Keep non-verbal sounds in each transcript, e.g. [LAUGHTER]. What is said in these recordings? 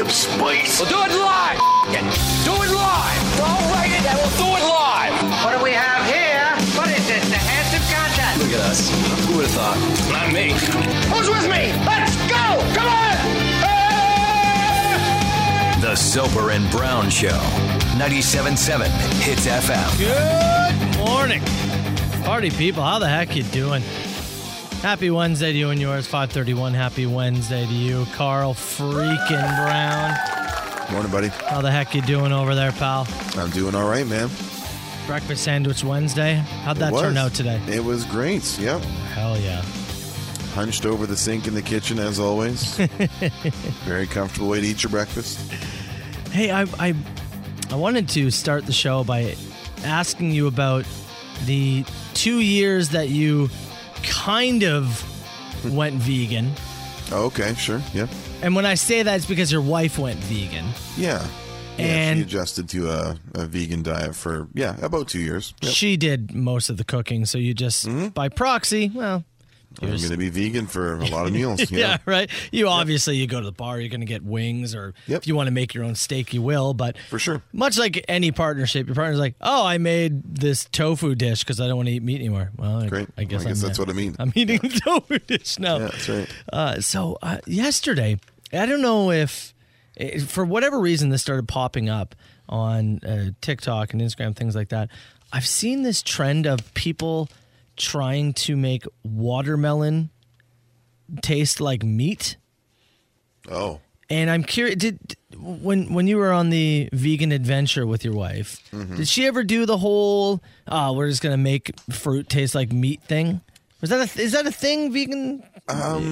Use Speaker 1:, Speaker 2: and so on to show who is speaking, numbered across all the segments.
Speaker 1: of space.
Speaker 2: We'll do it live. F- it. Do it live. Don't write it, and we'll do it live.
Speaker 3: What do we have here? What is this? The handsome contest.
Speaker 4: Look at us. Who would have thought?
Speaker 2: Not me.
Speaker 1: Who's with me? Let's go! Come on! Hey!
Speaker 5: The Soper and Brown Show, 97.7 Hits FM.
Speaker 6: Good morning, party people. How the heck you doing? Happy Wednesday to you and yours. 531. Happy Wednesday to you, Carl freaking Brown.
Speaker 7: Morning, buddy.
Speaker 6: How the heck you doing over there, pal?
Speaker 7: I'm doing all right, man.
Speaker 6: Breakfast sandwich Wednesday. How'd that
Speaker 7: It was.
Speaker 6: turn out today?
Speaker 7: It was great. Yep.
Speaker 6: Hell yeah.
Speaker 7: Hunched over the sink in the kitchen as
Speaker 6: [LAUGHS]
Speaker 7: always. Very comfortable way to eat your breakfast.
Speaker 6: Hey, I, I I wanted to start the show by asking you about the two years that you kind of went vegan.
Speaker 7: Okay, sure. Yep.
Speaker 6: And when I say that, it's because your wife went vegan.
Speaker 7: Yeah. Yeah,
Speaker 6: And-
Speaker 7: she adjusted to a, a vegan diet for yeah about two years. Yep. Hmm?
Speaker 6: She did most of the cooking, so you just by proxy, well,
Speaker 7: I'm
Speaker 6: yours-
Speaker 7: going to be vegan for a
Speaker 6: [LAUGHS]
Speaker 7: lot of meals.
Speaker 6: yeah, right. You obviously you go to the bar, you're going to get wings, or
Speaker 7: Yep.
Speaker 6: if you want to make your own steak, you will. But
Speaker 7: For sure.
Speaker 6: much like any partnership, your partner's like, "Oh, I made this tofu dish because I don't want to eat meat anymore." Well, I-
Speaker 7: Great.
Speaker 6: I guess,
Speaker 7: I guess
Speaker 6: I'm,
Speaker 7: that's what I mean.
Speaker 6: I'm eating [LAUGHS] the tofu dish now.
Speaker 7: Yeah, that's right.
Speaker 6: Uh, so uh, yesterday, I don't know if, eh, for whatever reason, this started popping up on uh, TikTok and Instagram, things like that. I've seen this trend of people trying to make watermelon taste like meat,
Speaker 7: Oh,
Speaker 6: and I'm curious. Did when when you were on the vegan adventure with your wife,
Speaker 7: Mm-hmm.
Speaker 6: did she ever do the whole "ah, we're just gonna make fruit taste like meat" thing? Was that a th- is that a thing vegan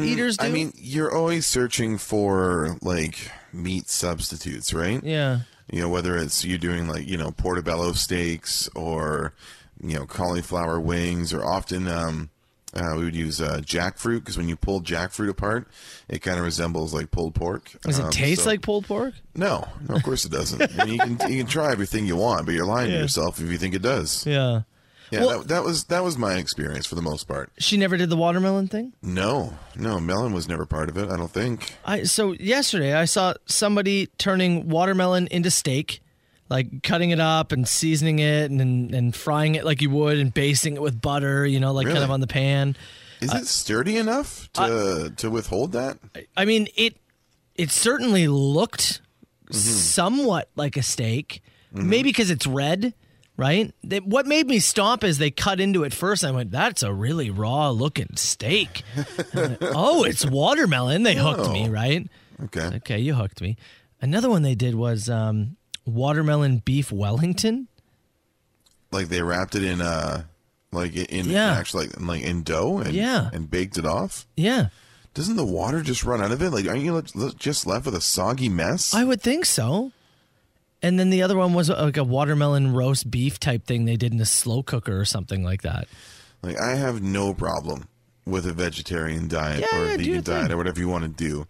Speaker 6: eaters do?
Speaker 7: Um, I mean, you're always searching for like meat substitutes, right?
Speaker 6: yeah.
Speaker 7: you know whether it's you doing like you know portobello steaks or you know cauliflower wings or often um uh, we would use uh, jackfruit because when you pull jackfruit apart, it kind of resembles like pulled pork.
Speaker 6: Does it
Speaker 7: Um,
Speaker 6: taste
Speaker 7: so-
Speaker 6: like pulled pork?
Speaker 7: No, no, of course it doesn't. I mean, you can you can try everything you want, but you're lying
Speaker 6: Yeah.
Speaker 7: to yourself if you think it does. Yeah,
Speaker 6: Yeah. Well-
Speaker 7: that, that was that was my experience for the most part.
Speaker 6: She never did the watermelon thing?
Speaker 7: No, no, melon was never part of it. I don't think.
Speaker 6: I so yesterday I saw somebody turning watermelon into steak, like cutting it up and seasoning it and and, and frying it like you would and basting it with butter, you know, like kind
Speaker 7: Really?
Speaker 6: of on the pan.
Speaker 7: Is it sturdy enough to to withhold that?
Speaker 6: I mean, it it certainly looked somewhat like a steak, maybe because it's red, right? They, what made me stomp is they cut into it first. I went, "That's a really raw looking steak." I went, oh, it's watermelon. They hooked me,
Speaker 7: Oh.
Speaker 6: right?
Speaker 7: Okay.
Speaker 6: Okay, you hooked me. Another one they did was um, watermelon beef Wellington.
Speaker 7: like they wrapped it in uh like i- in
Speaker 6: Yeah.
Speaker 7: actually like, in, like in dough and
Speaker 6: Yeah.
Speaker 7: and baked it off.
Speaker 6: Yeah,
Speaker 7: Doesn't the water just run out of it? Like aren't you le- le- just left with a soggy mess?
Speaker 6: I would think so. And then the other one was uh, like a watermelon roast beef type thing they did in a slow cooker or something like that.
Speaker 7: like I have no problem with a vegetarian diet
Speaker 6: Yeah,
Speaker 7: or
Speaker 6: yeah,
Speaker 7: a
Speaker 6: do your
Speaker 7: vegan diet
Speaker 6: thing.
Speaker 7: or whatever you want to do.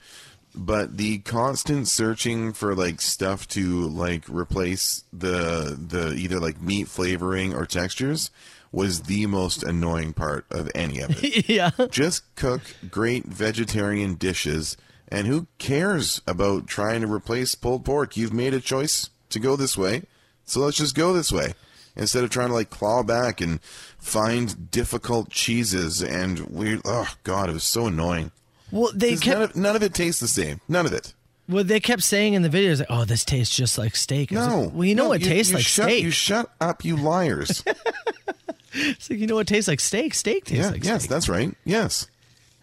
Speaker 7: But the constant searching for like stuff to like replace the the either like meat flavoring or textures was the most annoying part of any of it.
Speaker 6: yeah.
Speaker 7: just cook great vegetarian dishes and who cares about trying to replace pulled pork you've made a choice to go this way so let's just go this way instead of trying to like claw back and find difficult cheeses and weird oh god it was so annoying
Speaker 6: Well, they
Speaker 7: 'Cause
Speaker 6: kept
Speaker 7: none, of, none of it tastes the same none of it
Speaker 6: well they kept saying in the videos like, "Oh, this tastes just like steak." I was
Speaker 7: no
Speaker 6: like, well, you know
Speaker 7: No,
Speaker 6: what tastes
Speaker 7: you
Speaker 6: like
Speaker 7: shut,
Speaker 6: steak.
Speaker 7: you shut up you
Speaker 6: [LAUGHS]
Speaker 7: liars
Speaker 6: It's like, you know what tastes like steak. Steak tastes
Speaker 7: yeah
Speaker 6: like
Speaker 7: yes
Speaker 6: steak.
Speaker 7: that's right yes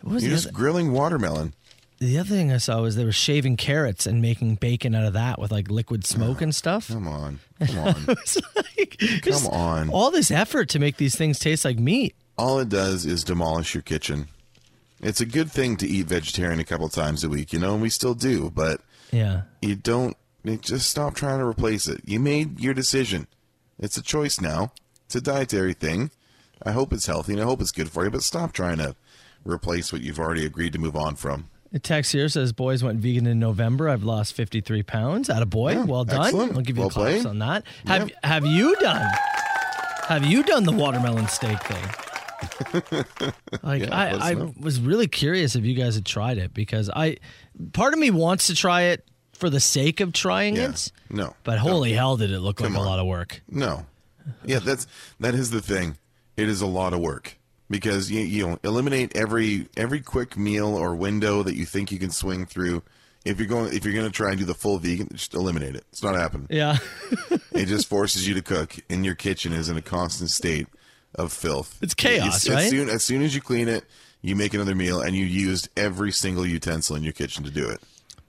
Speaker 6: What was
Speaker 7: you're
Speaker 6: the,
Speaker 7: just
Speaker 6: other,
Speaker 7: grilling watermelon
Speaker 6: the other thing I saw was they were shaving carrots and making bacon out of that with like
Speaker 7: [SIGHS]
Speaker 6: liquid smoke and stuff. [LAUGHS]
Speaker 7: come on come on
Speaker 6: It's like, just
Speaker 7: on.
Speaker 6: all this effort to make these things taste like meat.
Speaker 7: all it does is demolish your kitchen. It's a good thing to eat vegetarian a couple times a week, you know, and we still do, but
Speaker 6: Yeah.
Speaker 7: you don't you just stop trying to replace it. You made your decision. It's a choice now. It's a dietary thing. I hope it's healthy and I hope it's good for you, but stop trying to replace what you've already agreed to move on from.
Speaker 6: A text here says, "Boys went vegan in November. I've lost 53 pounds. Out of boy,
Speaker 7: Yeah,
Speaker 6: well done.
Speaker 7: excellent.
Speaker 6: I'll give you
Speaker 7: Well
Speaker 6: a claps
Speaker 7: played.
Speaker 6: on that. Have have you done? Have you done the watermelon steak thing?
Speaker 7: [LAUGHS]
Speaker 6: like
Speaker 7: Yeah, let us
Speaker 6: I, I
Speaker 7: know.
Speaker 6: was really curious if you guys had tried it because I, part of me wants to try it. for the sake of trying
Speaker 7: Yeah.
Speaker 6: it.
Speaker 7: No.
Speaker 6: But
Speaker 7: No.
Speaker 6: holy hell, did it look like
Speaker 7: Come
Speaker 6: a
Speaker 7: on.
Speaker 6: lot of work.
Speaker 7: No. Yeah, that's that is the thing. It is a lot of work because you you know, eliminate every every quick meal or window that you think you can swing through. If you're going if you're going to try and do the full vegan, just eliminate it. It's not happening.
Speaker 6: Yeah. [LAUGHS]
Speaker 7: It just forces you to cook and your kitchen is in a constant state of filth.
Speaker 6: It's chaos,
Speaker 7: It's-
Speaker 6: right?
Speaker 7: As soon, as soon as you clean it, you make another meal and you used every single utensil in your kitchen to do it.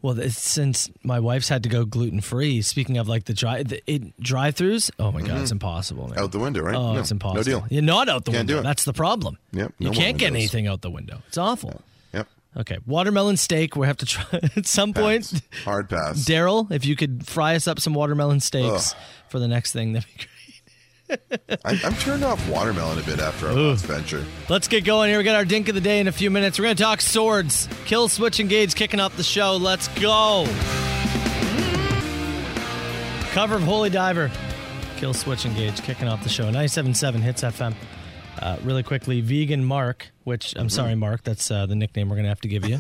Speaker 6: Well, it's, since my wife's had to go gluten free, speaking of like the drive the, it drive-throughs, oh my god, it's
Speaker 7: Mm-hmm.
Speaker 6: impossible. Man.
Speaker 7: Out the window, right?
Speaker 6: oh,
Speaker 7: No.
Speaker 6: it's impossible.
Speaker 7: No deal.
Speaker 6: You're not out the
Speaker 7: Can't do
Speaker 6: window.
Speaker 7: it.
Speaker 6: That's the problem.
Speaker 7: Yep,
Speaker 6: you
Speaker 7: no more
Speaker 6: can't get
Speaker 7: windows.
Speaker 6: anything out the window. It's awful.
Speaker 7: Yep.
Speaker 6: Okay, watermelon steak. We have to try [LAUGHS] at some
Speaker 7: Pass.
Speaker 6: point.
Speaker 7: Hard pass.
Speaker 6: [LAUGHS] Daryl, if you could fry us up some watermelon steaks
Speaker 7: Ugh.
Speaker 6: for the next thing, that'd be great.
Speaker 7: I, I'm turned off watermelon a bit after our last venture.
Speaker 6: Let's get going here. We got our dink of the day in a few minutes. We're going to talk swords. Kill, switch, engage, kicking off the show. Let's go. Cover of Holy Diver. Kill, switch, engage, kicking off the show. 97.7 Hits FM. Uh, really quickly, Vegan Mark, which I'm sorry, Mark, that's uh, the nickname we're going to have to give you.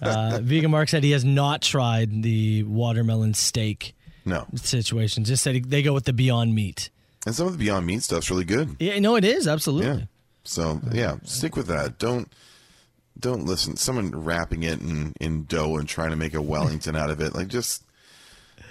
Speaker 6: uh, Vegan Mark said he has not tried the watermelon steak
Speaker 7: No.
Speaker 6: situation. Just said he, they go with the Beyond Meat.
Speaker 7: And some of the Beyond Meat stuff's really good.
Speaker 6: Yeah, no, it is
Speaker 7: Yeah.
Speaker 6: absolutely.
Speaker 7: So yeah, stick with that. Don't don't listen. Someone wrapping it in, in dough and trying to make a Wellington out of it. Like just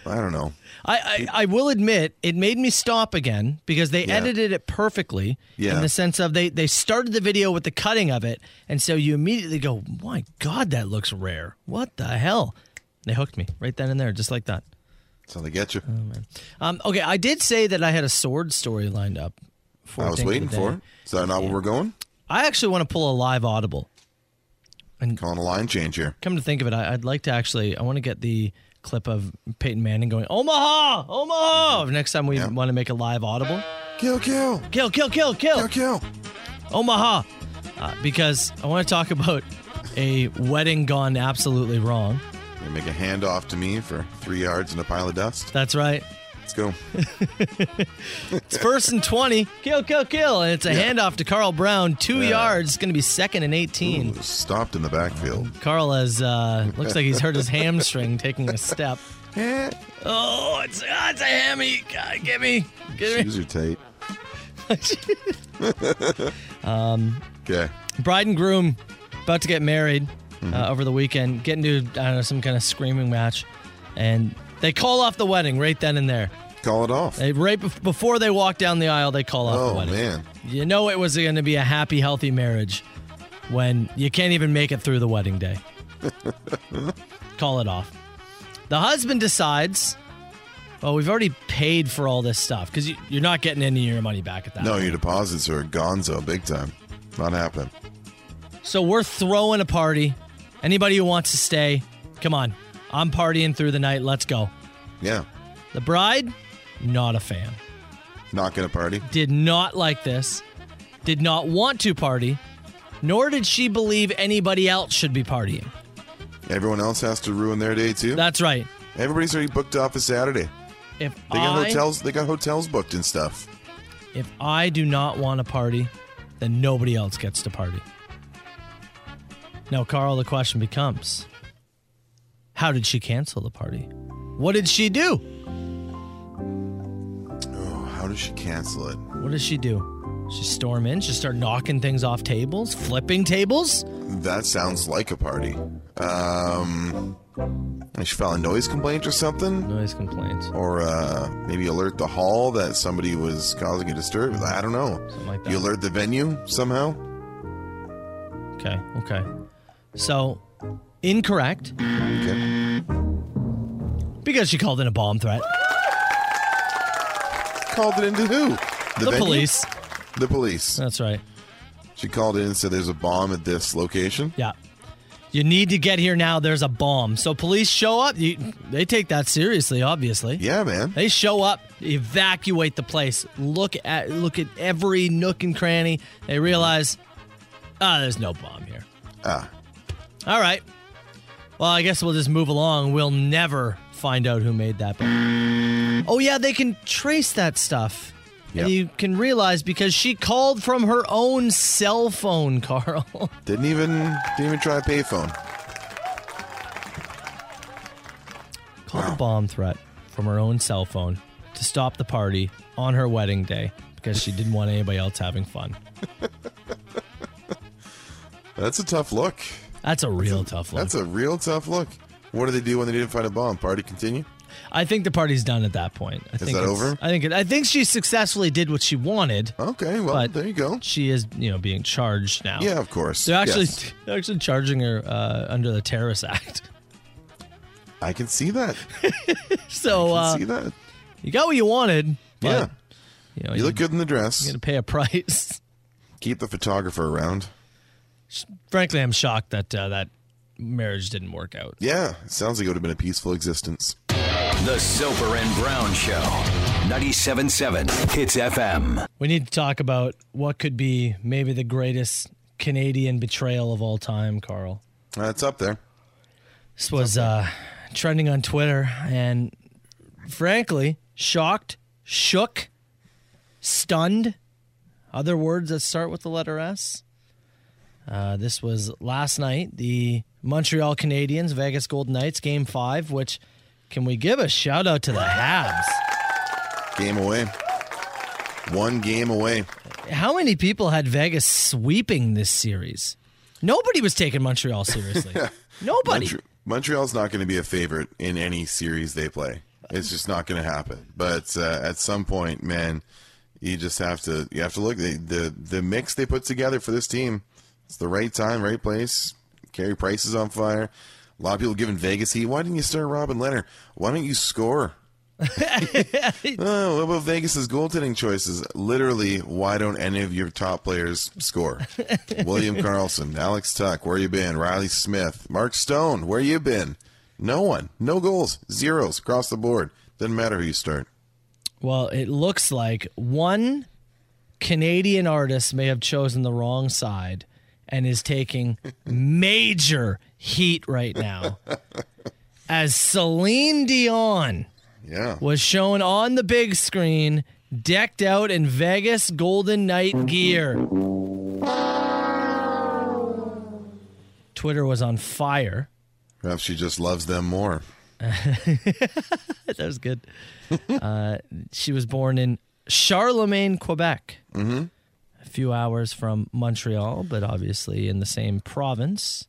Speaker 7: I don't know.
Speaker 6: I, I, I will admit it made me stop again because they
Speaker 7: Yeah.
Speaker 6: edited it perfectly
Speaker 7: Yeah.
Speaker 6: in the sense of they, they started the video with the cutting of it and so you immediately go my god that looks rare what the hell they hooked me right then and there just like that
Speaker 7: That's how they get you.
Speaker 6: um, okay I did say that I had a sword story lined up for
Speaker 7: I was
Speaker 6: Dink of the
Speaker 7: waiting
Speaker 6: Day.
Speaker 7: for it. Is that not where we're going?
Speaker 6: I actually want to pull a live audible
Speaker 7: Calling a line change here.
Speaker 6: come to think of it I, I'd like to actually I want to get the clip of Peyton Manning going Omaha Omaha next time we
Speaker 7: Mm-hmm. Yeah.
Speaker 6: want to make a live audible
Speaker 7: Kill, kill,
Speaker 6: kill kill kill kill
Speaker 7: kill, kill.
Speaker 6: Omaha, uh, because I want to talk about a wedding gone absolutely wrong.
Speaker 7: They make a handoff to me for three yards and a pile of dust.
Speaker 6: That's right.
Speaker 7: Let's go.
Speaker 6: It's first and 20. Kill, kill, kill. And it's a handoff to Carl Brown. Two yards. It's going to be second and 18.
Speaker 7: Ooh, stopped in the backfield.
Speaker 6: Carl has, [LAUGHS] uh, looks like he's hurt his hamstring taking a step.
Speaker 7: Eh,
Speaker 6: Oh, it's, ah, it's a hammy. God, give me. Give me.
Speaker 7: shoes are [LAUGHS] tight. Um, [LAUGHS] Okay.
Speaker 6: Bride and groom about to get married uh, over the weekend, get into, I don't know, some kind of screaming match. And they call off the wedding right then and there.
Speaker 7: Call it off.
Speaker 6: They, right bef- before they walk down the aisle, they call off the
Speaker 7: Oh
Speaker 6: wedding.
Speaker 7: man.
Speaker 6: You know it was going to be a happy, healthy marriage when you can't even make it through the wedding
Speaker 7: [LAUGHS]
Speaker 6: day. call it off. The husband decides, well, we've already paid for all this stuff because you, you're not getting any of your money back at that.
Speaker 7: No,
Speaker 6: point.
Speaker 7: your deposits are gonzo big time. Not happening.
Speaker 6: So we're throwing a party. Anybody who wants to stay, come on. I'm partying through the night. Let's go.
Speaker 7: Yeah.
Speaker 6: The bride, not a fan.
Speaker 7: Not gonna party.
Speaker 6: did not like this, did not want to party, nor did she believe anybody else should be partying.
Speaker 7: Everyone else has to ruin their day too.
Speaker 6: That's right.
Speaker 7: Everybody's already booked off for Saturday.
Speaker 6: If
Speaker 7: They got
Speaker 6: I
Speaker 7: hotels they got hotels booked and stuff.
Speaker 6: if I do not want to party, then nobody else gets to party. Now, Carl, the question becomes how did she cancel the party? What did she do?
Speaker 7: Oh, how does she cancel it?
Speaker 6: What does she do? She storm in, she start knocking things off tables, flipping tables.
Speaker 7: That sounds like a party. Um she filed a noise complaint or something?
Speaker 6: Noise complaints.
Speaker 7: Or uh, maybe alert the hall that somebody was causing a disturbance. I don't know.
Speaker 6: Something like that.
Speaker 7: You alert the venue somehow?
Speaker 6: Okay, okay. So, incorrect.
Speaker 7: Okay.
Speaker 6: Because she called in a bomb threat.
Speaker 7: Called it into who?
Speaker 6: The,
Speaker 7: venue?
Speaker 6: police.
Speaker 7: The police.
Speaker 6: That's right.
Speaker 7: She called in and said there's a bomb at this location.
Speaker 6: Yeah. You need to get here now. There's a bomb. So police show up. You, they take that seriously, obviously.
Speaker 7: Yeah, man.
Speaker 6: They show up, evacuate the place. Look at look at every nook and cranny. They realize, ah, there's no bomb here.
Speaker 7: Ah,
Speaker 6: All right. Well, I guess we'll just move along. We'll never find out who made that bomb. Oh yeah, they can trace that stuff.
Speaker 7: Yep.
Speaker 6: And you can realize because she called from her own cell phone, [LAUGHS] Carl.
Speaker 7: didn't even didn't even try a payphone.
Speaker 6: called a bomb threat from her own cell phone to stop the party on her wedding day because she didn't want anybody else having fun.
Speaker 7: That's a tough look.
Speaker 6: That's a real tough look.
Speaker 7: That's a real tough look. What do they do when they didn't find a bomb? Party continue?
Speaker 6: I think the party's done at that point. I think
Speaker 7: that
Speaker 6: it's-
Speaker 7: over?
Speaker 6: I think it, I think she successfully did what she wanted,
Speaker 7: Okay, well,
Speaker 6: but
Speaker 7: there you go.
Speaker 6: She is, you know, being charged now.
Speaker 7: Yeah, of course.
Speaker 6: They're actually
Speaker 7: Yes.
Speaker 6: they're actually charging her uh, under the Terrorist Act. [LAUGHS]
Speaker 7: I can see that.
Speaker 6: So
Speaker 7: I
Speaker 6: uh,
Speaker 7: can see that.
Speaker 6: you got what you wanted, but
Speaker 7: Yeah.
Speaker 6: you know
Speaker 7: You look good in the dress.
Speaker 6: going to pay a price. [LAUGHS]
Speaker 7: Keep the photographer around.
Speaker 6: Frankly, I'm shocked that uh, that marriage didn't work out.
Speaker 7: Yeah, it sounds like it would have been a peaceful existence.
Speaker 5: The Soper and Brown Show. 97.7 Hits FM.
Speaker 6: We need to talk about what could be maybe the greatest Canadian betrayal of all time, Carl.
Speaker 7: Uh, it's up there.
Speaker 6: This was uh, trending on Twitter, and frankly, shocked, shook, stunned. Other words that start with the letter S. Uh, this was last night, the Montreal Canadiens, Vegas Golden Knights, game five, which can we give a shout out to the Habs?
Speaker 7: Game away. One game away.
Speaker 6: How many people had Vegas sweeping this series? Nobody was taking Montreal seriously. Nobody.
Speaker 7: Montre- Montreal's not going to be a favorite in any series they play. It's just not going to happen. But uh, at some point, man, you just have to you have to look the, the the mix they put together for this team. It's the right time, right place. Carey Price is on fire. A lot of people giving Vegas heat. Why didn't you start Robin Leonard? Why don't you score? Oh, what about Vegas's goaltending choices? Literally, why don't any of your top players score? William Carlson, Alex Tuck, where you been? Riley Smith, Mark Stone, where you been? No one, no goals, zeros across the board. Doesn't matter who you start.
Speaker 6: Well, it looks like one Canadian artist may have chosen the wrong side and is taking major heat right now. As Celine Dion
Speaker 7: Yeah,
Speaker 6: was shown on the big screen, decked out in Vegas Golden Knight gear. Twitter was on fire.
Speaker 7: perhaps she just loves them more.
Speaker 6: that was good. uh, she was born in Charlemagne, Quebec. Mm-hmm. A few hours from Montreal, but obviously in the same province.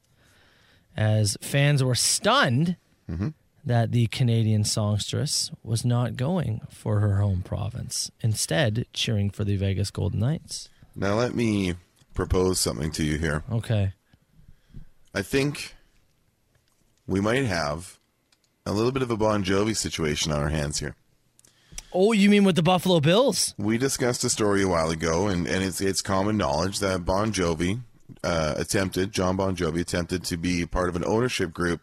Speaker 6: As fans were stunned that the Canadian songstress was not going for her home province, instead cheering for the Vegas Golden Knights.
Speaker 7: Now let me propose something to you here.
Speaker 6: Okay.
Speaker 7: I think we might have a little bit of a Bon Jovi situation on our hands here.
Speaker 6: Oh, you mean with the Buffalo Bills?
Speaker 7: we discussed a story a while ago, and, and it's it's common knowledge that Bon Jovi uh, attempted John Bon Jovi attempted to be part of an ownership group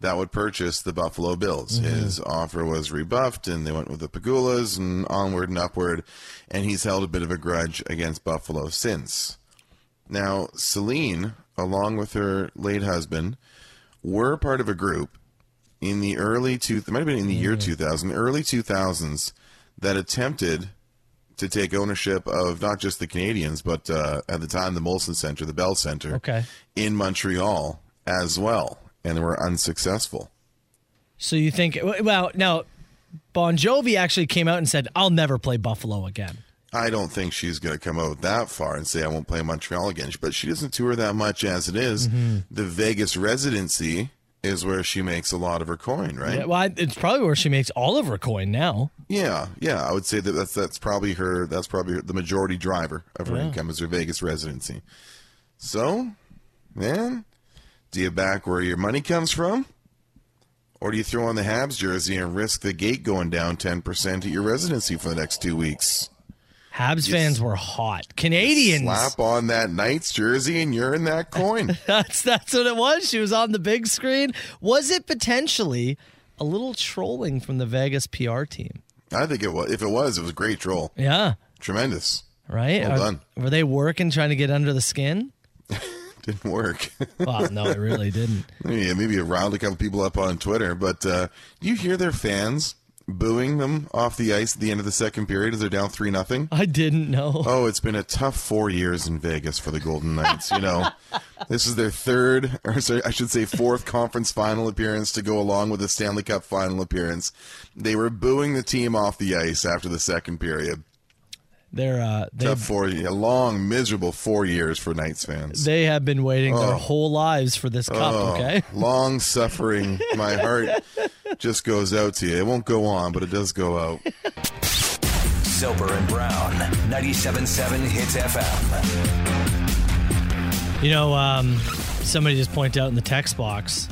Speaker 7: that would purchase the Buffalo Bills. His offer was rebuffed, and they went with the Pagulas and onward and upward, and he's held a bit of a grudge against Buffalo since. Now, Celine, along with her late husband, were part of a group in the early two. It might have been in the year two thousand, early two thousands, that attempted to take ownership of not just the Canadians, but uh, at the time the Molson Center, the Bell Center,
Speaker 6: Okay.
Speaker 7: in Montreal as well, and they were unsuccessful.
Speaker 6: So you think, well, now, Bon Jovi actually came out and said, I'll never play Buffalo again.
Speaker 7: I don't think she's going to come out that far and say I won't play Montreal again. But she doesn't tour that much as it is. The Vegas residency is where she makes a lot of her coin, right?
Speaker 6: Yeah, well, I- it's probably where she makes all of her coin now.
Speaker 7: Yeah, yeah, I would say that that's that's probably her. That's probably the majority driver of her income is her Vegas residency. So, man, do you back where your money comes from, or do you throw on the Habs jersey and risk the gate going down ten percent at your residency for the next two weeks?
Speaker 6: Habs fans were hot. Canadians.
Speaker 7: Slap on that Knights jersey and you're in that coin.
Speaker 6: That's that's what it was. She was on the big screen. Was it potentially a little trolling from the Vegas PR team?
Speaker 7: I think it was. If it was, it was a great troll.
Speaker 6: Yeah.
Speaker 7: Tremendous.
Speaker 6: Right?
Speaker 7: Well
Speaker 6: Are-
Speaker 7: done.
Speaker 6: Were they working trying to get under the skin?
Speaker 7: Didn't work. [LAUGHS]
Speaker 6: Well, no, it really didn't.
Speaker 7: Yeah, maybe it riled a couple people up on Twitter, but uh, you hear their fans booing them off the ice at the end of the second period as they're down three nothing?
Speaker 6: I didn't know.
Speaker 7: Oh, it's been a tough four years in Vegas for the Golden Knights. You know, this is their third, or sorry, I should say fourth conference final appearance to go along with the Stanley Cup final appearance. They were booing the team off the ice after the second period.
Speaker 6: They're uh, they
Speaker 7: Tough four, a long, miserable four years for Knights fans.
Speaker 6: they have been waiting
Speaker 7: Oh.
Speaker 6: their whole lives for this cup. Okay, [LAUGHS]
Speaker 7: Long suffering. My heart just goes out to you. It won't go on, but it does go out.
Speaker 5: Soper and Brown, 97.7 Hits FM.
Speaker 6: you know, um, somebody just pointed out in the text box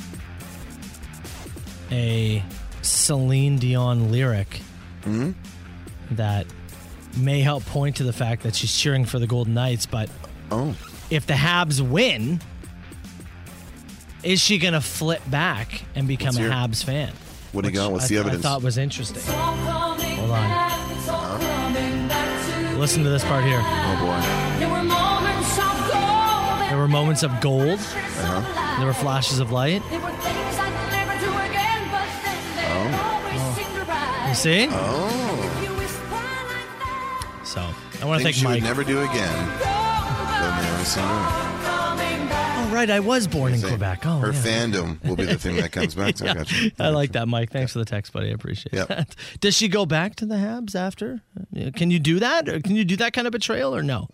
Speaker 6: a Celine Dion lyric
Speaker 7: Hmm?
Speaker 6: that may help point to the fact that she's cheering for the Golden Knights, but
Speaker 7: Oh,
Speaker 6: if the Habs win, is she going to flip back and become
Speaker 7: Let's
Speaker 6: a
Speaker 7: hear it.
Speaker 6: Habs fan?
Speaker 7: what do you
Speaker 6: Which
Speaker 7: got? What's
Speaker 6: I-
Speaker 7: the evidence?
Speaker 6: I thought was interesting.
Speaker 4: Hold
Speaker 6: on. Listen to this part here.
Speaker 7: oh
Speaker 4: There were moments of gold.
Speaker 6: There were moments of gold.
Speaker 4: Uh-huh.
Speaker 6: There were flashes of light.
Speaker 4: There were things I'd never do again, but then they always seem to
Speaker 6: Oh. You
Speaker 4: rise.
Speaker 6: see?
Speaker 7: Uh, boy.
Speaker 4: You whisper like that,
Speaker 6: So I want to
Speaker 7: Oh, Things
Speaker 6: thank
Speaker 7: she would
Speaker 6: Mike.
Speaker 7: never do again.
Speaker 4: gold
Speaker 7: Then they always seem to rise.
Speaker 4: is coming back.
Speaker 6: oh, right. I was born in
Speaker 7: Thing.
Speaker 6: Quebec. Oh,
Speaker 7: her
Speaker 6: yeah.
Speaker 7: fandom will be the thing that comes back. to
Speaker 6: [LAUGHS]
Speaker 7: I
Speaker 6: Yeah.
Speaker 7: got you.
Speaker 6: I like that, Mike. Thanks for the text, buddy. I appreciate
Speaker 7: Yep.
Speaker 6: that. [LAUGHS] Does she go back to the Habs after? Uh, Can you do that? Or can you do that kind of betrayal or no?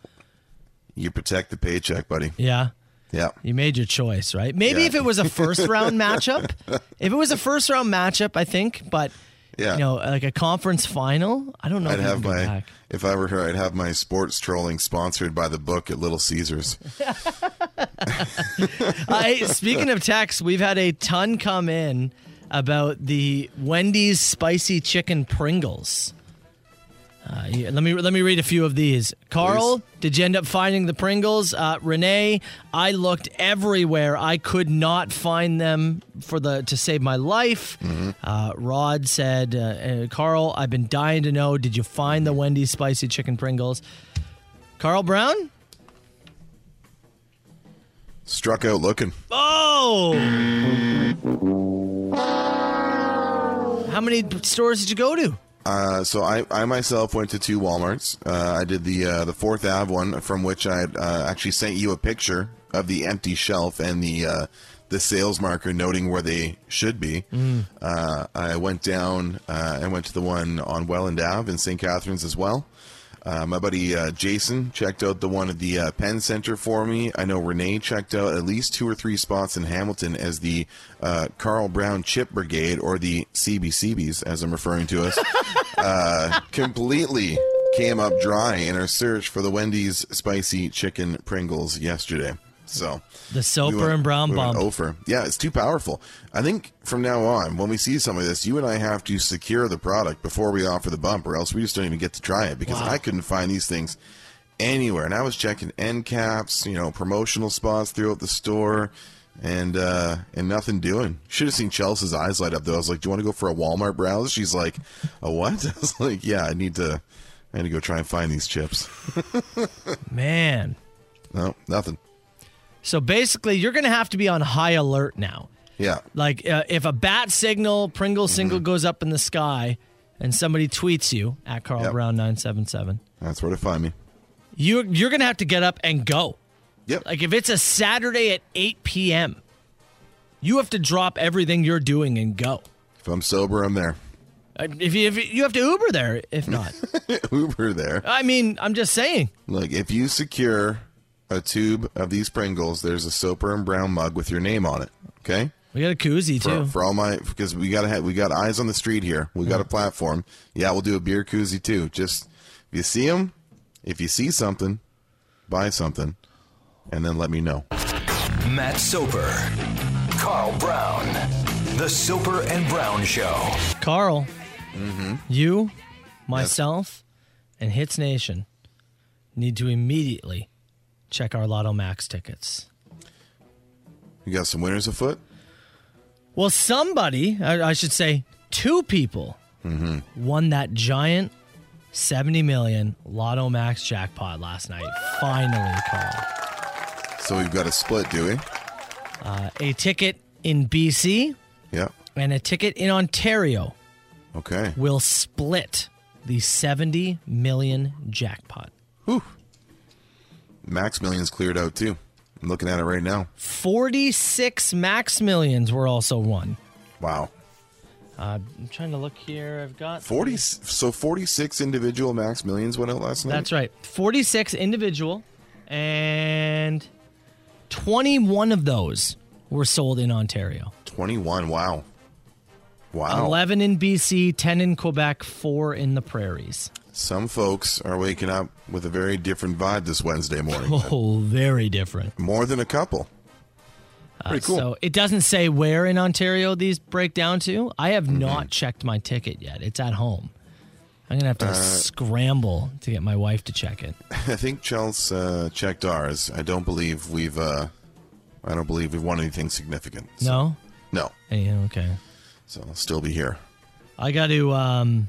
Speaker 7: You protect the paycheck, buddy.
Speaker 6: Yeah.
Speaker 7: Yeah.
Speaker 6: You made your choice, right? Maybe
Speaker 7: Yeah.
Speaker 6: if it was a first
Speaker 7: [LAUGHS]
Speaker 6: round matchup, if it was a first round matchup, I think. But
Speaker 7: Yeah.
Speaker 6: you know, like a conference final, I don't know.
Speaker 7: I'd
Speaker 6: if you
Speaker 7: have
Speaker 6: can go
Speaker 7: my
Speaker 6: back.
Speaker 7: if I were her, I'd have my sports trolling sponsored by the book at Little Caesars.
Speaker 6: I, Uh, speaking of texts, we've had a ton come in about the Wendy's spicy chicken Pringles. Uh, yeah, let me let me read a few of these. Carl, did you end up finding the Pringles? Uh, Renee, I looked everywhere. I could not find them for the to save my life. Uh, Rod said, uh, uh, Carl, I've been dying to know. Did you find the Wendy's spicy chicken Pringles? Carl Brown.
Speaker 7: Struck out looking.
Speaker 6: Oh! How many stores did you go to?
Speaker 7: Uh, so I, I myself went to two WalMarts. Uh, I did the uh, the Fourth Ave one, from which I had, uh, actually sent you a picture of the empty shelf and the uh, the sales marker noting where they should be. Uh, I went down uh, and went to the one on Welland Ave in St. Catharines as well. Uh, my buddy uh, Jason checked out the one at the uh, Penn Center for me. I know Renee checked out at least two or three spots in Hamilton as the uh, Carl Brown Chip Brigade, or the CBCBs, as I'm referring to us, [LAUGHS] uh, completely came up dry in our search for the Wendy's spicy chicken Pringles yesterday. So
Speaker 6: The Soper
Speaker 7: went-
Speaker 6: and Brown
Speaker 7: we went
Speaker 6: Bomb.
Speaker 7: Ofer. Yeah, it's too powerful. I think from now on, when we see some of this, you and I have to secure the product before we offer the bump, or else we just don't even get to try it because I couldn't find these things anywhere. And I was checking end caps, you know, promotional spots throughout the store. And uh and nothing doing. Should have seen Chelsea's eyes light up though. I was like, "Do you want to go for a Walmart browse?" She's like, "A what?" [LAUGHS] I was like, "Yeah, I need to, I need to go try and find these chips."
Speaker 6: Man.
Speaker 7: No, nothing.
Speaker 6: So basically, you're going to have to be on high alert now.
Speaker 7: Yeah,
Speaker 6: Like, uh, if a bat signal, Pringle
Speaker 7: Mm-hmm.
Speaker 6: single goes up in the sky, and somebody tweets you at Carl
Speaker 7: Yep.
Speaker 6: Brown 977,
Speaker 7: that's where to find me.
Speaker 6: you, you're going to have to get up and go.
Speaker 7: Yep.
Speaker 6: Like, if it's a Saturday at 8 p.m., you have to drop everything you're doing and go.
Speaker 7: if I'm sober, I'm there.
Speaker 6: Uh, If you, if you, you have to Uber there,
Speaker 7: [LAUGHS]
Speaker 6: if not.
Speaker 7: Uber there.
Speaker 6: I mean, I'm just saying.
Speaker 7: Look, if you secure a tube of these Pringles, there's a Soper and Brown mug with your name on it. Okay,
Speaker 6: We got a koozie
Speaker 7: for,
Speaker 6: too.
Speaker 7: for all my because we gotta have we got eyes on the street here. We got a platform. Yeah, we'll do a beer koozie too. Just if you see them, if you see something, buy something, and then let me know.
Speaker 5: Matt Soper, Carl Brown, The Soper and Brown Show.
Speaker 6: Carl,
Speaker 7: Mm-hmm.
Speaker 6: you, myself, and Hits Nation need to immediately check our Lotto Max tickets.
Speaker 7: You got some winners afoot.
Speaker 6: Well, somebody, I, I should say, two people
Speaker 7: Mm-hmm.
Speaker 6: won that giant 70 million Lotto Max jackpot last night. Finally, Carl.
Speaker 7: So we've got a split, do we?
Speaker 6: A ticket in BC
Speaker 7: Yeah.
Speaker 6: and a ticket in Ontario
Speaker 7: Okay.
Speaker 6: will split the 70 million jackpot.
Speaker 7: Whew. Max Millions cleared out too. I'm looking at it right now.
Speaker 6: 46 max millions were also won. Uh,
Speaker 7: Wow.
Speaker 6: I'm trying to look here. I've got
Speaker 7: 40 so 46 individual Max Millions went out last night.
Speaker 6: That's right. 46 individual and 21 of those were sold in Ontario.
Speaker 7: 21. Wow. Wow.
Speaker 6: 11 in BC, 10 in Quebec, 4 in the prairies.
Speaker 7: Some folks are waking up with a very different vibe this Wednesday morning.
Speaker 6: [LAUGHS] Oh, very different.
Speaker 7: More than a couple. [LAUGHS] Pretty cool.
Speaker 6: Uh, So it doesn't say where in Ontario these break down to. I have not checked my ticket yet. It's at home. I'm going to have to scramble to get my wife to check it.
Speaker 7: I think Chelsea uh, checked ours. I don't believe we've. Uh, I don't believe we've won anything significant. So-
Speaker 6: No?
Speaker 7: No.
Speaker 6: Hey, okay.
Speaker 7: So I'll still be here.
Speaker 6: I got to um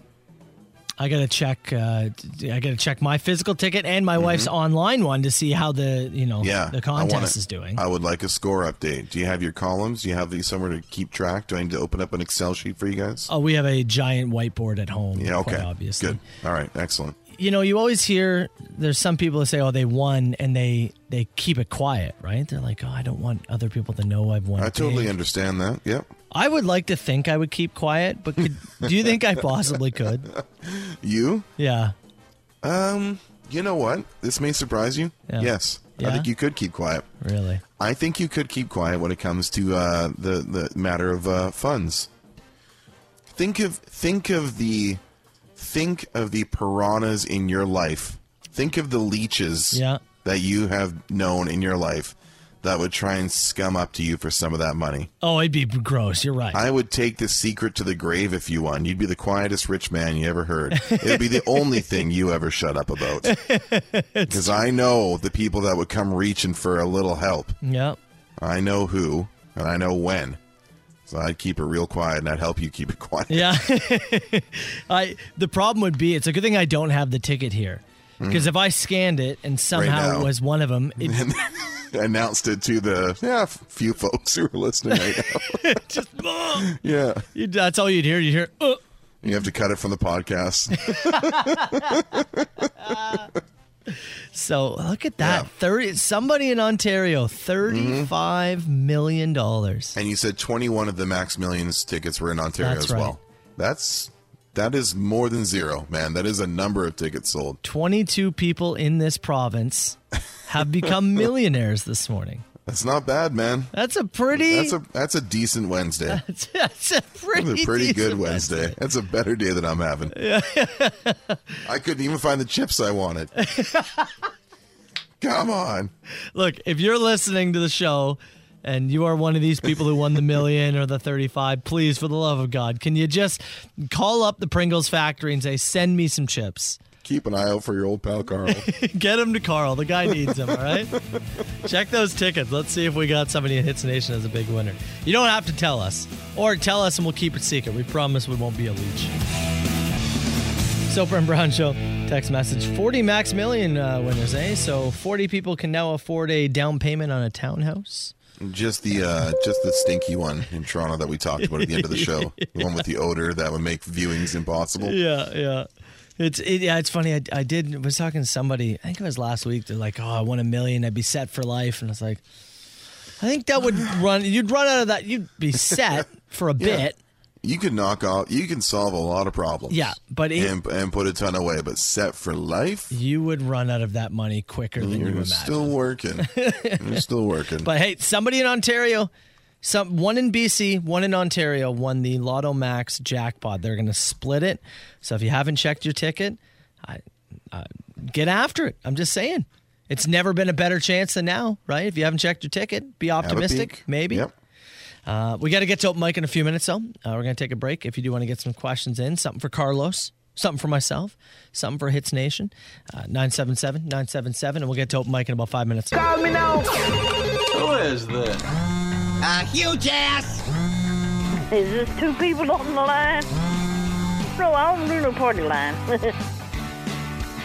Speaker 6: I got to check uh I got to check my physical ticket and my wife's online one to see how the, you know,
Speaker 7: Mm-hmm. Yeah.
Speaker 6: the
Speaker 7: I wanna-
Speaker 6: contest is doing.
Speaker 7: I would like a score update. Do you have your columns? Do you have these somewhere to keep track? Do I need to open up an Excel sheet for you guys?
Speaker 6: Oh, we have a giant whiteboard at home.
Speaker 7: yeah, okay.
Speaker 6: Quite obviously.
Speaker 7: Good. All right. Excellent.
Speaker 6: You know, you always hear there's some people that say, "Oh, they won," and they they keep it quiet, right? They're like, "Oh, I don't want other people to know I've won."
Speaker 7: I totally
Speaker 6: big."
Speaker 7: understand that. Yep.
Speaker 6: I would like to think I would keep quiet, but could, do you
Speaker 7: [LAUGHS]
Speaker 6: think I possibly could?
Speaker 7: You?
Speaker 6: Yeah.
Speaker 7: Um, you know what? This may surprise you.
Speaker 6: Yeah.
Speaker 7: Yes. I
Speaker 6: Yeah?
Speaker 7: think you could keep quiet.
Speaker 6: Really.
Speaker 7: I think you could keep quiet when it comes to uh, the the matter of uh, funds. Think of think of the think of the piranhas in your life. Think of the leeches
Speaker 6: Yeah.
Speaker 7: that you have known in your life that would try and scum up to you for some of that money.
Speaker 6: Oh, it'd be gross. You're right.
Speaker 7: I would take this secret to the grave if you won. You'd be the quietest rich man you ever heard. It'd be the only thing you ever shut up about. Because I know the people that would come reaching for a little help.
Speaker 6: yeah.
Speaker 7: I know who and I know when. So I'd keep it real quiet and I'd help you keep it quiet.
Speaker 6: Yeah. [LAUGHS] I the problem would be it's a good thing I don't have the ticket here. Because if I scanned it and somehow
Speaker 7: now.
Speaker 6: it was one of them,
Speaker 7: [LAUGHS]
Speaker 6: it
Speaker 7: Announced it to the yeah, f- few folks who are listening right now.
Speaker 6: just "Ugh."
Speaker 7: yeah.
Speaker 6: [LAUGHS] You- that's all you'd hear. You'd hear, "Uh." "Ugh."
Speaker 7: You have to cut it from the podcast.
Speaker 6: so look at that.
Speaker 7: Yeah.
Speaker 6: Thirty somebody in Ontario, thirty-five
Speaker 7: Mm-hmm.
Speaker 6: million dollars.
Speaker 7: and you said 21 of the Max Millions tickets were in Ontario
Speaker 6: That's
Speaker 7: as well. That's that is more than zero, man. That is a number of tickets sold.
Speaker 6: Twenty-two people in this province
Speaker 7: [LAUGHS]
Speaker 6: have become millionaires this morning.
Speaker 7: That's not bad, man.
Speaker 6: That's a pretty
Speaker 7: That's a that's a decent Wednesday.
Speaker 6: [LAUGHS] that's a
Speaker 7: It's
Speaker 6: pretty,
Speaker 7: a pretty good
Speaker 6: decent-
Speaker 7: Wednesday. That's a better day than I'm
Speaker 6: [LAUGHS]
Speaker 7: having. I couldn't even find the chips I
Speaker 6: [LAUGHS]
Speaker 7: wanted. Come on.
Speaker 6: Look, if you're listening to the show and you are one of these people who won the million or the 35, please, for the love of God, can you just call up the Pringles factory and say, send me some chips? [LAUGHS]
Speaker 7: Keep an eye out for your old pal Carl.
Speaker 6: Get them to Carl. The guy needs them, all right? Check those tickets. Let's see if we got somebody in Hits Nation as a big winner. You don't have to tell us, or tell us and we'll keep it secret. We promise we won't be a leech. Soper and Brown Show text message 40 max million uh, winners, eh? So 40 people can now afford a down payment on a townhouse.
Speaker 7: just the uh, just the stinky one in Toronto that we talked about at the end of the show. The one with the odor that would make viewings impossible.
Speaker 6: Yeah, yeah. It's it, yeah, it's funny. I, I did was talking to somebody. I think it was last week. They're like, "Oh, I want a million. I'd be set for life." And I was like, "I think that
Speaker 7: [SIGHS]
Speaker 6: would run. You'd run out of that. You'd be set for a bit.
Speaker 7: You can knock off you can solve a lot of problems.
Speaker 6: Yeah, but it-
Speaker 7: and, and put a ton away, but set for life?
Speaker 6: You would run out of that money quicker than you
Speaker 7: You're
Speaker 6: imagine."
Speaker 7: still working.
Speaker 6: [LAUGHS]
Speaker 7: You're still working.
Speaker 6: But hey, somebody in Ontario, some one in BC, one in Ontario won the Lotto Max jackpot. They're going to split it. So if you haven't checked your ticket, I, I, get after it. I'm just saying. It's never been a better chance than now, right? If you haven't checked your ticket, be
Speaker 7: Have a
Speaker 6: optimistic,
Speaker 7: peek.
Speaker 6: maybe.
Speaker 7: Yep.
Speaker 6: Uh, we got to get to open mic in a few minutes, though. Uh, we're going to take a break. If you do want to get some questions in, something for Carlos, something for myself, something for Hits Nation, Uh, 977 977, and we'll get to open mic in about five minutes.
Speaker 8: Is this two people on the line? No, I don't do no party line. [LAUGHS]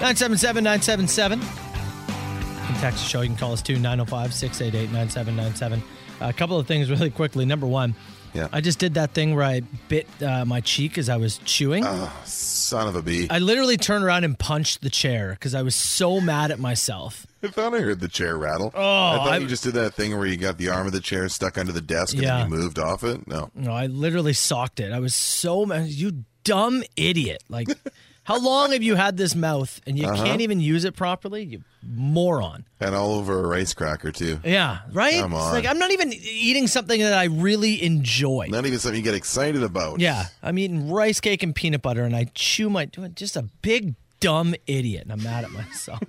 Speaker 6: 977-977. You can text the show. oh [LAUGHS] You can call us too, 905-688-9797. A couple of things really quickly. Number one,
Speaker 7: Yeah.
Speaker 6: I just did that thing where I bit uh, my cheek as I was chewing.
Speaker 7: Uh-huh. Son of a bee. I,
Speaker 6: I literally turned around and punched the chair because I was so mad at myself.
Speaker 7: thought I heard the chair rattle. Oh, I thought
Speaker 6: I-
Speaker 7: you just did that thing where you got the arm of the chair stuck under the desk and
Speaker 6: Yeah.
Speaker 7: then you moved off it. No.
Speaker 6: No, I literally socked it. I was so mad. You dumb idiot.
Speaker 7: [LAUGHS]
Speaker 6: Like, how long have you had this mouth and you
Speaker 7: Uh-huh.
Speaker 6: can't even use it properly? You moron.
Speaker 7: And all over a rice cracker, too.
Speaker 6: Yeah, right?
Speaker 7: Come
Speaker 6: It's
Speaker 7: on.
Speaker 6: like, I'm not even eating something that I really enjoy.
Speaker 7: Not even something you get excited about.
Speaker 6: Yeah, I'm eating rice cake and peanut butter and I chew my. Just a big dumb idiot and I'm mad at myself.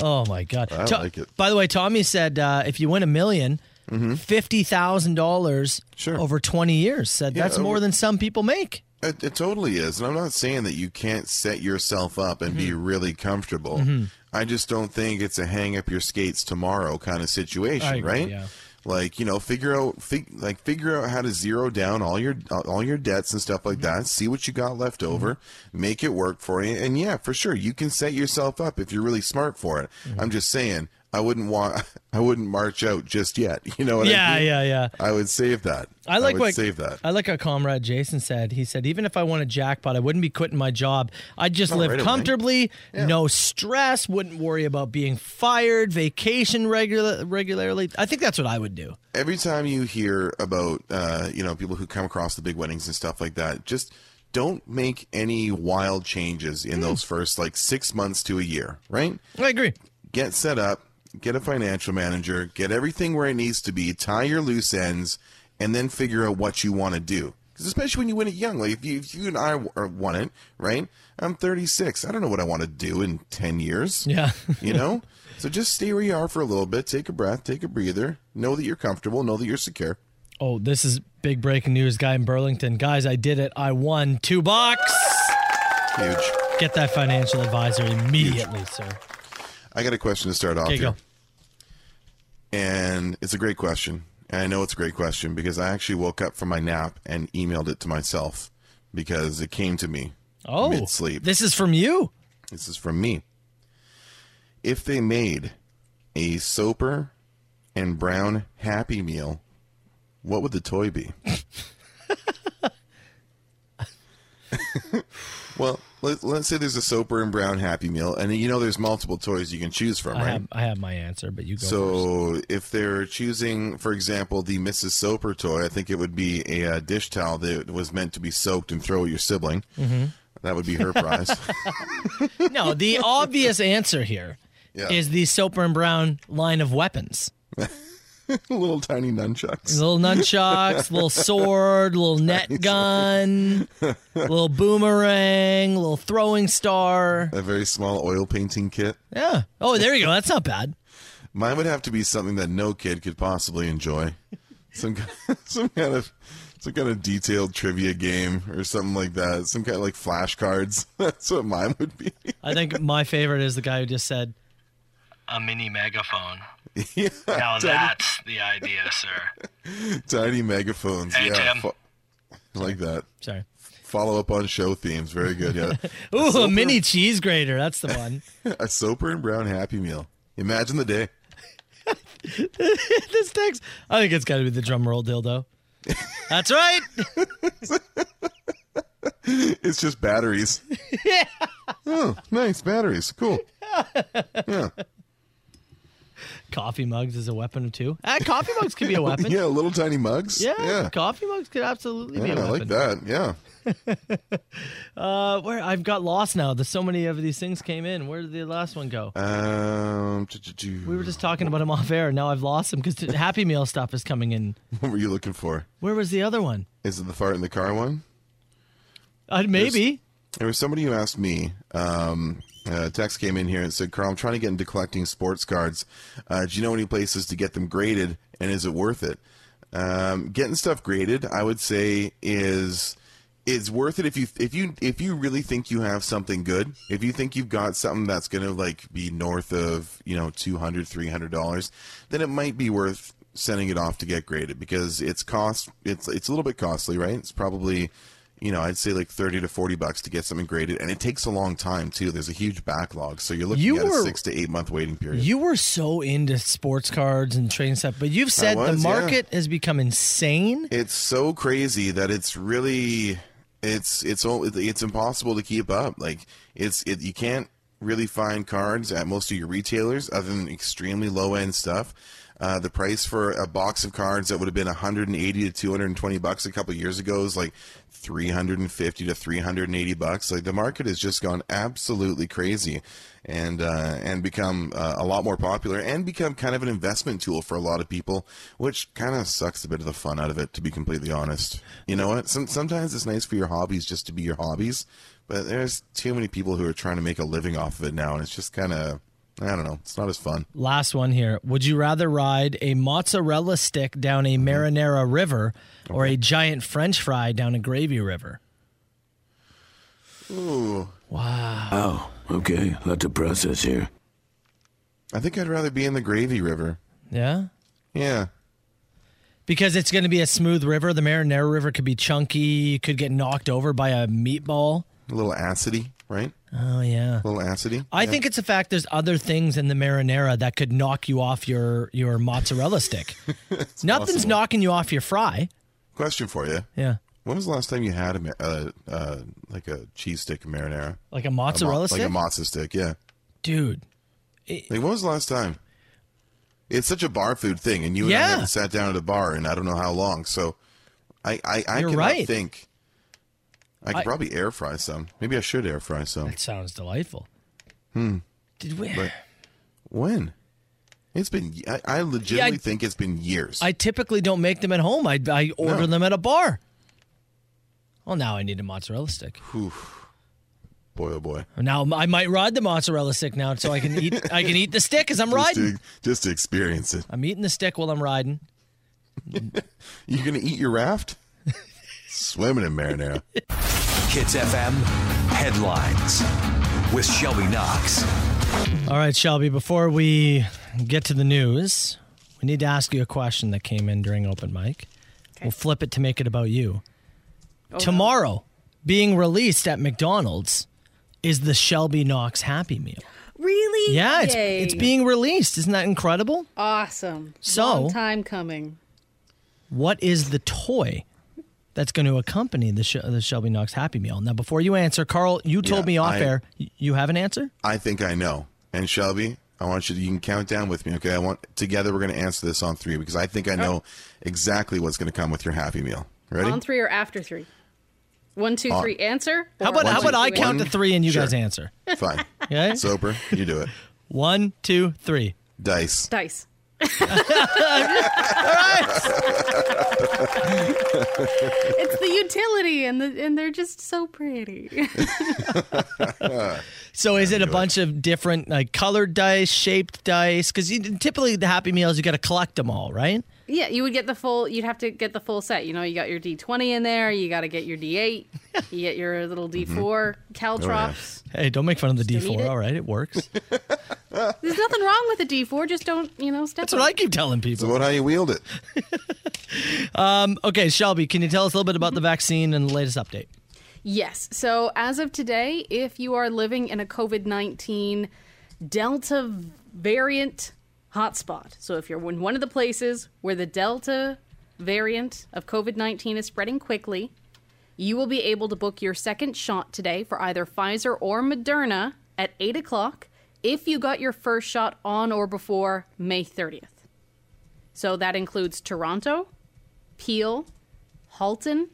Speaker 6: oh, my God.
Speaker 7: I like it. Mm-hmm.
Speaker 6: By the way, Tommy said uh, if you win a 1000000 $50,000
Speaker 7: Sure.
Speaker 6: over 20 years. Said
Speaker 7: Yeah, uh,
Speaker 6: that's
Speaker 7: over-
Speaker 6: more than some people make.
Speaker 7: It, it totally is. And I'm not saying that you can't set yourself up and
Speaker 6: Mm-hmm.
Speaker 7: be really comfortable. I just don't think it's a hang up your skates tomorrow kind of situation,
Speaker 6: I agree,
Speaker 7: right?
Speaker 6: yeah.
Speaker 7: Like, you know, figure out fig, like figure out how to zero down all your all your debts and stuff like
Speaker 6: Mm-hmm.
Speaker 7: that. See what you got left over, make it work for you. And yeah, for sure, you can set yourself up if you're really smart for it.
Speaker 6: Mm-hmm.
Speaker 7: I'm just saying, I wouldn't want [LAUGHS] I wouldn't march out just yet. [LAUGHS] You know what I
Speaker 6: yeah,
Speaker 7: mean?
Speaker 6: yeah, yeah.
Speaker 7: I would save that.
Speaker 6: I like
Speaker 7: would
Speaker 6: what
Speaker 7: save that.
Speaker 6: I like how comrade Jason said. He said, even if I won a jackpot, I wouldn't be quitting my job. I'd just
Speaker 7: Oh,
Speaker 6: live
Speaker 7: right away.
Speaker 6: comfortably, no stress, wouldn't worry about being fired, vacation regular regularly. I think that's what I would do.
Speaker 7: every time you hear about uh, you know people who come across the big weddings and stuff like that, just don't make any wild changes in those first like six months to a year, right?
Speaker 6: I agree.
Speaker 7: Get set up, get a financial manager, get everything where it needs to be, tie your loose ends, and then figure out what you want to do. 'Cause especially when you win it young, like if you, if you and I w- or won it, right? I'm 36. I don't know what I want to do in 10 years
Speaker 6: Yeah. [LAUGHS]
Speaker 7: you know so just stay where you are for a little bit take a breath take a breather know that you're comfortable know that you're secure
Speaker 6: Oh, this is big breaking news, guy in Burlington. Guys, I did it. I won two bucks.
Speaker 7: huge
Speaker 6: Get that financial advisor immediately, sir.
Speaker 7: i got a question to start off
Speaker 6: Okay,
Speaker 7: here
Speaker 6: go.
Speaker 7: and it's a great question and i know it's a great question because i actually woke up from my nap and emailed it to myself because it came to me
Speaker 6: Oh,
Speaker 7: mid-sleep
Speaker 6: this is from you.
Speaker 7: this is from me if they made a soper and brown happy meal what would the toy be [LAUGHS] well let, let's say there's a soper and brown happy meal and you know there's multiple toys you can choose from
Speaker 6: I
Speaker 7: right
Speaker 6: have I have my answer, but you go first.
Speaker 7: so if they're choosing for example the mrs soper toy i think it would be a, uh dish towel that was meant to be soaked and throw at your sibling mm-hmm. that would be her
Speaker 6: [LAUGHS]
Speaker 7: prize [LAUGHS]
Speaker 6: No, the [LAUGHS] obvious answer here is
Speaker 7: Yeah.
Speaker 6: the Soper and Brown line of weapons.
Speaker 7: little tiny nunchucks
Speaker 6: Little nunchucks, little sword, little
Speaker 7: [LAUGHS]
Speaker 6: net gun, little boomerang, little throwing star.
Speaker 7: a very small oil painting kit.
Speaker 6: Yeah. Oh, there you go. That's not bad.
Speaker 7: Mine would have to be something that no kid could possibly
Speaker 6: [LAUGHS]
Speaker 7: enjoy. Some ki- some kind [LAUGHS] of some kind of detailed trivia game or something like that. Some kind of like flashcards. [LAUGHS] That's what mine would be. [LAUGHS]
Speaker 6: I think my favorite is the guy who just said a mini megaphone. now that's the idea, sir.
Speaker 7: Tiny megaphones.
Speaker 6: Hey,
Speaker 7: yeah.
Speaker 6: Tim.
Speaker 7: fo- like that.
Speaker 6: Sorry.
Speaker 7: Follow up on show themes. Very good. Yeah.
Speaker 6: [LAUGHS] Ooh, a mini cheese grater. That's the one.
Speaker 7: a soper and brown happy meal. Imagine the day. [LAUGHS]
Speaker 6: [LAUGHS] this text. I think it's got to be the drum roll
Speaker 7: [LAUGHS]
Speaker 6: dildo. That's right.
Speaker 7: It's just
Speaker 6: [LAUGHS]
Speaker 7: batteries. Oh, nice batteries. Cool.
Speaker 6: [LAUGHS] Coffee mugs is a weapon too. Ah, coffee mugs could
Speaker 7: [LAUGHS]
Speaker 6: be a weapon.
Speaker 7: Yeah, little tiny mugs.
Speaker 6: Yeah,
Speaker 7: Yeah.
Speaker 6: coffee mugs could absolutely be a
Speaker 7: Yeah,
Speaker 6: weapon.
Speaker 7: I like that. Yeah.
Speaker 6: Uh, where I've got lost now. There's so many of these things came in. Where did the last one go?
Speaker 7: Um, t- t- t-
Speaker 6: we were just talking about him off air. Now I've lost him because the Happy Meal stuff is coming in.
Speaker 7: what were you looking for?
Speaker 6: Where was the other one?
Speaker 7: Is it the fart in the car one?
Speaker 6: Uh, maybe.
Speaker 7: There was somebody who asked me. Um, uh, text came in here and said, "Carl, I'm trying to get into collecting sports cards. Uh, do you know any places to get them graded, and is it worth it? Um, getting stuff graded, I would say, is is worth it if you if you if you really think you have something good. If you think you've got something that's going to like be north of you know 200 300 dollars, then it might be worth sending it off to get graded because it's cost it's it's a little bit costly, right? It's probably you know, I'd say like 30 to 40 bucks to get something graded. And it takes a long time, too. There's a huge backlog. So you're looking
Speaker 6: You
Speaker 7: at
Speaker 6: were-
Speaker 7: a six to eight month waiting period.
Speaker 6: You were so into sports cards and trading stuff, but you've said
Speaker 7: was,
Speaker 6: the
Speaker 7: yeah.
Speaker 6: market has become insane.
Speaker 7: it's so crazy that it's really it's it's all it's impossible to keep up like it's it you can't really find cards at most of your retailers other than extremely low end stuff uh, the price for a box of cards that would have been 180 to 220 bucks a couple years ago is like 350 to 380 bucks like the market has just gone absolutely crazy and uh, and become uh, a lot more popular and become kind of an investment tool for a lot of people, which kind of sucks a bit of the fun out of it, to be completely honest. You know what? Some, sometimes it's nice for your hobbies just to be your hobbies, but there's too many people who are trying to make a living off of it now, and it's just kind of I don't know. It's not as fun.
Speaker 6: Last one here. Would you rather ride a mozzarella stick down a marinara river or a giant french fry down a gravy river?
Speaker 9: Oh, okay. Let the process here.
Speaker 7: I think I'd rather be in the gravy river.
Speaker 6: Yeah.
Speaker 7: Yeah.
Speaker 6: Because it's going to be a smooth river. The marinara river could be chunky. You could get knocked over by a meatball.
Speaker 7: A little acidy, right?
Speaker 6: Oh, yeah.
Speaker 7: A little acidy.
Speaker 6: I think it's a fact there's other things in the marinara that could knock you off your, your
Speaker 7: [LAUGHS]
Speaker 6: mozzarella stick. Nothing's
Speaker 7: possible.
Speaker 6: knocking you off your fry.
Speaker 7: Question for you:
Speaker 6: Yeah.
Speaker 7: When was the last time you had a ma- uh, uh, like a cheese stick and marinara?
Speaker 6: Like a
Speaker 7: A mo-
Speaker 6: mozzarella
Speaker 7: like
Speaker 6: stick?
Speaker 7: a mozzarella stick, yeah.
Speaker 6: Dude.
Speaker 7: Like, when was the last time? It's such a bar food thing, and you and I
Speaker 6: Yeah.
Speaker 7: haven't sat down at a bar in I don't know how long. So, I I, I
Speaker 6: You're
Speaker 7: cannot
Speaker 6: right.
Speaker 7: think. I could
Speaker 6: I-
Speaker 7: probably air fry some. Maybe I should air fry some.
Speaker 6: That sounds delightful. Hmm. Did we?
Speaker 7: But- When? It's been. I, I legitimately think it's been years.
Speaker 6: I typically don't make them at home. I, I order
Speaker 7: No.
Speaker 6: them at a bar. Well, now I need a mozzarella stick.
Speaker 7: boy, oh boy.
Speaker 6: Now I might ride the mozzarella stick now, so I can eat. I can eat the stick as I'm
Speaker 7: Just
Speaker 6: riding.
Speaker 7: to, just to experience it.
Speaker 6: I'm eating the stick while I'm riding.
Speaker 7: You're gonna eat your
Speaker 6: [LAUGHS]
Speaker 7: raft? Swimming in marinara.
Speaker 5: Hits FM headlines with Shelby Knox.
Speaker 6: All right, Shelby. Before we get to the news, we need to ask you a question that came in during open mic. We'll flip it to make it about you. Tomorrow, being released at McDonald's, is the Shelby Knox Happy Meal.
Speaker 10: Really?
Speaker 6: Yeah, it's,
Speaker 10: Yay.
Speaker 6: it's being released. Isn't that incredible?
Speaker 10: awesome.
Speaker 6: So-
Speaker 10: Long time coming.
Speaker 6: What is the toy that's going to accompany the, Sh- the Shelby Knox Happy Meal? Now, before you answer, Carl, you told
Speaker 7: Yeah,
Speaker 6: me off
Speaker 7: I-
Speaker 6: air y- you have an answer.
Speaker 7: I think I know. And Shelby, I want you to, you can count down with me, okay? I want together we're going to answer this on 3 because I think I know exactly what's going to come with your happy meal. Ready?
Speaker 10: On three or after three? One, two, three.
Speaker 7: On-
Speaker 10: Answer.
Speaker 6: How
Speaker 10: Or
Speaker 6: about
Speaker 10: one,
Speaker 6: how
Speaker 10: two,
Speaker 6: about I
Speaker 10: three,
Speaker 6: count to
Speaker 7: One-
Speaker 6: three and you
Speaker 7: sure. [LAUGHS]
Speaker 6: guys answer?
Speaker 7: Fine.
Speaker 6: Okay,
Speaker 7: Soper, you do it.
Speaker 6: one, two, three.
Speaker 7: Dice.
Speaker 10: Dice. it's the utility, and the, and they're just so pretty. [LAUGHS]
Speaker 6: [LAUGHS] So is it a bunch of different like colored dice, shaped dice? Because typically the Happy Meals you got to collect them all, right?
Speaker 10: yeah, you would get the full. You'd have to get the full set. You know, you got your D twenty in there. You got to get your D eight. You get your little D 4 caltrops.
Speaker 6: Hey, don't make fun of the D
Speaker 10: Just don't eat
Speaker 6: four.
Speaker 10: it.
Speaker 6: All right, it works.
Speaker 10: There's nothing wrong with a D four. Just don't you know step.
Speaker 6: That's what
Speaker 10: on
Speaker 6: I
Speaker 10: it.
Speaker 6: keep telling
Speaker 7: So
Speaker 6: people.
Speaker 7: what how you wield it?
Speaker 6: Okay, Shelby, can you tell us a little bit about the vaccine and the latest update?
Speaker 10: Yes. So as of today, if you are living in a COVID 19 Delta variant hotspot, so if you're in one of the places where the Delta variant of COVID 19 is spreading quickly, you will be able to book your second shot today for either Pfizer or Moderna at 8 o'clock if you got your first shot on or before May 30th. So that includes Toronto, Peel, Halton,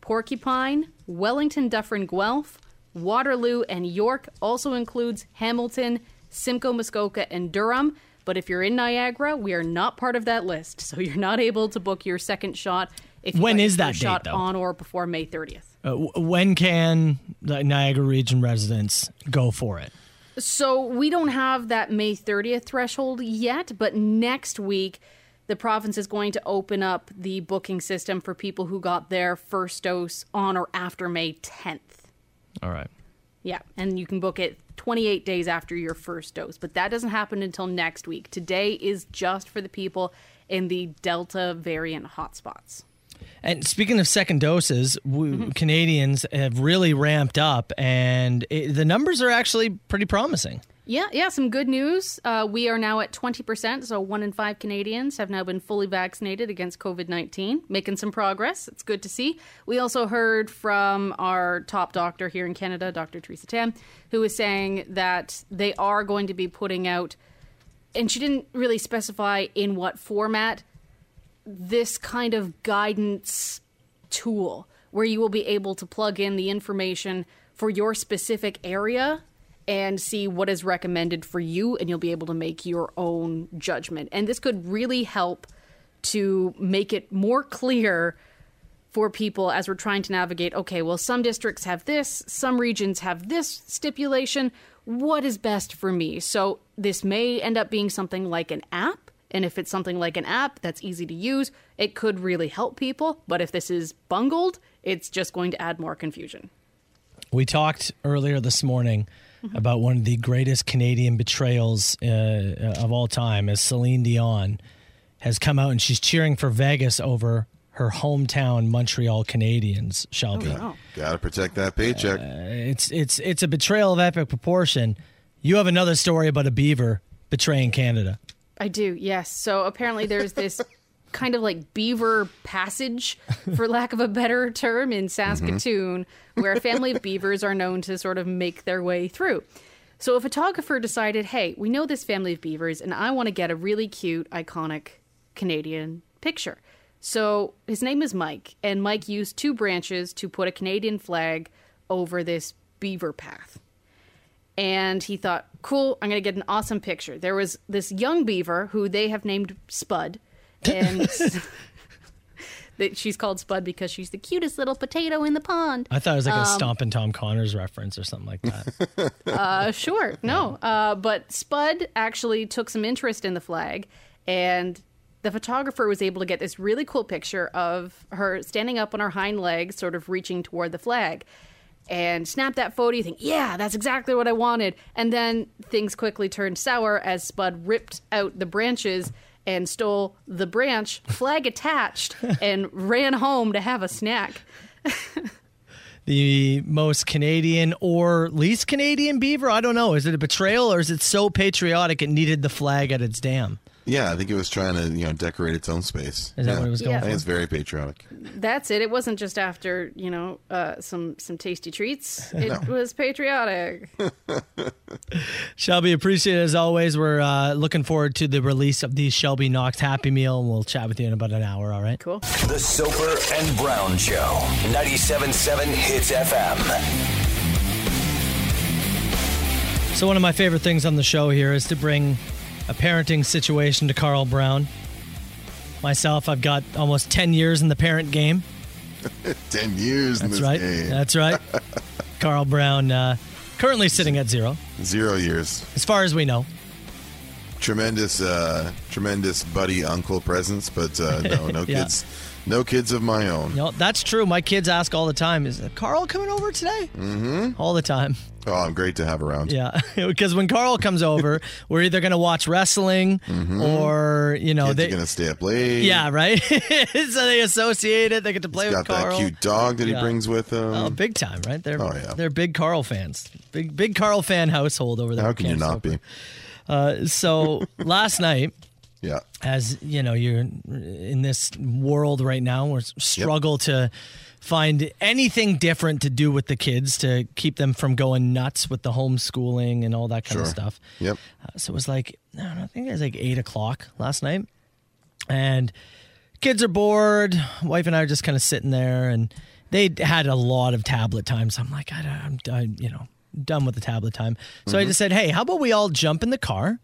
Speaker 10: Porcupine, Wellington, Dufferin, Guelph, Waterloo, and York also includes Hamilton, Simcoe, Muskoka, and Durham. But if you're in Niagara, we are not part of that list, [LAUGHS] so you're not able to book your second shot. If you
Speaker 6: When
Speaker 10: got your
Speaker 6: is that
Speaker 10: first
Speaker 6: date,
Speaker 10: shot
Speaker 6: though?
Speaker 10: on or before May 30th?
Speaker 6: Uh, w- when can the Niagara region residents go for it?
Speaker 10: So we don't have that May 30th threshold yet, but next week the province is going to open up the booking system for people who got their first dose on or after May 10th.
Speaker 6: All right.
Speaker 10: Yeah, and you can book it 28 days after your first dose, but that doesn't happen until next week. Today is just for the people in the Delta variant hotspots.
Speaker 6: And speaking of second doses, we, Canadians have really ramped up, and it, the numbers are actually pretty promising.
Speaker 10: Yeah, yeah, some good news. Uh, we are now at 20%, so one in five Canadians have now been fully vaccinated against COVID 19, making some progress. It's good to see. We also heard from our top doctor here in Canada, Dr. Theresa Tam, who is saying that they are going to be putting out, and she didn't really specify in what format, this kind of guidance tool where you will be able to plug in the information for your specific area and see what is recommended for you and you'll be able to make your own judgment and this could really help to make it more clear for people as we're trying to navigate okay well some districts have this some regions have this stipulation what is best for me so this may end up being something like an app and if it's something like an app that's easy to use it could really help people but if this is bungled it's just going to add more confusion
Speaker 6: We talked earlier this morning about one of the greatest Canadian betrayals uh, of all time, as Celine Dion has come out and she's cheering for Vegas over her hometown Montreal Canadiens. Shelby,
Speaker 7: Gotta protect that paycheck.
Speaker 6: it's it's it's a betrayal of epic proportion. You have another story about a beaver betraying Canada.
Speaker 10: I do, yes. So apparently there's this kind of like beaver passage, for lack of a better term, in Saskatoon, where a family of beavers are known to sort of make their way through. So a photographer decided, hey, we know this family of beavers, and I want to get a really cute, iconic Canadian picture. So his name is Mike, and Mike used two branches to put a Canadian flag over this beaver path and he thought, "Cool, I'm going to get an awesome picture." There was this young beaver who they have named Spud, and [LAUGHS] that she's called Spud because she's the cutest little potato in the pond.
Speaker 6: I thought it was like a stomping Tom Connors reference or something like that. [LAUGHS]
Speaker 10: Uh, sure, no, uh, but Spud actually took some interest in the flag, and the photographer was able to get this really cool picture of her standing up on her hind legs, sort of reaching toward the flag. and snap that photo. You think, yeah, that's exactly what I wanted. And then things quickly turned sour as Spud ripped out the branches and stole the branch, flag attached, and ran home to have a snack.
Speaker 6: the most Canadian or least Canadian beaver? I don't know. Is it a betrayal or is it so patriotic it needed the flag at its dam?
Speaker 7: Yeah, I think it was trying to you know decorate its own space.
Speaker 6: Is that
Speaker 7: Yeah.
Speaker 6: what it was going
Speaker 10: Yeah.
Speaker 7: I
Speaker 6: for?
Speaker 7: think it's very patriotic.
Speaker 10: That's it. It wasn't just after you know uh, some some tasty
Speaker 7: [LAUGHS]
Speaker 10: treats. It was patriotic.
Speaker 6: Shelby, appreciate it as always. We're uh, looking forward to the release of the Shelby Knox Happy Meal, and we'll chat with you in about an hour. All right.
Speaker 10: Cool.
Speaker 5: The Soper and Brown Show. 97.7 Hits FM.
Speaker 6: So one of my favorite things on the show here is to bring a parenting situation to Carl Brown. Myself, I've got almost ten years in the parent game.
Speaker 7: Ten years in this
Speaker 6: That's right.
Speaker 7: game.
Speaker 6: That's
Speaker 7: [LAUGHS]
Speaker 6: right. Carl Brown, uh, currently sitting at zero,
Speaker 7: Zero years.
Speaker 6: as far as we know.
Speaker 7: Tremendous, uh, tremendous buddy uncle presence, but uh, no, no
Speaker 6: [LAUGHS] Yeah.
Speaker 7: kids, no kids of my own.
Speaker 6: No, that's true. My kids ask all the time, "Is Carl coming over today?" Mm-hmm. All the time. [LAUGHS]
Speaker 7: Oh, I'm great to have around.
Speaker 6: Yeah, [LAUGHS] because when Carl comes
Speaker 7: [LAUGHS]
Speaker 6: over, we're either going to watch wrestling or you know
Speaker 7: Mm-hmm. Kids
Speaker 6: Oh, they.
Speaker 7: are gonna stay up late.
Speaker 6: Yeah, right. [LAUGHS] so they associate it. They get to play
Speaker 7: He's
Speaker 6: with
Speaker 7: got
Speaker 6: Carl.
Speaker 7: that cute dog that
Speaker 6: Yeah.
Speaker 7: he brings with him.
Speaker 6: Oh, big time, right? They're
Speaker 7: Hmm. Oh, yeah.
Speaker 6: they're big Carl fans. Big big Carl fan household over there.
Speaker 7: How
Speaker 6: in
Speaker 7: can you
Speaker 6: Camp
Speaker 7: not be? [LAUGHS]
Speaker 6: Soper. So last night,
Speaker 7: Yeah.
Speaker 6: as you know, you're in this world right now where s- struggle to find anything different to do with the kids to keep them from going nuts with the homeschooling and all that kind of
Speaker 7: Sure.
Speaker 6: stuff.
Speaker 7: Yep.
Speaker 6: Uh, so it was like I don't know, I think it was like eight o'clock last night, and kids are bored. Wife and I are just kind of sitting there, and they had a lot of tablet time. So I'm like, I don't, I'm, done, you know, done with the tablet time. So I just said, hey, how about we all jump in the car?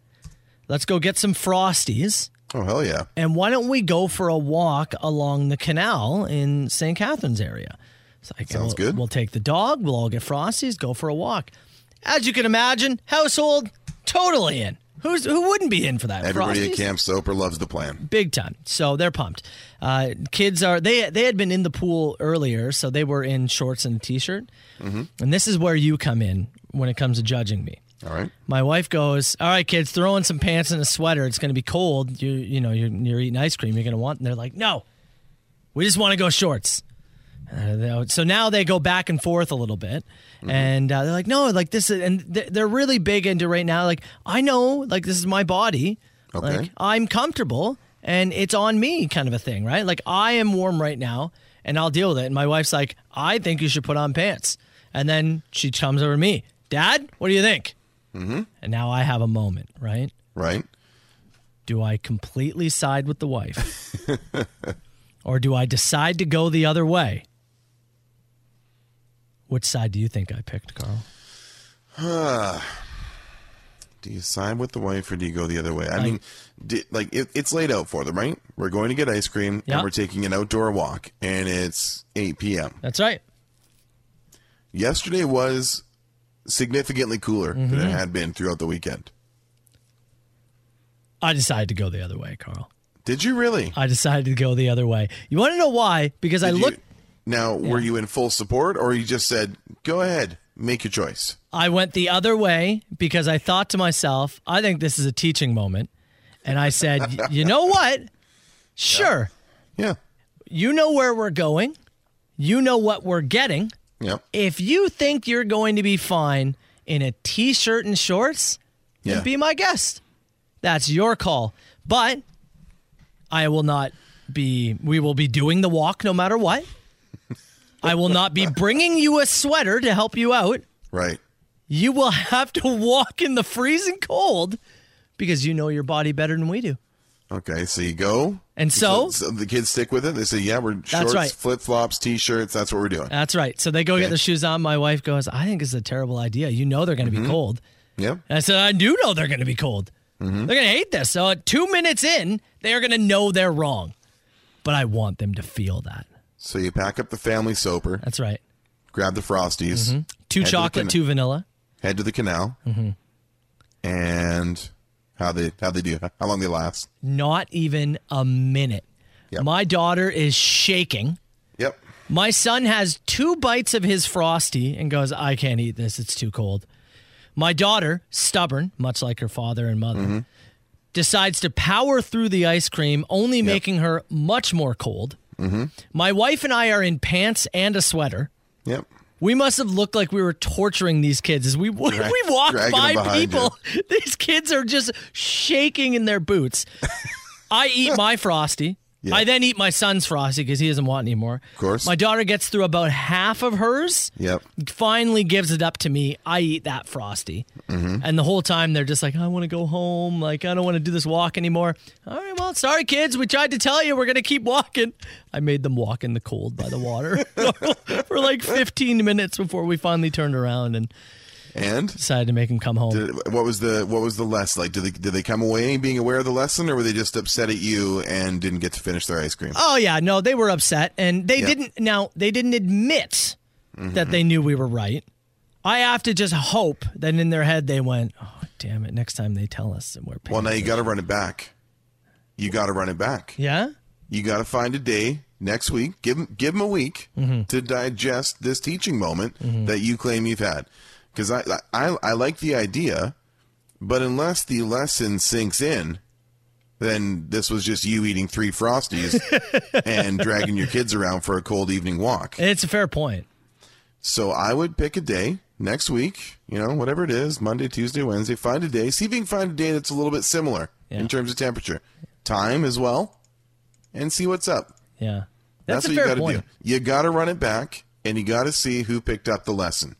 Speaker 6: Let's go get some frosties,
Speaker 7: Oh hell yeah.
Speaker 6: and why don't we go for a walk along the canal in St. Catharines area? So I
Speaker 7: Sounds
Speaker 6: we'll,
Speaker 7: good.
Speaker 6: We'll take the dog. We'll all get frosties. Go for a walk. As you can imagine, household totally in. Who's who wouldn't be in for that?
Speaker 7: Everybody
Speaker 6: Frosties?
Speaker 7: at Camp Soper loves the plan.
Speaker 6: big time. So they're pumped. Uh, kids are they they had been in the pool earlier, so they were in shorts and a t-shirt.
Speaker 7: Mm-hmm.
Speaker 6: And this is where you come in when it comes to judging me.
Speaker 7: All right.
Speaker 6: My wife goes, "All right, kids, throw in some pants and a sweater. It's going to be cold. You you know you're, you're eating ice cream. You're going to want." And they're like, "No, We just want to go shorts. Uh, they- so now they go back and forth a little bit, and uh, they're like, "No, like this," is, and th- they're really big into right now. Like, I know, like this is my body.
Speaker 7: Okay.
Speaker 6: Like I'm comfortable, and it's on me, kind of a thing, right? Like I am warm right now, and I'll deal with it. And my wife's like, "I think you should put on pants," and then she comes over to me, "Dad, what do you think?" Mm-hmm. And now I have a moment, right?
Speaker 7: Right.
Speaker 6: Do I completely side with the wife? [LAUGHS] or do I decide to go the other way? Which side do you think I picked, Carl?
Speaker 7: Do you side with the wife or do you go the other way? I mean, di like it, it's laid out for them, right? We're going to get ice cream
Speaker 6: Yeah.
Speaker 7: and we're taking an outdoor walk, and it's 8 p.m.
Speaker 6: That's right.
Speaker 7: Yesterday was significantly cooler than
Speaker 6: Mm-hmm.
Speaker 7: it had been throughout the weekend.
Speaker 6: I decided to go the other way, Carl.
Speaker 7: Did you really?
Speaker 6: I decided to go the other way. You want to know why? Because I
Speaker 7: Did you-
Speaker 6: looked,
Speaker 7: Now, were you in full support or you just said, go ahead, make your choice?
Speaker 6: I went the other way because I thought to myself, I think this is a teaching moment. And I said, "Y- [LAUGHS] you know what? Sure.
Speaker 7: Yeah.
Speaker 6: You know where we're going, you know what we're getting.
Speaker 7: Yeah.
Speaker 6: if you think you're going to be fine in a t-shirt and shorts,
Speaker 7: Yeah.
Speaker 6: then be my guest. That's your call. But I will not be we will be doing the walk no matter what. I will not be bringing you a sweater to help you out.
Speaker 7: Right.
Speaker 6: You will have to walk in the freezing cold because you know your body better than we do.
Speaker 7: Okay. So you go.
Speaker 6: And so-
Speaker 7: the kids stick with it. They say, yeah, we're shorts,
Speaker 6: right. Uh,
Speaker 7: flip flops, t shirts. That's what we're doing.
Speaker 6: That's right. So they go get
Speaker 7: Okay.
Speaker 6: their shoes on. My wife goes, I think it's a terrible idea. You know they're going to be cold.
Speaker 7: yeah.
Speaker 6: And I said, I do know they're going to be cold.
Speaker 7: Mm-hmm.
Speaker 6: They're going to hate this. So at two minutes in, they are going to know they're wrong. But I want them to feel that.
Speaker 7: So you pack up the family soaper,
Speaker 6: That's right.
Speaker 7: grab the Frosties,
Speaker 6: Two
Speaker 7: Head to the
Speaker 6: chocolate,
Speaker 7: canal.
Speaker 6: two vanilla.
Speaker 7: head to the canal,
Speaker 6: Mm-hmm.
Speaker 7: and how they how they do, how long they last.
Speaker 6: Not even a minute.
Speaker 7: Yep.
Speaker 6: My daughter is shaking.
Speaker 7: Yep.
Speaker 6: My son has two bites of his frosty and goes, I can't eat this. It's too cold. My daughter, stubborn, much like her father and mother, decides to power through the ice cream, only making her much more cold. My wife and I are in pants and a sweater.
Speaker 7: Yep.
Speaker 6: We must have looked like we were torturing these kids as we [LAUGHS] when
Speaker 7: Drag-
Speaker 6: we walked
Speaker 7: dragging
Speaker 6: by
Speaker 7: them behind
Speaker 6: people. [LAUGHS] These kids are just shaking in their boots. I eat
Speaker 7: [LAUGHS]
Speaker 6: my frosty.
Speaker 7: Yeah.
Speaker 6: I then eat my son's frosty because he doesn't want any more. Of
Speaker 7: course.
Speaker 6: My daughter gets through about half of hers.
Speaker 7: Yep.
Speaker 6: Finally gives it up to me. I eat that frosty.
Speaker 7: Mm-hmm.
Speaker 6: And the whole time they're just like, I want to go home. Like, I don't want to do this walk anymore. All right, well, sorry, kids. We tried to tell you we're going to keep walking. I made them walk in the cold by the water [LAUGHS] for like 15 minutes before we finally turned around and
Speaker 7: And
Speaker 6: decided to make them come home.
Speaker 7: did, what was the what was the lesson? Like, did they did they come away being aware of the lesson, or were they just upset at you and didn't get to finish their ice cream?
Speaker 6: Oh yeah, no, they were upset, and they
Speaker 7: Yeah. Mm-hmm.
Speaker 6: didn't. Now they didn't admit that they knew we were right. I have to just hope that in their head they went, "Oh damn it!" Next time they tell us that we're.
Speaker 7: well, now you
Speaker 6: pants."
Speaker 7: got to run it back. You got to run it back.
Speaker 6: Yeah.
Speaker 7: You got to find a day next week. Give them give them a week to digest this teaching moment that you claim you've had. Because I, I I like the idea, but unless the lesson sinks in, then this was just you eating three frosties and dragging your kids around for a cold evening walk.
Speaker 6: It's a fair point.
Speaker 7: So I would pick a day next week, you know, whatever it is, Monday, Tuesday, Wednesday, find a day. See if you can find a day that's a little bit similar
Speaker 6: Yeah.
Speaker 7: in terms of temperature, time as well, and see what's up.
Speaker 6: Yeah. That's, a
Speaker 7: what
Speaker 6: fair
Speaker 7: you gotta
Speaker 6: point.
Speaker 7: do. You got to run it back, and you got to see who picked up the lesson.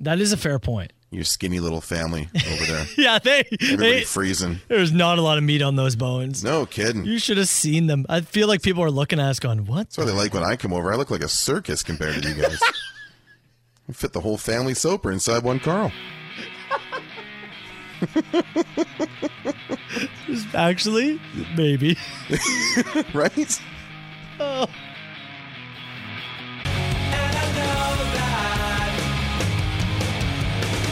Speaker 6: That is a fair point.
Speaker 7: Your skinny little family over
Speaker 6: [LAUGHS]
Speaker 7: there.
Speaker 6: Yeah, they,
Speaker 7: Everybody
Speaker 6: they
Speaker 7: freezing.
Speaker 6: there's not a lot of meat on those bones.
Speaker 7: No kidding.
Speaker 6: You should have seen them. I feel like people are looking at us going, "What?"
Speaker 7: That's why they like when I come over. I look like a circus compared to you
Speaker 6: [LAUGHS]
Speaker 7: guys. I fit the whole family soaper inside one Carl. [LAUGHS]
Speaker 6: Actually, maybe.
Speaker 7: right?
Speaker 6: [LAUGHS]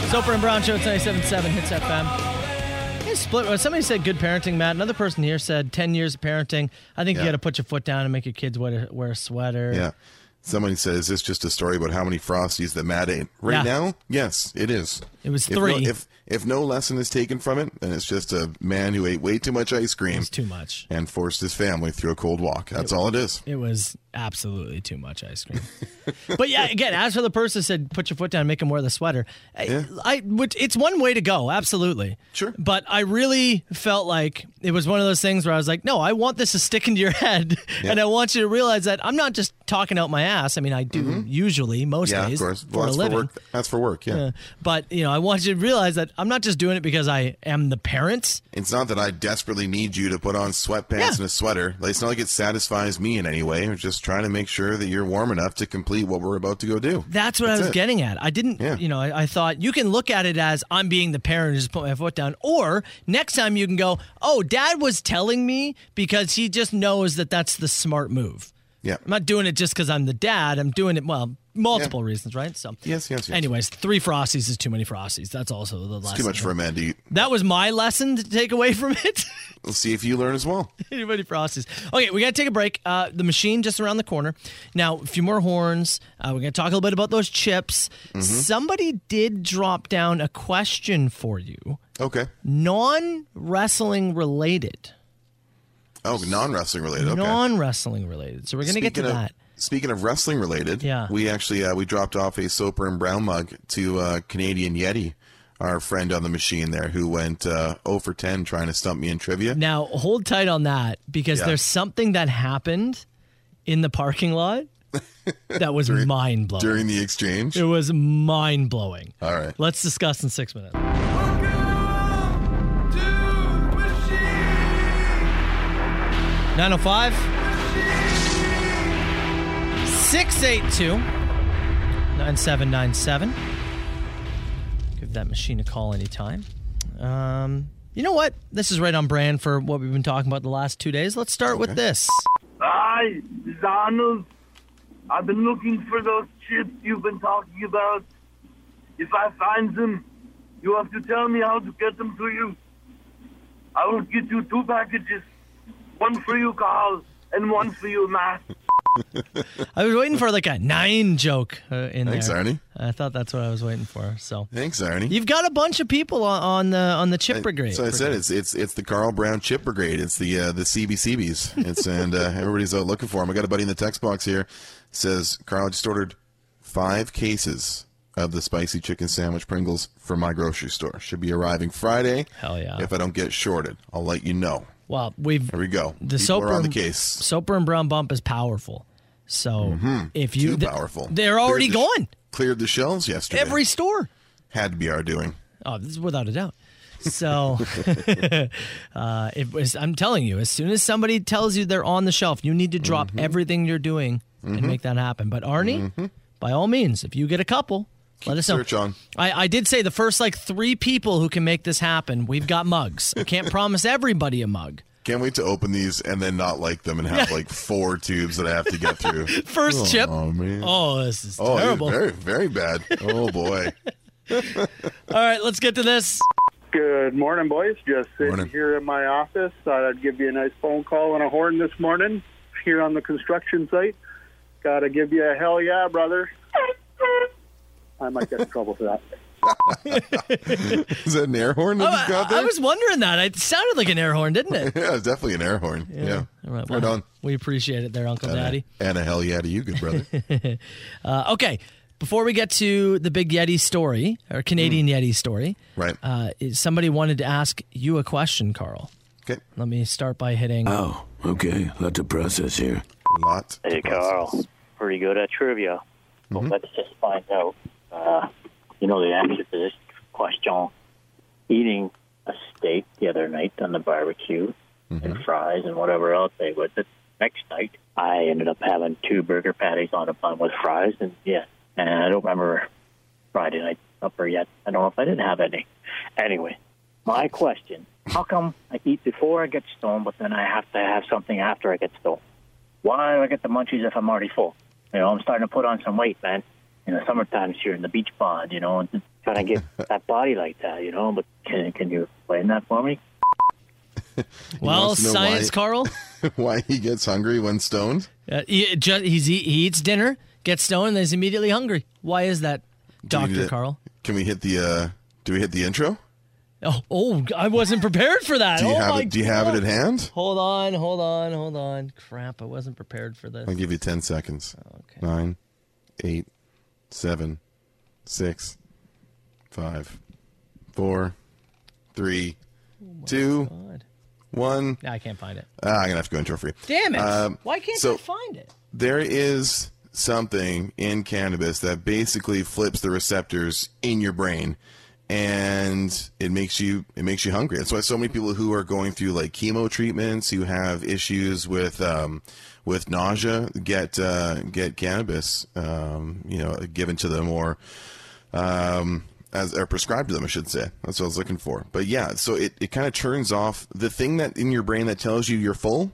Speaker 6: Soper and Brown Show, it's 97.7 Hits FM. It's split. well, Somebody said good parenting, Matt. Another person here said 10 years of parenting. I think you
Speaker 7: Yeah.
Speaker 6: got to put your foot down and make your kids wear a, wear a sweater.
Speaker 7: Yeah. Somebody said, "Is this just a story about how many frosties that Matt ate?" Right
Speaker 6: Yeah.
Speaker 7: now, yes, it is.
Speaker 6: It was
Speaker 7: If no-
Speaker 6: three.
Speaker 7: If if no lesson is taken from it, then it's just a man who ate way too much ice cream
Speaker 6: It's too much.
Speaker 7: and forced his family through a cold walk. That's all it is.
Speaker 6: It was absolutely too much ice cream. [LAUGHS] but yeah, again, as for the person that said, put your foot down, make him wear the sweater. I,
Speaker 7: Yeah.
Speaker 6: I would, it's one way to go, absolutely.
Speaker 7: Sure.
Speaker 6: But I really felt like it was one of those things where I was like, no, I want this to stick into your [LAUGHS] head, and I want you to realize that I'm not just talking out my ass. I mean, I do usually most
Speaker 7: Mm-hmm. Yeah,
Speaker 6: days
Speaker 7: of course.
Speaker 6: for
Speaker 7: Well,
Speaker 6: a
Speaker 7: that's for
Speaker 6: living.
Speaker 7: work. That's for work. Yeah.
Speaker 6: Uh, But you know, I want you to realize that I'm not just doing it because I am the parent.
Speaker 7: It's not that I desperately need you to put on sweatpants
Speaker 6: Yeah.
Speaker 7: and a sweater. Like, It's not like it satisfies me in any way. I'm just trying to make sure that you're warm enough to complete what we're about to go do.
Speaker 6: That's what
Speaker 7: That's
Speaker 6: I was
Speaker 7: it.
Speaker 6: getting at. I didn't,
Speaker 7: Yeah.
Speaker 6: you know, I, I thought you can look at it as I'm being the parent who just put my foot down, or next time you can go, oh, dad was telling me because he just knows that that's the smart move.
Speaker 7: Yeah.
Speaker 6: I'm not doing it just because I'm the dad. I'm doing it, well, multiple reasons, right? So,
Speaker 7: Yes, yes, yes.
Speaker 6: Anyways, three Frosties is too many Frosties. That's also the lesson.
Speaker 7: Too much for a man to eat.
Speaker 6: That was my lesson to take away from it. [LAUGHS]
Speaker 7: Let's see if you learn as well.
Speaker 6: Anybody frosties. Okay, we got to take a break. Uh, the machine just around the corner. Now, a few more horns. Uh, we're going to talk a little bit about those chips.
Speaker 7: Mm-hmm.
Speaker 6: Somebody did drop down a question for you,
Speaker 7: Okay.
Speaker 6: non wrestling related.
Speaker 7: Oh, non wrestling related. Okay.
Speaker 6: Non wrestling related. So we're going to get to
Speaker 7: of,
Speaker 6: that.
Speaker 7: Speaking of wrestling related,
Speaker 6: Yeah.
Speaker 7: we actually uh, we dropped off a Soper and Brown mug to uh, Canadian Yeti, our friend on the machine there, who went uh, 0 for 10 trying to stump me in trivia.
Speaker 6: Now, hold tight on that because
Speaker 7: Yeah.
Speaker 6: there's something that happened in the parking
Speaker 7: [LAUGHS]
Speaker 6: lot that was mind blowing.
Speaker 7: During the exchange,
Speaker 6: it was mind blowing.
Speaker 7: All right.
Speaker 6: Let's discuss in six minutes. Nine oh five. Six eight two. Nine seven nine seven. Give that machine a call anytime. Um, you know what? This is right on brand for what we've been talking about the last two days. Let's start with this.
Speaker 11: Hi, this is Arnold. I've been looking for those chips you've been talking about. If I find them, you have to tell me how to get them to you. I will get you two packages, one for you, Carl, and one for you, Matt.
Speaker 6: I was waiting for like a nine joke uh, in
Speaker 7: Thanks,
Speaker 6: there.
Speaker 7: Arnie.
Speaker 6: I thought that's what I was waiting for. So
Speaker 7: Thanks, Arnie.
Speaker 6: You've got a bunch of people on, on the on the chip brigade.
Speaker 7: So I said it's it's it's the Carl Brown Chip Brigade. It's the uh, the CBCBs. It's and
Speaker 6: [LAUGHS]
Speaker 7: uh, everybody's out looking for him. I got a buddy in the text box here. Says Carl I just ordered five cases of the spicy chicken sandwich Pringles from my grocery store. Should be arriving Friday.
Speaker 6: Hell yeah.
Speaker 7: If I don't get shorted, I'll let you know.
Speaker 6: Well, we've
Speaker 7: There we go.
Speaker 6: the
Speaker 7: People
Speaker 6: soap
Speaker 7: are on the
Speaker 6: room-
Speaker 7: case.
Speaker 6: Soper and Brown Bump is powerful. So if you
Speaker 7: Mm-hmm. Too
Speaker 6: th-
Speaker 7: powerful.
Speaker 6: they're already
Speaker 7: Cleared the sh-
Speaker 6: gone.
Speaker 7: Cleared the shelves yesterday.
Speaker 6: Every store.
Speaker 7: had to be our doing.
Speaker 6: Oh, this is without a doubt.
Speaker 7: [LAUGHS]
Speaker 6: So [LAUGHS] uh, it was, I'm telling you, as soon as somebody tells you they're on the shelf, you need to drop
Speaker 7: Mm-hmm.
Speaker 6: everything you're doing and make that happen. But Arnie, by all means, if you get a couple, let us know.
Speaker 7: search on.
Speaker 6: I, I did say the first like three people who can make this happen, we've got mugs.
Speaker 7: [LAUGHS]
Speaker 6: I can't promise everybody a mug.
Speaker 7: Can't wait to open these and then not like them and
Speaker 6: [LAUGHS]
Speaker 7: have like four tubes that I have to get through.
Speaker 6: First chip.
Speaker 7: Oh man.
Speaker 6: Oh, this is
Speaker 7: Oh, it was
Speaker 6: terrible.
Speaker 7: very, very bad. Oh
Speaker 6: [LAUGHS]
Speaker 7: boy.
Speaker 6: All right, let's get to this.
Speaker 11: Good morning, boys. Just sitting
Speaker 7: Morning.
Speaker 11: here in my office. Thought I'd give you a nice phone call and a horn this morning here on the construction site. Gotta give you a hell yeah, brother. I might get in trouble for that.
Speaker 7: Is that an air horn that
Speaker 6: I,
Speaker 7: you got there?
Speaker 6: Oh, I was wondering that. It sounded like an air horn, didn't it?
Speaker 7: yeah, it's definitely an air horn. [LAUGHS] Yeah.
Speaker 6: All right,
Speaker 7: Right
Speaker 6: well,
Speaker 7: on.
Speaker 6: We appreciate it there, Uncle Daddy.
Speaker 7: And a hell yeah to you, good
Speaker 6: [LAUGHS]
Speaker 7: brother.
Speaker 6: Uh, okay, before we get to the Big Yeti story, or Canadian
Speaker 7: Mm.
Speaker 6: Yeti story,
Speaker 7: right.
Speaker 6: uh, is- somebody wanted to ask you a question, Carl.
Speaker 7: okay.
Speaker 6: Let me start by hitting.
Speaker 7: Uh,
Speaker 9: Oh, okay. Lot to process here.
Speaker 7: Lot.
Speaker 12: Hey, Carl. Pretty good at trivia. But let's just find out, uh, you know, the answer to this question. Eating a steak the other night on the barbecue and fries and whatever else they would. The next night, I ended up having two burger patties on a bun with fries. And yeah, and I don't remember Friday night supper yet. I don't know if I didn't have any. Anyway, my question how come I eat before I get stoned, but then I have to have something after I get stoned? why do I get the munchies if I'm already full? You know, I'm starting to put on some weight, man. In the summertime here in the beach pond, you know, and just trying to get that body like that, you know. But can can you explain that for me?
Speaker 6: well,
Speaker 7: wants to know [LAUGHS] [LAUGHS]
Speaker 6: science,
Speaker 7: why-
Speaker 6: Carl.
Speaker 7: Why he gets hungry when stoned?
Speaker 6: Uh, he, ju- he's, he, he eats dinner. gets stoned and is immediately hungry. Why is that,
Speaker 7: Do we need
Speaker 6: Doctor
Speaker 7: to-
Speaker 6: Carl?
Speaker 7: Can we hit the? uh Do we hit the intro?
Speaker 6: Oh, oh, I wasn't prepared for that.
Speaker 7: Do you
Speaker 6: oh
Speaker 7: have
Speaker 6: my
Speaker 7: it? Do you have it at
Speaker 6: God.
Speaker 7: hand?
Speaker 6: Hold on, hold on, hold on. Crap, I wasn't prepared for this.
Speaker 7: I'll give you ten seconds. Nine, eight, seven, six, five, four, three, two, one.
Speaker 6: I can't find it.
Speaker 7: Ah, I'm gonna have to go intro for you.
Speaker 6: Damn it!
Speaker 7: Um,
Speaker 6: Why can't
Speaker 7: so
Speaker 6: I find it?
Speaker 7: There is something in cannabis that basically flips the receptors in your brain, and it makes you it makes you hungry. That's why so many people who are going through like chemo treatments, who have issues with um, with nausea, get uh, get cannabis, um, you know, given to them or um, as or prescribed to them, I should say. That's what I was looking for. But yeah, so it, it kind of turns off the thing that in your brain that tells you you're full,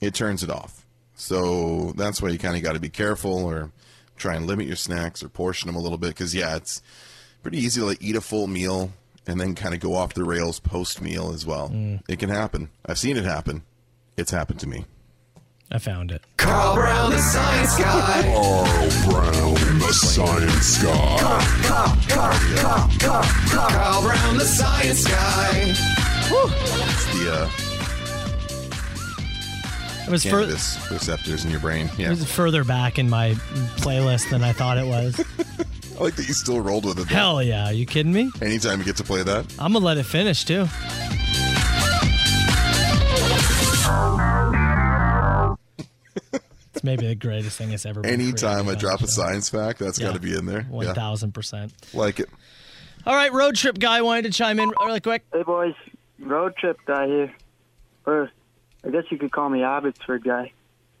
Speaker 7: it turns it off. So that's why you kind of got to be careful or try and limit your snacks or portion them a little bit because yeah, it's pretty easy to like eat a full meal and then kind of go off the rails post meal as well.
Speaker 6: Mm.
Speaker 7: It can happen. I've seen it happen. It's happened to me.
Speaker 6: I found it.
Speaker 2: Carl Brown, the science guy.
Speaker 13: Carl Brown, the science guy.
Speaker 2: Carl, Carl, Carl, Carl, Carl, Carl Brown, the science guy.
Speaker 7: It's the uh,
Speaker 6: It was fur-
Speaker 7: cannabis receptors in your brain.
Speaker 6: It
Speaker 7: Yeah,
Speaker 6: was further back in my playlist than I thought
Speaker 7: [LAUGHS]
Speaker 6: it was.
Speaker 7: I like that you still rolled with it. though.
Speaker 6: Hell yeah! Are you kidding me?
Speaker 7: Anytime you get to play that.
Speaker 6: I'm gonna let it finish too. it's maybe the greatest thing that's ever. been
Speaker 7: Anytime I
Speaker 6: created.
Speaker 7: drop a science fact, that's
Speaker 6: Yeah.
Speaker 7: got to be in there.
Speaker 6: One thousand percent.
Speaker 7: Like it.
Speaker 6: All right, road trip guy wanted to chime in really quick.
Speaker 14: Hey boys, road trip guy here, or I guess you could call me Abbotsford guy.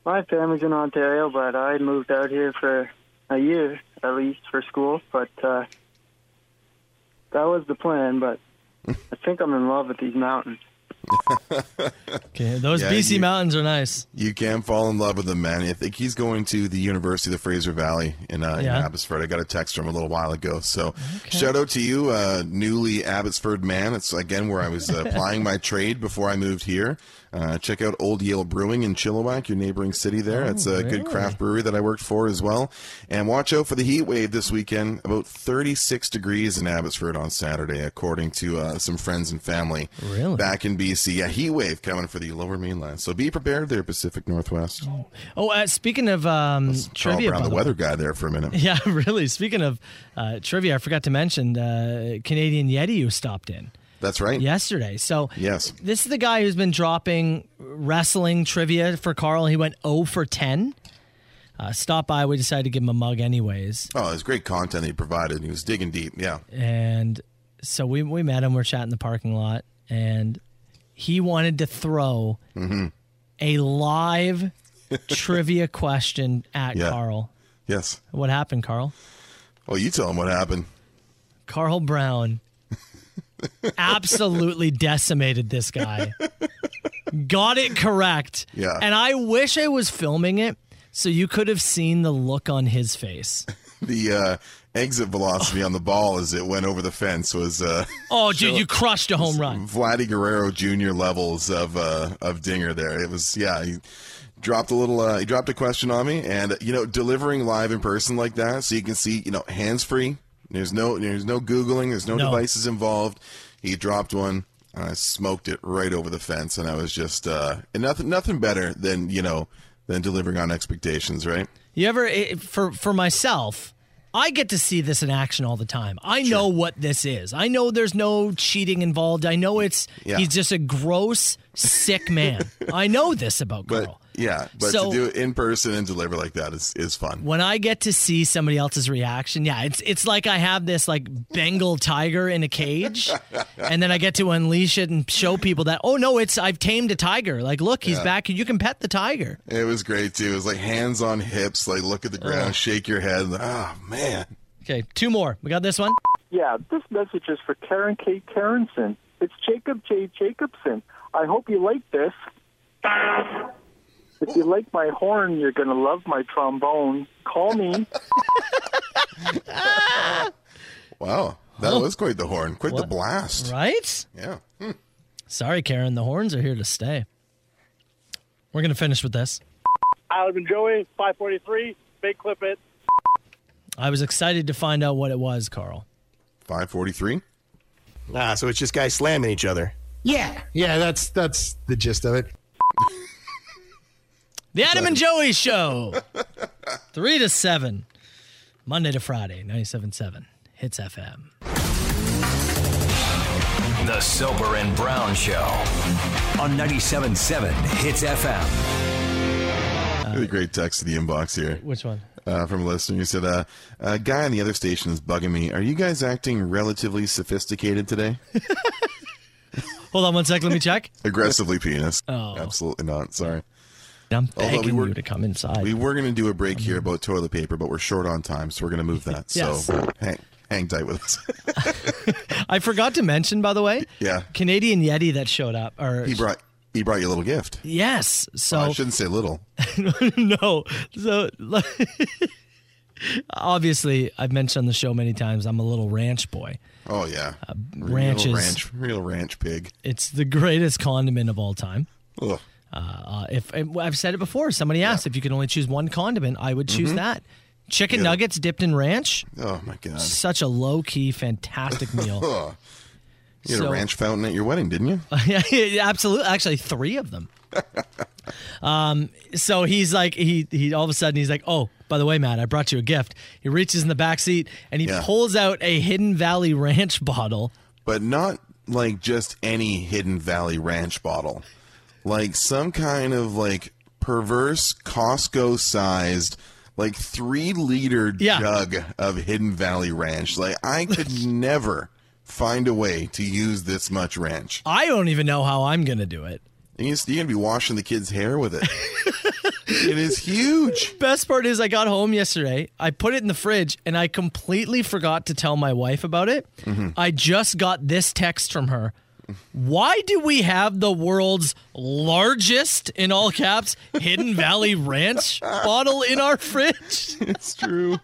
Speaker 14: My family's in Ontario, but I moved out here for a year at least for school. But uh, that was the plan. But I think I'm in love with these mountains.
Speaker 6: Okay, those
Speaker 7: Yeah,
Speaker 6: BC
Speaker 7: you-
Speaker 6: mountains are nice.
Speaker 7: You can fall in love with him, man. I think he's going to the University of the Fraser Valley in, uh, in
Speaker 6: Yeah.
Speaker 7: Abbotsford. I got a text from him a little while ago. So shout out to you, uh, newly Abbotsford man. It's again where I was uh, applying my trade before I moved here. Uh, check out Old Yale Brewing in Chilliwack, your neighboring city there. it's a
Speaker 13: really?
Speaker 7: good craft brewery that I worked for as well. And watch out for the heat wave this weekend. About 36 degrees in Abbotsford on Saturday, according to uh, some friends and family.
Speaker 6: Really?
Speaker 7: Back in BC. A heat wave coming for the lower mainland. So be prepared there, Pacific Northwest.
Speaker 6: Oh, uh, speaking of um,
Speaker 7: Carl
Speaker 6: trivia,
Speaker 7: Brown,
Speaker 6: by
Speaker 7: the
Speaker 6: the way- [LAUGHS]
Speaker 7: weather guy there for a minute.
Speaker 6: Yeah, really. Speaking of uh, trivia, I forgot to mention uh, Canadian Yeti who stopped in
Speaker 7: That's right.
Speaker 6: yesterday. So
Speaker 7: Yes.
Speaker 6: this is the guy who's been dropping wrestling trivia for Carl. He went 0 for 10. Uh, stop by. We decided to give him a mug anyways.
Speaker 7: Oh, it was great content he provided. He was digging deep. Yeah.
Speaker 6: And so we, we met him. We're chatting in the parking lot. And he wanted to throw
Speaker 7: hmm
Speaker 6: a live [LAUGHS] trivia question at
Speaker 7: Yeah.
Speaker 6: Carl.
Speaker 7: Yes.
Speaker 6: What happened, Carl?
Speaker 7: Well, you tell him what happened. [LAUGHS]
Speaker 6: Carl Brown absolutely decimated this guy. Got it correct.
Speaker 7: Yeah.
Speaker 6: And I wish I was filming it so you could have seen the look on his face.
Speaker 7: The uh, exit velocity on the ball as it went over the fence was. Uh, [LAUGHS]
Speaker 6: Oh, dude, you crushed a home run.
Speaker 7: Vladdy Guerrero Jr. levels of uh, of Dinger there. It was yeah. He dropped a little. Uh, he dropped a question on me, and you know, delivering live in person like that, so you can see, you know, hands free. There's no there's no googling. There's no,
Speaker 6: No.
Speaker 7: devices involved. He dropped one. And I smoked it right over the fence, and I was just uh, and nothing nothing better than you know than delivering on expectations, right?
Speaker 6: You ever it, for for myself, I get to see this in action all the time. I know what this is. I know there's no cheating involved. I know it's
Speaker 7: Yeah.
Speaker 6: he's just a gross
Speaker 7: [LAUGHS]
Speaker 6: sick man. I know this about Carl.
Speaker 7: Yeah, but
Speaker 6: So-
Speaker 7: to do it in person and deliver like that is is fun.
Speaker 6: when I get to see somebody else's reaction, yeah, it's it's like I have this like Bengal tiger in a cage, and then I get to unleash it and show people that oh no, it's I've tamed a tiger. Like look, he's
Speaker 7: Yeah.
Speaker 6: back. You can pet the tiger.
Speaker 7: It was great too. It was like hands on hips, like look at the ground,
Speaker 6: Oh.
Speaker 7: shake your head. Ah, man.
Speaker 6: Okay, two more. We got this one.
Speaker 15: Yeah, this message is for Karen K. Karenson. It's Jacob J. Jacobson. I hope you like this. If you like my horn, you're going to love my trombone. Call
Speaker 16: [LAUGHS]
Speaker 15: me.
Speaker 7: Wow, that was quite the horn, quite the
Speaker 6: What?
Speaker 7: blast.
Speaker 6: Right?
Speaker 7: Yeah. Hmm.
Speaker 6: Sorry, Karen. The horns are here to stay. We're gonna finish with this.
Speaker 16: Adam and Joey, 543, Big Clip It.
Speaker 6: I was excited to find out what it was, Carl.
Speaker 7: 543?
Speaker 16: Ah, so it's just guys slamming each other.
Speaker 17: Yeah, yeah, that's that's the gist of it.
Speaker 6: The Adam and Joey Show, 3 to 7, Monday to Friday, 97.7, Hits FM.
Speaker 5: The Soper and Brown Show on 97.7 Hits FM.
Speaker 6: Uh,
Speaker 7: really great text to the inbox here.
Speaker 6: Which one?
Speaker 7: Uh, from a listener, he said, uh, "A guy on the other station is bugging me. Are you guys acting relatively sophisticated
Speaker 6: [LAUGHS]
Speaker 7: today?
Speaker 6: Hold on one sec, let me check.
Speaker 7: Aggressively, penis.
Speaker 6: Oh.
Speaker 7: absolutely not. Sorry.
Speaker 6: [LAUGHS] I'm
Speaker 7: Although
Speaker 6: begging
Speaker 7: were-
Speaker 6: you to come inside.
Speaker 7: We were going to do a break here about toilet paper, but we're short on time, so we're going to move that.
Speaker 6: [LAUGHS] Yes.
Speaker 7: So hang, hang tight with us.
Speaker 6: I forgot to mention, by the way,
Speaker 7: yeah,
Speaker 6: Canadian Yeti that showed up. Or
Speaker 7: he brought he brought you a little gift.
Speaker 6: Yes. So
Speaker 7: I shouldn't say little.
Speaker 6: [LAUGHS] no. So [LAUGHS] obviously, I've mentioned on the show many times. I'm a little ranch boy.
Speaker 7: Oh yeah,
Speaker 6: ranches.
Speaker 7: real ranch, real ranch pig.
Speaker 6: It's the greatest condiment of all time.
Speaker 7: Ugh.
Speaker 6: Uh, uh, if and I've said it before, somebody asked if you could only choose one condiment, I would choose
Speaker 7: Mhm.
Speaker 6: that. Chicken nuggets dipped in ranch.
Speaker 7: Oh my god,
Speaker 6: Such a low key, fantastic meal.
Speaker 7: [LAUGHS] you had a ranch fountain at your wedding, didn't you?
Speaker 6: [LAUGHS] yeah, yeah, absolutely. Actually, three of them. um, so he's like, he he all of a sudden he's like, oh, by the way, Matt, I brought you a gift. He reaches in the back seat and he
Speaker 7: Yeah.
Speaker 6: pulls out a Hidden Valley Ranch bottle.
Speaker 7: but not like just any Hidden Valley Ranch bottle. Like some kind of like perverse Costco sized like three liter jug of Hidden Valley Ranch. Like I could never find a way to use this much ranch.
Speaker 6: I don't even know how I'm gonna do it.
Speaker 7: And you're going to be washing the kid's hair with it. it is huge.
Speaker 6: Best part is I got home yesterday. I put it in the fridge and I completely forgot to tell my wife about it.
Speaker 7: Mm-hmm.
Speaker 6: I just got this text from her. Why do we have the world's largest, in all caps, Hidden
Speaker 7: [LAUGHS]
Speaker 6: Valley Ranch bottle in our fridge?
Speaker 7: It's true.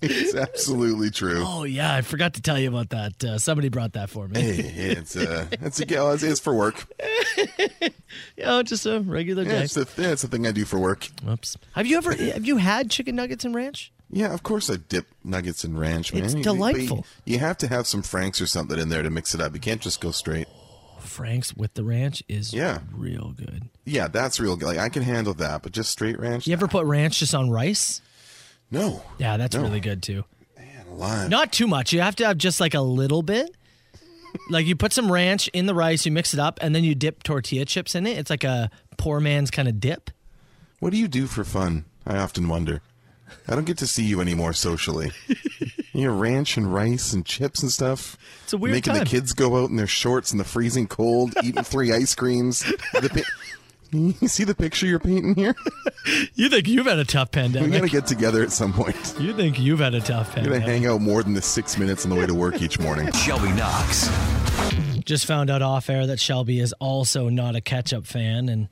Speaker 7: It's absolutely true.
Speaker 6: Oh yeah, I forgot to tell you about that. Uh, somebody brought that for me.
Speaker 7: Hey, it's uh, it's a gal. It's, it's for work.
Speaker 6: yeah, just a regular
Speaker 7: Yeah,
Speaker 6: day.
Speaker 7: it's the yeah, it's the thing I do for work.
Speaker 6: Whoops. Have you ever have you had chicken nuggets and ranch?
Speaker 7: Yeah, of course I dip nuggets in ranch, man.
Speaker 6: It's
Speaker 7: You- you-
Speaker 6: delightful.
Speaker 7: but You, you have to have some Franks or something in there to mix it up. You can't just go straight.
Speaker 6: Frank's with the ranch is
Speaker 7: Yeah.
Speaker 6: real good.
Speaker 7: Yeah, that's real. good. Like I can handle that, but just straight ranch.
Speaker 6: You ever put ranch just on rice?
Speaker 7: No.
Speaker 6: Yeah, that's
Speaker 7: No.
Speaker 6: really good too.
Speaker 7: alive.
Speaker 6: Not too much. You have to have just like a little bit. like you put some ranch in the rice, you mix it up, and then you dip tortilla chips in it. It's like a poor man's kind of dip.
Speaker 7: What do you do for fun? I often wonder. I don't get to see you anymore
Speaker 6: [LAUGHS]
Speaker 7: socially. you know, ranch and rice and chips and stuff.
Speaker 6: It's a weird
Speaker 7: Making
Speaker 6: time.
Speaker 7: the kids go out in their shorts in the freezing cold, eating three ice creams. The pi- [LAUGHS] you see the picture you're painting
Speaker 6: [LAUGHS]
Speaker 7: here?
Speaker 6: You think you've had a tough
Speaker 7: we
Speaker 6: pandemic?
Speaker 7: gotta get together at some point.
Speaker 6: you think you've had a tough
Speaker 7: We're gonna
Speaker 6: pandemic?
Speaker 7: hang out more than the six minutes on the way to work each
Speaker 6: [LAUGHS]
Speaker 7: morning.
Speaker 5: Shelby Knox.
Speaker 6: Just found out off air that Shelby is also not a ketchup fan, and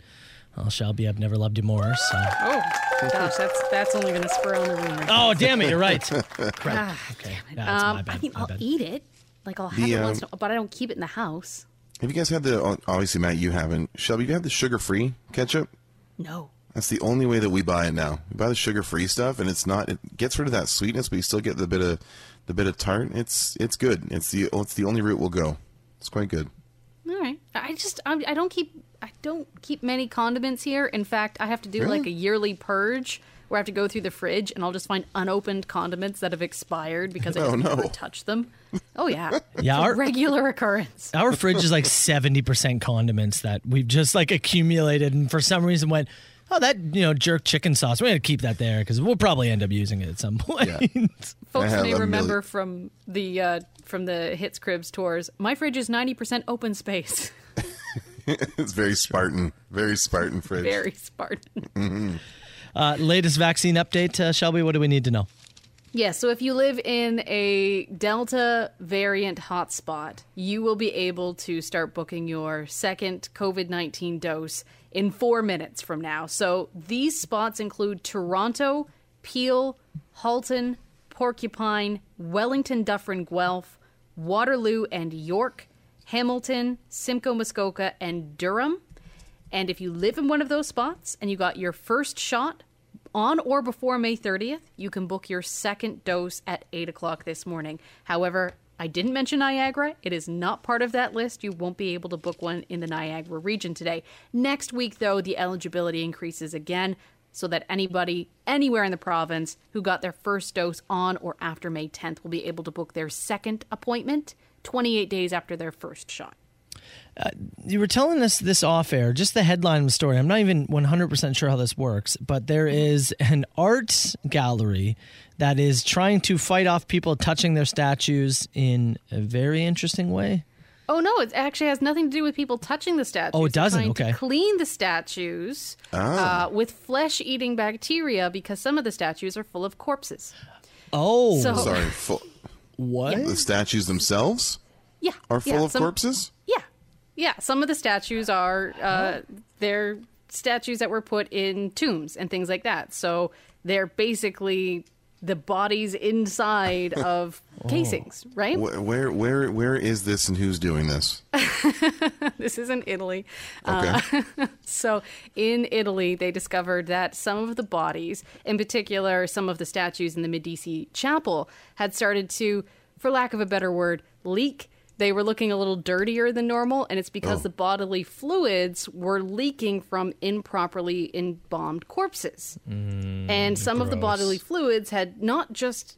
Speaker 6: well, Shelby, I've never loved you more. So.
Speaker 10: Oh gosh, that's that's only gonna spur on the rumor.
Speaker 6: Oh, damn it! You're right. [LAUGHS] Crap.
Speaker 10: Ah,
Speaker 6: Okay.
Speaker 7: that's
Speaker 10: um,
Speaker 7: my bad,
Speaker 10: I mean,
Speaker 7: my
Speaker 10: I'll
Speaker 7: bad.
Speaker 10: eat it. Like I'll have
Speaker 7: The,
Speaker 10: it once, in
Speaker 7: um,
Speaker 10: a- but I don't keep it in the house.
Speaker 7: Have you guys had the? Obviously, Matt, you haven't. Shelby, you have the sugar-free ketchup.
Speaker 10: No.
Speaker 7: That's the only way that we buy it now. We buy the sugar-free stuff, and it's not. It gets rid of that sweetness, but you still get the bit of the bit of tart. It's it's good. It's the it's the only route we'll go. It's quite good. [LAUGHS]
Speaker 10: All right. I just I, I don't keep I don't keep many condiments here. In fact, I have to do
Speaker 7: Really?
Speaker 10: like a yearly purge where I have to go through the fridge and I'll just find unopened condiments that have expired because I
Speaker 6: Oh,
Speaker 10: just
Speaker 6: no.
Speaker 10: never touch them. Oh [LAUGHS] yeah. It's
Speaker 6: Yeah,
Speaker 10: a
Speaker 6: our-
Speaker 10: regular occurrence.
Speaker 6: Our fridge is like 70% condiments that we've just like accumulated and for some reason went, oh, that, you know, jerk chicken sauce. We're going to keep that there because we'll probably end up using it at some point.
Speaker 10: Folks may remember from the uh, from the hits cribs tours. My fridge is ninety percent open space.
Speaker 7: it's very Spartan. Very Spartan fridge.
Speaker 10: Very Spartan.
Speaker 7: Mhm.
Speaker 6: [LAUGHS] Uh, latest vaccine update, uh, Shelby, what do we need to know?
Speaker 10: Yeah, so if you live in a Delta variant hotspot, you will be able to start booking your second COVID 19 dose in four minutes from now. So these spots include Toronto, Peel, Halton, Porcupine, Wellington, Dufferin, Guelph, Waterloo, and York, Hamilton, Simcoe, Muskoka, and Durham. And if you live in one of those spots and you got your first shot on or before May 30th, you can book your second dose at 8 o'clock this morning. However, I didn't mention Niagara. It is not part of that list. You won't be able to book one in the Niagara region today. Next week, though, the eligibility increases again so that anybody anywhere in the province who got their first dose on or after May 10th will be able to book their second appointment 28 days after their first shot.
Speaker 6: you were telling us this off air, just the headline of the story. I'm not even 100% sure how this works, but there is an art gallery that is trying to fight off people touching their statues in a very interesting way.
Speaker 10: Oh no! It actually has nothing to do with people touching the statues.
Speaker 6: Oh, it
Speaker 10: They're
Speaker 6: doesn't?
Speaker 10: trying to
Speaker 6: Okay.
Speaker 10: clean the statues
Speaker 6: Ah.
Speaker 10: uh, with flesh-eating bacteria because some of the statues are full of corpses.
Speaker 6: Oh,
Speaker 10: So-
Speaker 7: sorry. Full,
Speaker 6: what?
Speaker 7: The statues themselves
Speaker 10: Yeah,
Speaker 7: are full
Speaker 10: yeah,
Speaker 7: of
Speaker 10: some-
Speaker 7: corpses.
Speaker 10: Yeah, yeah. Some of the statues are uh, they're statues that were put in tombs and things like that. So they're basically the bodies inside
Speaker 7: [LAUGHS]
Speaker 10: of
Speaker 7: Oh.
Speaker 10: casings, right?
Speaker 7: Wh- Where, where, where is this, and who's doing
Speaker 10: [LAUGHS]
Speaker 7: this?
Speaker 10: this is in Italy. Uh, so, in Italy, they discovered that some of the bodies, in particular, some of the statues in the Medici Chapel, had started to, for lack of a better word, leak. They were looking a little dirtier than normal, and it's because
Speaker 18: Oh.
Speaker 10: the bodily fluids were leaking from improperly embalmed corpses. and some of the bodily fluids had not just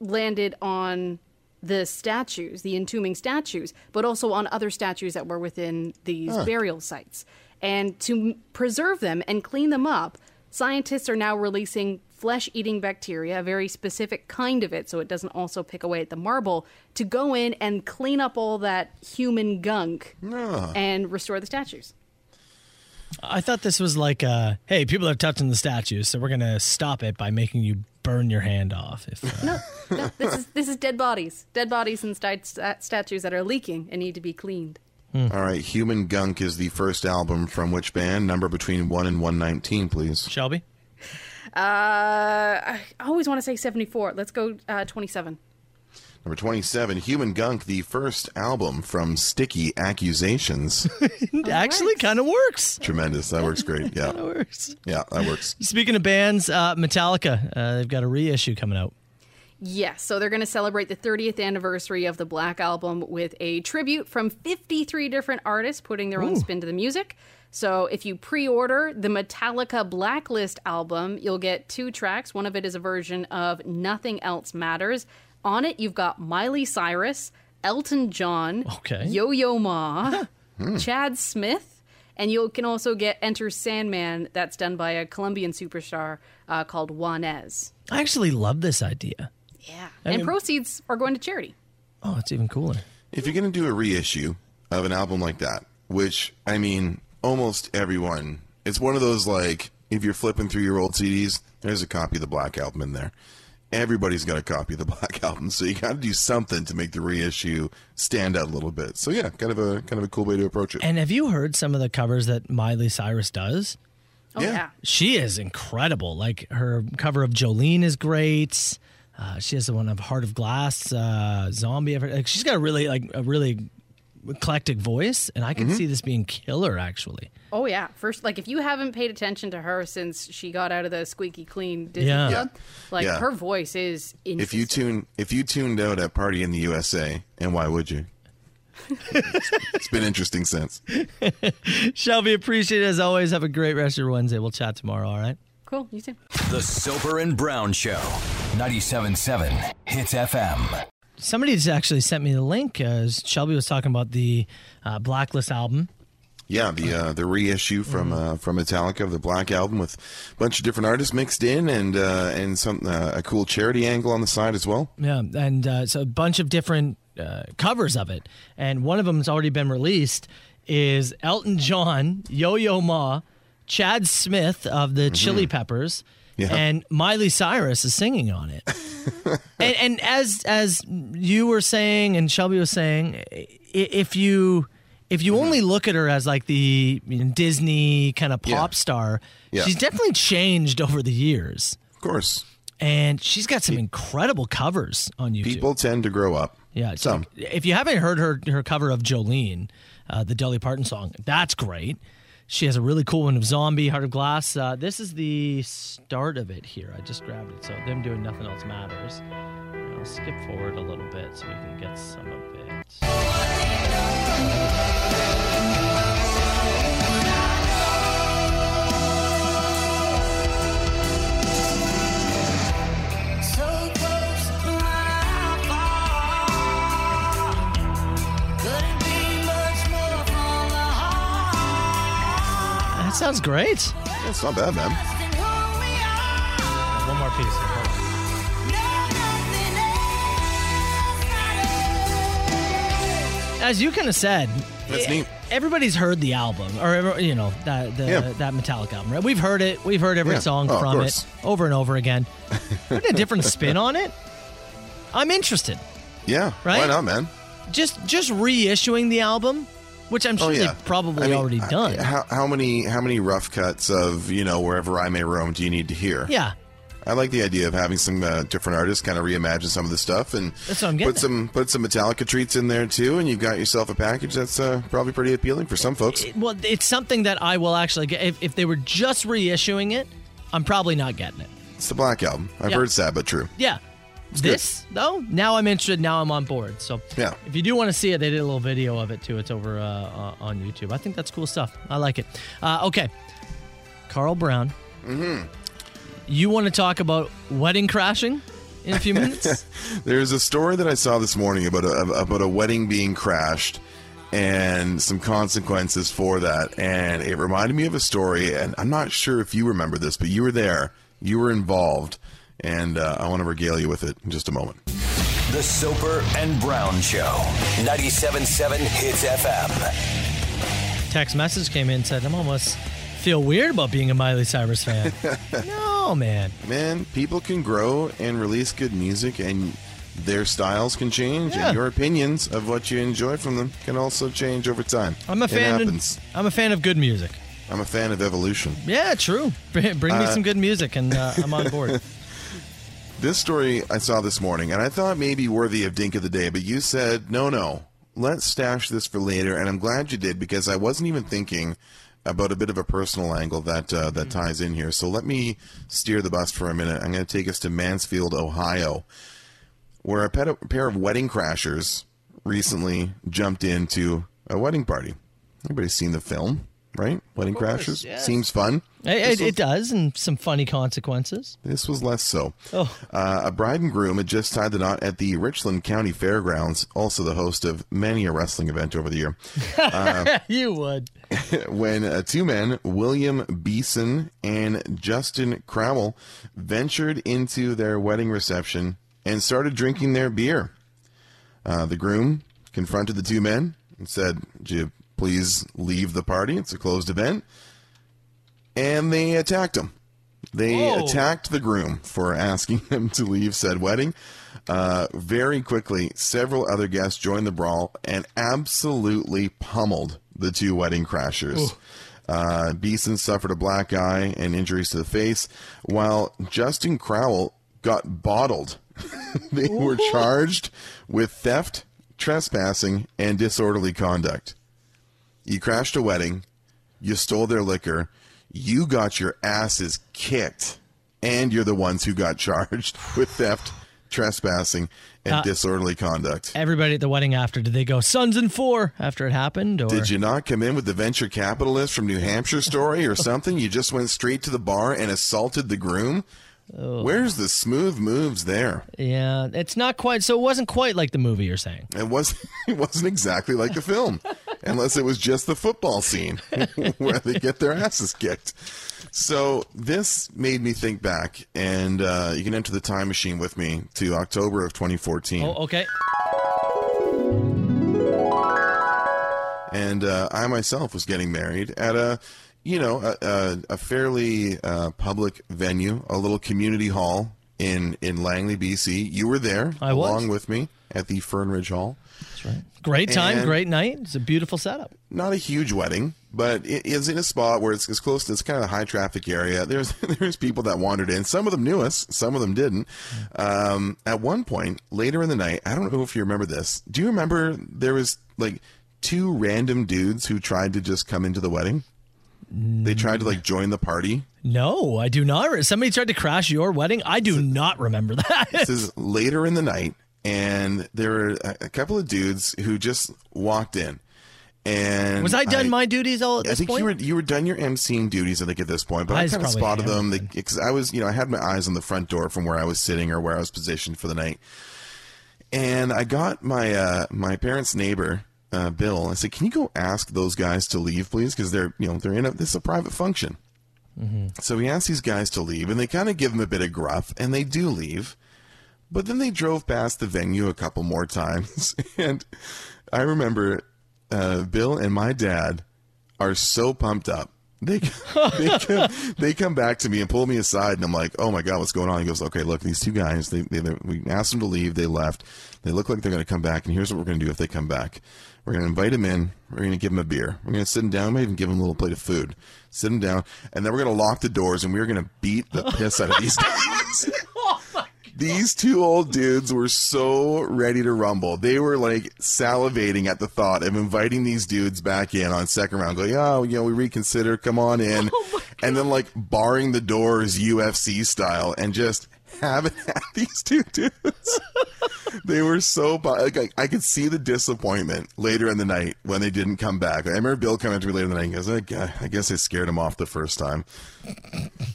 Speaker 10: landed on the statues, the entombing statues, but also on other statues that were within these
Speaker 18: Huh.
Speaker 10: burial sites. And to m- preserve them and clean them up, scientists are now releasing flesh eating bacteria, a very specific kind of it, so it doesn't also pick away at the marble, to go in and clean up all that human gunk and restore the statues.
Speaker 6: I thought this was like, uh, hey, people are touching the statues, so we're going to stop it by making you burn your hand off. If, uh,
Speaker 10: No, this is this is dead bodies, dead bodies and sti- st- statues that are leaking and need to be cleaned.
Speaker 7: All right, Human Gunk is the first album from which band? Number between one and one nineteen, please.
Speaker 6: Shelby.
Speaker 10: Uh, I always want to say seventy-four. Let's go uh, twenty-seven.
Speaker 7: Number twenty-seven, Human Gunk, the first album from Sticky Accusations.
Speaker 6: it actually kind of works.
Speaker 7: Tremendous. That works great.
Speaker 10: [LAUGHS]
Speaker 7: Yeah. that
Speaker 6: works.
Speaker 7: Yeah, that works.
Speaker 6: Speaking of bands, uh, Metallica, uh, they've got a reissue coming out.
Speaker 10: Yes, so they're going to celebrate the 30th anniversary of the Black Album with a tribute from 53 different artists putting their own
Speaker 18: Ooh.
Speaker 10: spin to the music. So if you pre order the Metallica Blacklist album, you'll get two tracks. One of it is a version of Nothing Else Matters. On it, you've got Miley Cyrus, Elton John,
Speaker 6: Okay.
Speaker 10: Yo Yo Ma,
Speaker 6: Hmm.
Speaker 10: Chad Smith, and you can also get Enter Sandman, that's done by a Colombian superstar uh, called Juanes.
Speaker 6: I actually love this idea.
Speaker 10: Yeah.
Speaker 6: I
Speaker 10: and
Speaker 6: mean-
Speaker 10: proceeds are going to charity.
Speaker 6: Oh, it's even cooler.
Speaker 7: If you're going to do a reissue of an album like that, which, I mean, almost everyone, it's one of those like, if you're flipping through your old CDs, there's a copy of the Black Album in there. Everybody's got a copy of the [LAUGHS] Black Album, so you got to do something to make the reissue stand out a little bit. So yeah, kind of a kind of a cool way to approach it.
Speaker 6: And have you heard some of the covers that Miley Cyrus does?
Speaker 10: Oh, Yeah. yeah.
Speaker 6: She is incredible. Like her cover of Jolene is great. Uh, she has the one of Heart of Glass, uh, Zombie. ever- Like she's got a really like a really eclectic voice, and I can see this being killer. Actually,
Speaker 10: Oh yeah, first like if you haven't paid attention to her since she got out of the squeaky clean Disney
Speaker 7: Yeah.
Speaker 10: club,
Speaker 7: Yeah.
Speaker 10: like
Speaker 7: Yeah.
Speaker 10: her voice is in.
Speaker 7: If you tune if you tuned out at Party in the USA, and why would you? [LAUGHS] it's been interesting since.
Speaker 6: Shelby, appreciate it as always. Have a great rest of your Wednesday. We'll chat tomorrow. All right.
Speaker 10: cool. You too.
Speaker 5: The Soper and Brown Show. 97.7 Hits FM.
Speaker 6: Somebody just actually sent me the link. Uh, Shelby was talking about the uh, Blacklist album.
Speaker 7: Yeah, the uh, the reissue from
Speaker 6: Mm-hmm.
Speaker 7: uh, from Metallica of the Black Album with a bunch of different artists mixed in and uh, and some uh, a cool charity angle on the side as well.
Speaker 6: Yeah, and uh, so a bunch of different uh, covers of it, and one of them has already been released. Is Elton John, Yo Yo Ma, Chad Smith of the Chili Peppers,
Speaker 18: Yeah.
Speaker 6: and Miley Cyrus is singing on it. and, and as as you were saying, and Shelby was saying, i- if you if you only look at her as like the you know, Disney kind of pop star,
Speaker 7: Yeah.
Speaker 6: she's definitely changed over the years.
Speaker 7: Of course.
Speaker 6: And she's got some incredible covers on YouTube.
Speaker 7: People tend to grow up.
Speaker 6: Yeah, it's
Speaker 7: Some.
Speaker 6: like- if you haven't heard her her cover of Jolene, uh, the Dolly Parton song, that's great. She has a really cool one of Zombie, Heart of Glass. Uh, this is the start of it here. I just grabbed it. So them doing nothing else matters. And I'll skip forward a little bit so we can get some of it.
Speaker 2: So close, but how far? Couldn't be much more from the heart.
Speaker 6: That sounds great.
Speaker 7: It's not bad, man.
Speaker 6: One more piece. here. Hold on. As you kind of said,
Speaker 7: That's
Speaker 6: eh,
Speaker 7: neat.
Speaker 6: Everybody's heard the album, or every- you know that the,
Speaker 7: Yeah.
Speaker 6: that Metallica album, right? We've heard it. We've heard every
Speaker 7: Yeah.
Speaker 6: song
Speaker 7: Oh, of
Speaker 6: from it
Speaker 7: course.
Speaker 6: over and
Speaker 7: [LAUGHS]
Speaker 6: over again. Put a different spin on it. I'm interested.
Speaker 7: Yeah.
Speaker 6: Right?
Speaker 7: Why not, man?
Speaker 6: Just just reissuing the album, which I'm sure
Speaker 7: Oh, yeah.
Speaker 6: they've probably
Speaker 7: I mean,
Speaker 6: already
Speaker 7: I-
Speaker 6: done.
Speaker 7: How, how many how many rough cuts of you know wherever I may roam do you need to hear?
Speaker 6: yeah,
Speaker 7: I like the idea of having some uh, different artists kind of reimagine some of the stuff and
Speaker 6: That's what I'm getting
Speaker 7: put some put some Metallica treats in there too, and you've got yourself a package that's uh, probably pretty appealing for some folks.
Speaker 6: It- well, it's something that I will actually get. If, if they were just reissuing it, I'm probably not getting it.
Speaker 7: It's the Black Album. I've
Speaker 6: Yeah.
Speaker 7: heard sad but true.
Speaker 6: Yeah.
Speaker 7: good.
Speaker 6: this though, now I'm interested. Now I'm on board. So
Speaker 7: Yeah.
Speaker 6: if you do want to see it, they did a little video of it too. It's over uh, uh, on YouTube. I think that's cool stuff. I like it. Uh, okay, Carl Brown. Mm-hmm. You want to talk about wedding crashing in a
Speaker 7: [LAUGHS]
Speaker 6: few minutes?
Speaker 7: There's a story that I saw this morning about a, about a wedding being crashed and some consequences for that. And it reminded me of a story, and I'm not sure if you remember this, but you were there, you were involved, and uh, I want to regale you with it in just a moment.
Speaker 5: The Soper and Brown Show. 97.7 Hits FM.
Speaker 6: Text message came in and said, "I'm almost feel weird about being a Miley Cyrus
Speaker 7: [LAUGHS]
Speaker 6: fan." no man,
Speaker 7: Man, people can grow and release good music, and their styles can change,
Speaker 6: Yeah.
Speaker 7: and your opinions of what you enjoy from them can also change over time.
Speaker 6: I'm a
Speaker 7: It
Speaker 6: fan.
Speaker 7: happens.
Speaker 6: I'm a fan of good music.
Speaker 7: I'm a fan of evolution.
Speaker 6: Yeah, true. Bring bring me
Speaker 7: Uh,
Speaker 6: some good music, and uh, I'm
Speaker 7: [LAUGHS]
Speaker 6: on board.
Speaker 7: This story I saw this morning, and I thought maybe worthy of Dink of the Day, but you said, no, no, let's stash this for later. And I'm glad you did because I wasn't even thinking about a bit of a personal angle that uh, that
Speaker 6: Hmm.
Speaker 7: ties in here. So let me steer the bus for a minute. I'm going to take us to Mansfield, Ohio, where a pet- pair of wedding crashers recently jumped into a wedding party. Everybody's seen the film, right? Wedding
Speaker 6: course,
Speaker 7: crashers
Speaker 6: yes.
Speaker 7: seems fun.
Speaker 6: It, it, it does, and some funny consequences.
Speaker 7: This was less so.
Speaker 6: Oh.
Speaker 7: Uh, a bride and groom had just tied the knot at the Richland County Fairgrounds, also the host of many a wrestling event over the year, Uh,
Speaker 6: [LAUGHS] you would.
Speaker 7: when uh, two men, William Beeson and Justin Crowell, ventured into their wedding reception and started drinking their beer. Uh, the groom confronted the two men and said, Would you please leave the party? It's a closed event. And they attacked him. They
Speaker 2: Whoa.
Speaker 7: attacked the groom for asking [LAUGHS] him to leave said wedding. Uh, very quickly, several other guests joined the brawl and absolutely pummeled the two wedding crashers.
Speaker 2: Ooh.
Speaker 7: Uh, Beeson suffered a black eye and injuries to the face, while Justin Crowell got bottled. [LAUGHS] they were charged with theft, trespassing, and disorderly conduct. You crashed a wedding, you stole their liquor, you got your asses kicked, and you're the ones who got charged [LAUGHS] with theft, trespassing, and
Speaker 6: Uh,
Speaker 7: disorderly conduct.
Speaker 6: Everybody at the wedding after, did they go sons and four after it happened? Or
Speaker 7: Did you not come in with the venture capitalist from New Hampshire story or something? You just went straight to the bar and assaulted the groom? Where's the smooth moves there?
Speaker 6: Yeah, it's not quite. So it wasn't quite like the movie you're saying.
Speaker 7: It was [LAUGHS] it wasn't exactly like the film, unless it was just the football scene [LAUGHS] where they get their asses kicked. So this made me think back, and uh, you can enter the time machine with me to October of 2014.
Speaker 6: Oh, okay.
Speaker 7: and uh, I myself was getting married at a, you know, a, a, a fairly uh, public venue, a little community hall in in Langley, BC. You were there
Speaker 6: I was.
Speaker 7: along with me at the Fernridge Hall. That's
Speaker 6: right. Great time,
Speaker 7: And-
Speaker 6: great night. It's a beautiful setup.
Speaker 7: Not a huge wedding, but it is in a spot where it's, it's close to it's kind of a high traffic area. [LAUGHS] There's there's people that wandered in. Some of them knew us, some of them didn't. Um, at one point later in the night, I don't know if you remember this. Do you remember there was like two random dudes who tried to just come into the wedding? They tried to like join the party.
Speaker 6: No, I do not. re- Somebody tried to crash your wedding. I do not remember that. [LAUGHS]
Speaker 7: this is later in the night, and there were a, a couple of dudes who just walked in. And
Speaker 6: Was I done my duties all at
Speaker 7: I
Speaker 6: this
Speaker 7: think
Speaker 6: point?
Speaker 7: you were you were done your MCing duties. I think at this point, but I,
Speaker 6: I was
Speaker 7: kind of
Speaker 6: probably
Speaker 7: spotted
Speaker 6: hammered
Speaker 7: them because I was you know I had my eyes on the front door from where I was sitting or where I was positioned for the night, and I got my uh, my parents' neighbor uh, Bill. I said, "Can you go ask those guys to leave, please? Because they're you know they're in a this is a private function."
Speaker 6: Mm-hmm.
Speaker 7: So he asked these guys to leave, and they kind of give him a bit of gruff, and they do leave. But then they drove past the venue a couple more [LAUGHS] times, and I remember uh, Bill and my dad are so pumped up. They [LAUGHS] they come, they come back to me and pull me aside, and I'm like, "Oh my god, what's going on?" He goes, "Okay, look, these two guys. They, they, they we asked them to leave. They left. They look like they're going to come back. And here's what we're going to do if they come back: we're going to invite them in. We're going to give them a beer. We're going to sit them down. We even give them a little plate of food. Sit them down, and then we're going to lock the doors, and we're going to beat the piss out of these [LAUGHS] guys." These two old dudes were so ready to rumble. They were like salivating at the thought of inviting these dudes back in on second round, going, oh, you know, we reconsider, come on in. and then like barring the doors UFC style and just having [LAUGHS] at these two dudes. they were so, bu- like, I, I could see the disappointment later in the night when they didn't come back. I remember Bill coming up to me later in the night and goes, "Like, I I guess I scared him off the first time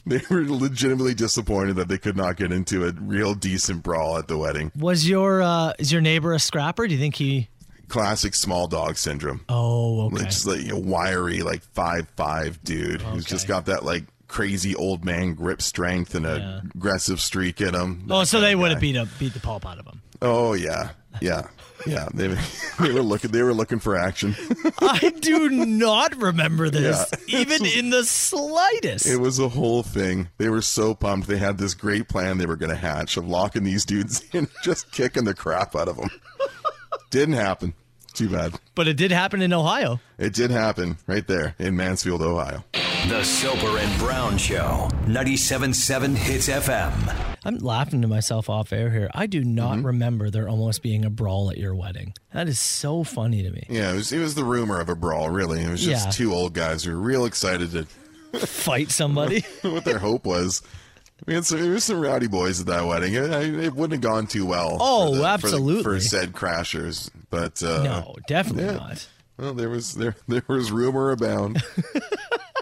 Speaker 7: they were legitimately disappointed that they could not get into a real decent brawl at the wedding.
Speaker 6: Was your uh, is your neighbor a scrapper? Do you think he?
Speaker 7: Classic small dog syndrome.
Speaker 6: Oh,
Speaker 7: Like,
Speaker 6: okay.
Speaker 7: Just like a wiry, like five five dude who's just got that like crazy old man grip strength and a aggressive streak in him.
Speaker 6: Oh, so they would have beat up beat the pulp out of him.
Speaker 7: Oh yeah, yeah, yeah. They, they were [LAUGHS] looking. They were looking for action.
Speaker 6: I do not remember this,
Speaker 7: [LAUGHS]
Speaker 6: even in the slightest.
Speaker 7: It was a whole thing. They were so pumped. They had this great plan they were going to hatch of locking these dudes [LAUGHS] in, just kicking the crap out of them. Didn't happen. Too bad.
Speaker 6: But it did happen in Ohio.
Speaker 7: It did happen right there in Mansfield, Ohio.
Speaker 5: The Soper and Brown Show, 97.7 Hits FM.
Speaker 6: I'm laughing to myself off air here. I do not
Speaker 7: Mm-hmm.
Speaker 6: remember there almost being a brawl at your wedding. That is so funny to me.
Speaker 7: Yeah, it was, it was the rumor of a brawl, really. It was just
Speaker 6: Yeah.
Speaker 7: two old guys who were real excited to [LAUGHS]
Speaker 6: fight somebody.
Speaker 7: what their hope was. I mean, so there were some rowdy boys at that wedding. It, it wouldn't have gone too well.
Speaker 6: Oh,
Speaker 7: For,
Speaker 6: absolutely.
Speaker 7: said crashers, but uh,
Speaker 6: No, definitely not.
Speaker 7: Well, there was there there was rumor
Speaker 6: [LAUGHS]
Speaker 7: abound.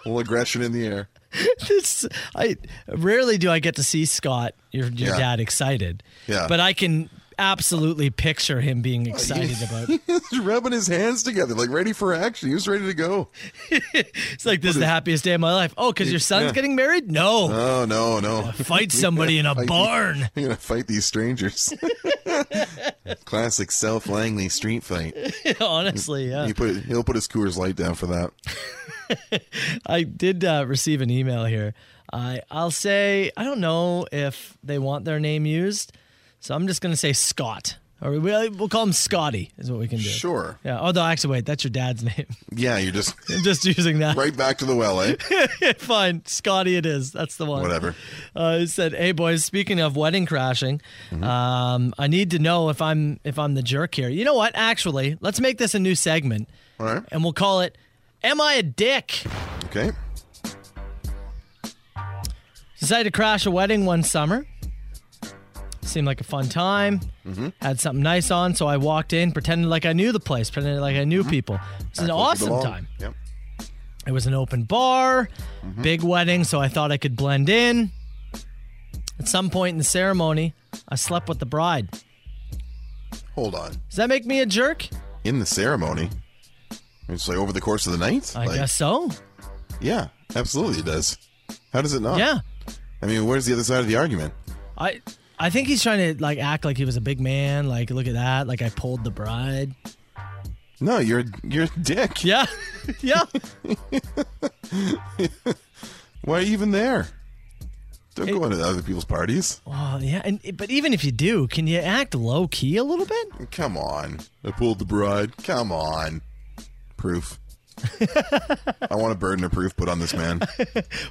Speaker 7: little aggression in the air. [LAUGHS]
Speaker 6: this I rarely do I get to see Scott, your your
Speaker 7: Yeah.
Speaker 6: dad, excited.
Speaker 7: Yeah. Oh,
Speaker 6: But I can absolutely picture him being excited about.
Speaker 7: [LAUGHS] He's rubbing his hands together, like ready for action. He was ready to go.
Speaker 6: It's like this is the happiest day of my life. Oh, because your son's
Speaker 7: Yeah.
Speaker 6: getting married? No.
Speaker 7: [LAUGHS] Oh no, no!
Speaker 6: fight somebody in a
Speaker 7: Fight-
Speaker 6: barn.
Speaker 7: You're gonna fight these strangers. [LAUGHS] Classic South Langley street fight.
Speaker 6: [LAUGHS] Honestly, yeah.
Speaker 7: He put he'll put his Coors Light down for that.
Speaker 6: I did uh, receive an email here. I I'll say I don't know if they want their name used, so I'm just gonna say Scott, or we'll, we'll call him Scotty. Is what we can do.
Speaker 7: Sure.
Speaker 6: Yeah. Although actually, wait, that's your dad's [LAUGHS] name.
Speaker 7: Yeah, you're just
Speaker 6: I'm just using that.
Speaker 7: right back to the well,
Speaker 6: [LAUGHS]
Speaker 7: eh?
Speaker 6: Fine, Scotty. It is. That's the one.
Speaker 7: Whatever.
Speaker 6: Uh, it said, "Hey boys, speaking of wedding crashing,
Speaker 7: Mm-hmm.
Speaker 6: um, I need to know if I'm if I'm the jerk here. You know what? Actually, let's make this a new segment,
Speaker 7: All right.
Speaker 6: and we'll call it." Am I a dick?
Speaker 7: Okay.
Speaker 6: Decided to crash a wedding one summer. Seemed like a fun time.
Speaker 7: Mm-hmm.
Speaker 6: Had something nice on, so I walked in, pretended like I knew the place, pretended like I knew people. It's
Speaker 7: Back where Mm-hmm.
Speaker 6: an
Speaker 7: you
Speaker 6: awesome
Speaker 7: belong.
Speaker 6: time.
Speaker 7: Yep.
Speaker 6: It was an open bar,
Speaker 7: Mm-hmm.
Speaker 6: big wedding, so I thought I could blend in. At some point in the ceremony, I slept with the bride.
Speaker 7: Hold on.
Speaker 6: Does that make me a jerk?
Speaker 7: In the ceremony, it's like over the course of the night.
Speaker 6: I
Speaker 7: Like,
Speaker 6: guess so.
Speaker 7: Yeah, absolutely, it does. How does it not?
Speaker 6: Yeah.
Speaker 7: I mean, where's the other side of the argument?
Speaker 6: I I think he's trying to like act like he was a big man, like look at that, like I pulled the bride.
Speaker 7: No, you're you're a dick.
Speaker 6: Yeah. [LAUGHS] yeah.
Speaker 7: Why are you even there? Don't go into other people's parties.
Speaker 6: Well, Uh, yeah, and but even if you do, can you act low key a little bit?
Speaker 7: Come on. I pulled the bride. Come on.
Speaker 6: [LAUGHS]
Speaker 7: Proof. I want a burden of proof put on this man.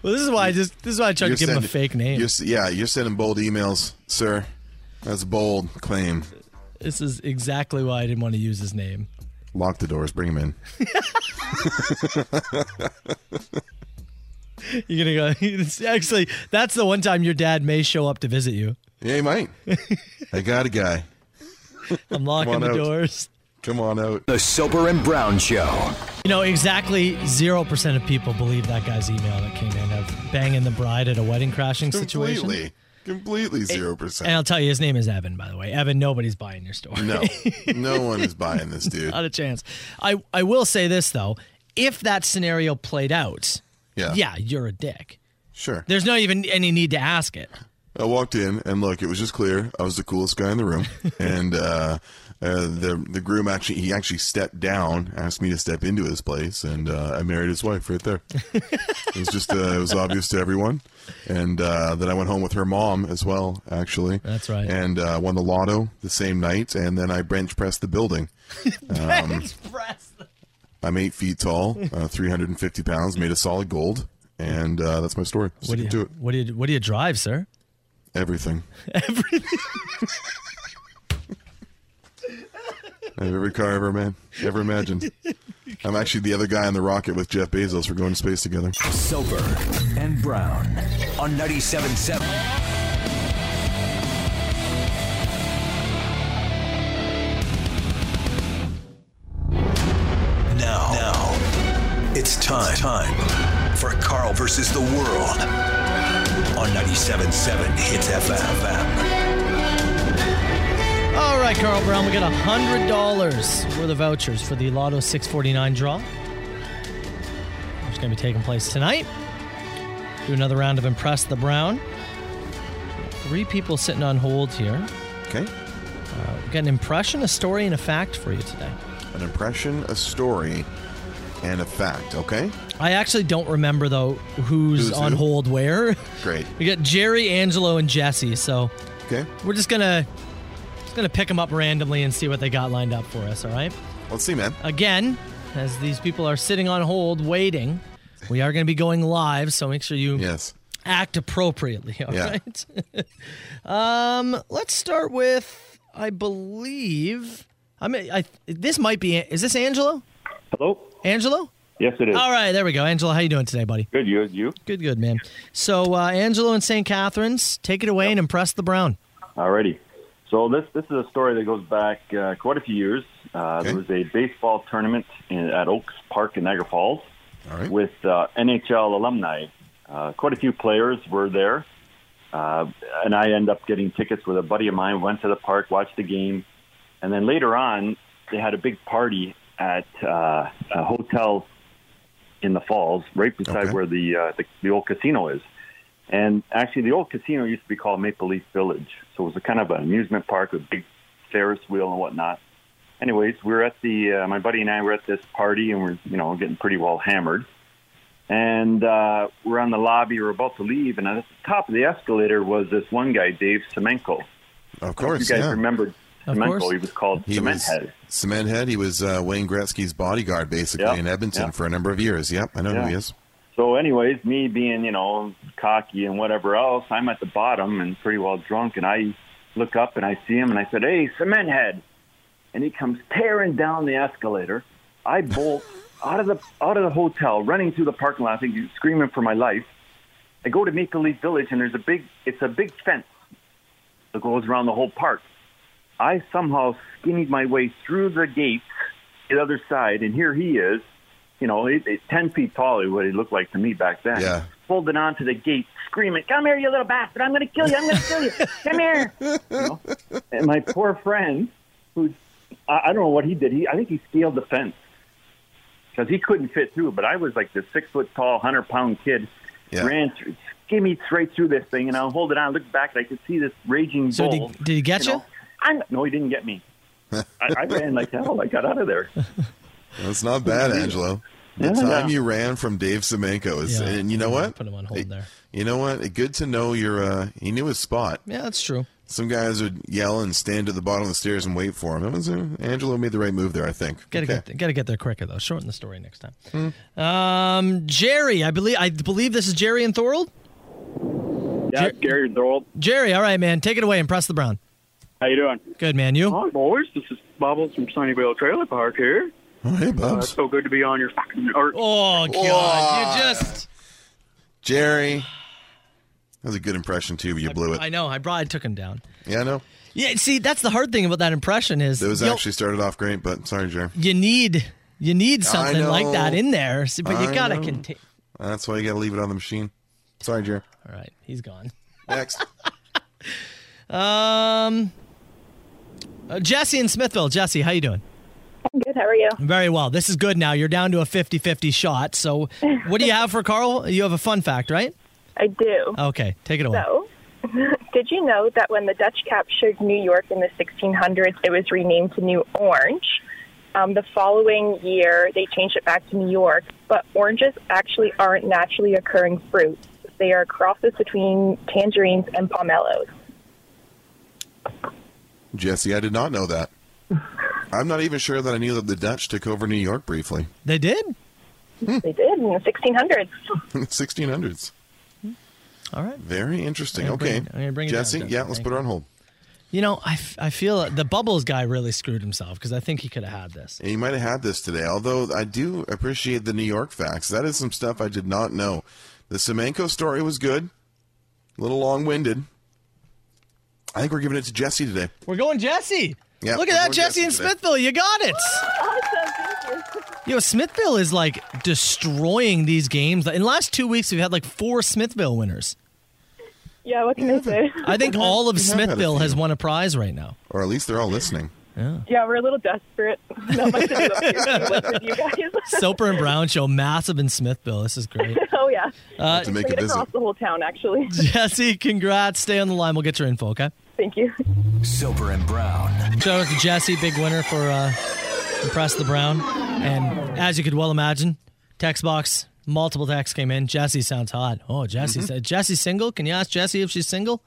Speaker 6: Well, this is why I just this is why I tried
Speaker 7: You're
Speaker 6: to give him a
Speaker 7: sending-
Speaker 6: fake name.
Speaker 7: You're, s- yeah, you're sending bold emails, sir. That's a bold claim.
Speaker 6: This is exactly why I didn't want to use his name.
Speaker 7: Lock the doors. Bring him in.
Speaker 6: You're gonna go. [LAUGHS] It's actually, that's the one time your dad may show up to visit you.
Speaker 7: Yeah, he
Speaker 6: [LAUGHS]
Speaker 7: might. I got a guy.
Speaker 6: I'm locking
Speaker 7: Come on
Speaker 6: the
Speaker 7: out.
Speaker 6: doors.
Speaker 7: Come on out.
Speaker 5: The Soper and Brown Show.
Speaker 6: You know, exactly zero percent of people believe that guy's email that came in of banging the bride at a wedding crashing situation.
Speaker 7: Completely. Completely 0%.
Speaker 6: And I'll tell you, his name is Evan, by the way. Evan, nobody's buying your story.
Speaker 7: No, no one is buying this dude.
Speaker 6: [LAUGHS] Not a chance. I, I will say this, though. If that scenario played out,
Speaker 7: Yeah.
Speaker 6: you're a dick.
Speaker 7: Sure.
Speaker 6: There's not even any need to ask it.
Speaker 7: I walked in and look, it was just clear. I was the coolest guy in the
Speaker 6: [LAUGHS]
Speaker 7: room, and uh, uh, the the groom actually he actually stepped down, asked me to step into his place, and uh, I married his wife right
Speaker 6: [LAUGHS]
Speaker 7: there. it was just uh, it was obvious to everyone, and uh, then I went home with her mom as well, actually.
Speaker 6: That's right.
Speaker 7: And uh, won the lotto the same night, and then I bench pressed the building. Um, I'm eight feet
Speaker 6: [LAUGHS]
Speaker 7: tall, uh, 350 pounds, made of solid gold, and uh, that's my story.
Speaker 6: What
Speaker 7: Sticking
Speaker 6: do,
Speaker 7: to
Speaker 6: you,
Speaker 7: it.
Speaker 6: what, do you, what do you drive, sir?
Speaker 7: Everything. I have every car I ever man ever imagined. I'm actually the other guy in the rocket with Jeff Bezos. We're going to space together.
Speaker 5: Soper and Brown on 97.7. Now, now, it's time, time for Carl versus the world on 97.7 Hits FM.
Speaker 6: All right, Carl Brown, we got $100 worth of vouchers for the Lotto 649 draw. It's going to be taking place tonight. Do another round of Impress the Brown. Three people sitting on hold here.
Speaker 7: Okay.
Speaker 6: Uh, we got an impression, a story, and a fact for you today.
Speaker 7: An impression, a story, and a fact. Okay.
Speaker 6: I actually don't remember, though, who's,
Speaker 7: Who's
Speaker 6: on
Speaker 7: who?
Speaker 6: hold where. [LAUGHS]
Speaker 7: Great.
Speaker 6: We got Jerry, Angelo, and Jesse. So
Speaker 7: Okay.
Speaker 6: we're just gonna just gonna pick them up randomly and see what they got lined up for us. All right.
Speaker 7: Let's see, man.
Speaker 6: Again, as these people are sitting on hold waiting, we are gonna be going live. So make sure you
Speaker 7: yes
Speaker 6: act appropriately. All
Speaker 2: Yeah.
Speaker 6: right. [LAUGHS] um, let's start with I believe I mean I this might be is this Angelo?
Speaker 18: Hello,
Speaker 6: Angelo.
Speaker 18: Yes, it is.
Speaker 6: All right, there we go. Angelo, how you doing today, buddy?
Speaker 18: Good, you, you.
Speaker 6: Good, good, man. So, uh, Angelo and St. Catharines, take it away and impress the Brown.
Speaker 18: Alrighty. So this this is a story that goes back uh, quite a few years. Uh, There was a baseball tournament in, at Oaks Park in Niagara Falls with uh, NHL alumni. Uh, quite a few players were there, uh, and I ended up getting tickets with a buddy of mine. Went to the park, watched the game, and then later on they had a big party at uh, a hotel in the falls, right beside where the, uh, the the old casino is. And actually, the old casino used to be called Maple Leaf Village. So it was a kind of an amusement park with big Ferris wheel and whatnot. Anyways, we were at the, uh, my buddy and I were at this party and we're, you know, getting pretty well hammered. And uh, we're on the lobby, we're about to leave. And at the top of the escalator was this one guy, Dave Semenko.
Speaker 7: Of course,
Speaker 18: You guys
Speaker 7: yeah.
Speaker 18: remembered
Speaker 7: Of
Speaker 18: Semenko.
Speaker 7: course.
Speaker 18: He was called
Speaker 7: He
Speaker 18: Cement
Speaker 7: was
Speaker 18: Head.
Speaker 7: Cement Head. He was uh, Wayne Gretzky's bodyguard, basically,
Speaker 18: Yeah,
Speaker 7: in Edmonton
Speaker 18: yeah.
Speaker 7: for a number of years. Yep, I know who
Speaker 18: Yeah.
Speaker 7: he is.
Speaker 18: So, anyways, me being, you know, cocky and whatever else, I'm at the bottom and pretty well drunk. And I look up and I see him and I said, Hey, cement head. And he comes tearing down the escalator. I bolt out of the out of the hotel, running through the parking lot, I think screaming for my life. I go to Maple Leaf Village and there's a big it's a big fence that goes around the whole park. I somehow skinnied my way through the gates to the other side, and here he is, you know, it, it, 10 feet tall, is what he looked like to me back then. Yeah. Holding on to the gate, screaming, Come here, you little bastard. I'm going to kill you. I'm going to kill you.
Speaker 8: [LAUGHS]
Speaker 18: Come here. You know? And my poor friend, who I, I don't know what he did, he I think he scaled the fence because he couldn't fit through. But I was like this six foot tall, 100 pound kid, ran through, skimmied straight through this thing, and I'm holding on, looked back, and I could see this raging
Speaker 6: So
Speaker 18: bull.
Speaker 6: did, did he get you?
Speaker 18: know, I'm, no, he didn't get me. I, I ran like hell. I got out of there.
Speaker 7: That's not bad, Angelo. The
Speaker 18: Yeah.
Speaker 7: time you ran from Dave Semenko is,
Speaker 6: Yeah.
Speaker 7: and you know what?
Speaker 6: Put him on hold there.
Speaker 7: You know what? Good to know your. Uh, he knew his spot.
Speaker 6: Yeah, that's true.
Speaker 7: Some guys would yell and stand at the bottom of the stairs and wait for him. That was, uh, Angelo made the right move there, I think.
Speaker 6: Gotta
Speaker 7: Okay. Hmm.
Speaker 6: get gotta get there quicker though. Shorten the story next time. Um, Jerry, I believe I believe this is Jerry and Thorold.
Speaker 19: Yeah, Gary Thorold.
Speaker 6: Jerry, all right, man, take it away and press the brown.
Speaker 19: How you doing?
Speaker 6: Good man, you.
Speaker 19: Hi, boys. This is Bubbles from Sunnyvale Trailer Park here.
Speaker 7: hey,
Speaker 19: Uh, it's so good to be on your fucking. Or-
Speaker 6: oh, God, you just
Speaker 7: Jerry. That was a good impression too, but you blew it.
Speaker 6: I know. I brought. I took him down.
Speaker 7: yeah, I know.
Speaker 6: Yeah. See, that's the hard thing about that impression is
Speaker 7: That was
Speaker 6: you know,
Speaker 7: actually started off great, but sorry, Jerry.
Speaker 6: you need you need
Speaker 7: I
Speaker 6: something like
Speaker 7: know.
Speaker 6: that in there, s- but you
Speaker 7: I
Speaker 6: gotta
Speaker 7: know.
Speaker 6: continue.
Speaker 7: That's why you got to leave it on the machine. Sorry, Jerry.
Speaker 6: All right, he's gone.
Speaker 7: Next.
Speaker 6: um, uh, Jesse in Smithville. Jesse, how you doing?
Speaker 20: I'm good. How are you?
Speaker 6: Very well. This is good now. You're down to a 50-50 shot. So, what do you have for Carl? You have a fun fact, right?
Speaker 20: I do.
Speaker 6: Okay, take it away.
Speaker 20: So, [LAUGHS] did you know that when the Dutch captured New York in the 1600s, it was renamed to New Orange? Um, the following year, they changed it back to New York, but oranges actually aren't naturally occurring fruits. They are crosses between tangerines and pomelos.
Speaker 7: Jesse, I did not know that. I'm not even sure that I knew that the Dutch took over New York briefly.
Speaker 6: They did?
Speaker 20: They did in the 1600s.
Speaker 7: [LAUGHS] 1600s.
Speaker 6: Hmm. All right.
Speaker 7: Very interesting.
Speaker 6: I'm gonna
Speaker 7: Okay.
Speaker 6: bring it- I'm gonna bring it down,
Speaker 7: Jesse,
Speaker 6: Jesse.
Speaker 7: yeah, let's
Speaker 6: Thank
Speaker 7: put it on hold.
Speaker 6: You know, I, f- I feel the bubbles guy really screwed himself because I think he could have had this.
Speaker 7: And you might have had this today, although I do appreciate the New York facts. That is some stuff I did not know. The Semenko story was good, a little long winded. I think we're giving it to Jesse today.
Speaker 6: We're going Jesse.
Speaker 7: Yeah,
Speaker 6: Look at
Speaker 7: we're
Speaker 6: that,
Speaker 7: going
Speaker 6: Jesse
Speaker 7: Jesse
Speaker 6: in
Speaker 7: today.
Speaker 6: Smithville. You got it. Yo, Smithville is like destroying these games. In the last two weeks, we've had like four Smithville winners.
Speaker 20: Yeah, what can I say?
Speaker 6: I think all of
Speaker 7: we have had a
Speaker 6: Smithville
Speaker 7: few.
Speaker 6: has won a prize right now.
Speaker 7: Or at least they're all listening.
Speaker 6: Yeah.
Speaker 20: Yeah, we're a little desperate. Not much to do up here. so we work with you guys. [LAUGHS]
Speaker 6: Soper and Brown show massive in Smithville. This is great.
Speaker 20: oh yeah.
Speaker 6: Uh, To make a
Speaker 20: Bring it
Speaker 6: visit.
Speaker 20: across the whole town, actually.
Speaker 6: Jesse, congrats. Stay on the line. We'll get your info, okay?
Speaker 20: Thank you.
Speaker 5: Soper and Brown.
Speaker 6: Shout out to Jesse, big winner for uh, Impress the Brown. And as you could well imagine, text box, multiple texts came in. Jesse sounds hot. Oh, Jesse
Speaker 21: Mhm.
Speaker 6: said, Jesse's single. Can you ask Jesse if she's single?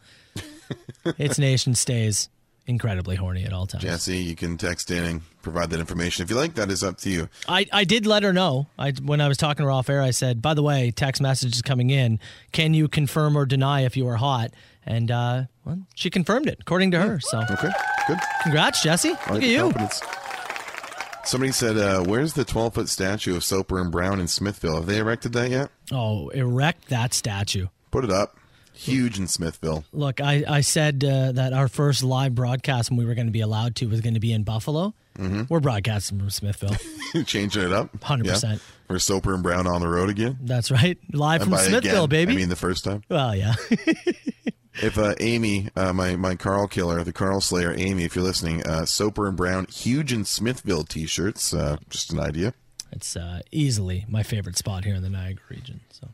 Speaker 6: its nation stays incredibly horny at all times.
Speaker 7: Jesse, you can text in and provide that information. If you like, that is up to you.
Speaker 6: I, I did let her know I, when I was talking to her off air. I said, by the way, text messages coming in. Can you confirm or deny if you are hot? And uh, well, she confirmed it, according to her. So
Speaker 7: okay, good.
Speaker 6: Congrats, Jesse. Look
Speaker 7: I like
Speaker 6: at
Speaker 7: the
Speaker 6: you.
Speaker 7: confidence. Somebody said, uh, "Where's the 12 foot statue of Soper and Brown in Smithville? Have they erected that yet?
Speaker 6: Oh, erect that statue.
Speaker 7: Put it up. Huge in Smithville. [LAUGHS]
Speaker 6: Look, I, I said uh, that our first live broadcast when we were going to be allowed to was going to be in Buffalo. Mm-hmm. We're broadcasting from Smithville.
Speaker 7: Changing it up.
Speaker 6: 100%.
Speaker 7: We're Soper and Brown on the road again.
Speaker 6: That's right. Live
Speaker 7: And
Speaker 6: from
Speaker 7: by
Speaker 6: Smithville,
Speaker 7: again,
Speaker 6: baby.
Speaker 7: I mean the first time.
Speaker 6: well, yeah.
Speaker 7: If uh, Amy, uh, my my Carl killer, the Carl Slayer, Amy, if you're listening, uh, Soper and Brown, huge in Smithville t-shirts. Uh, just an idea.
Speaker 6: It's uh, easily my favorite spot here in the Niagara region. So,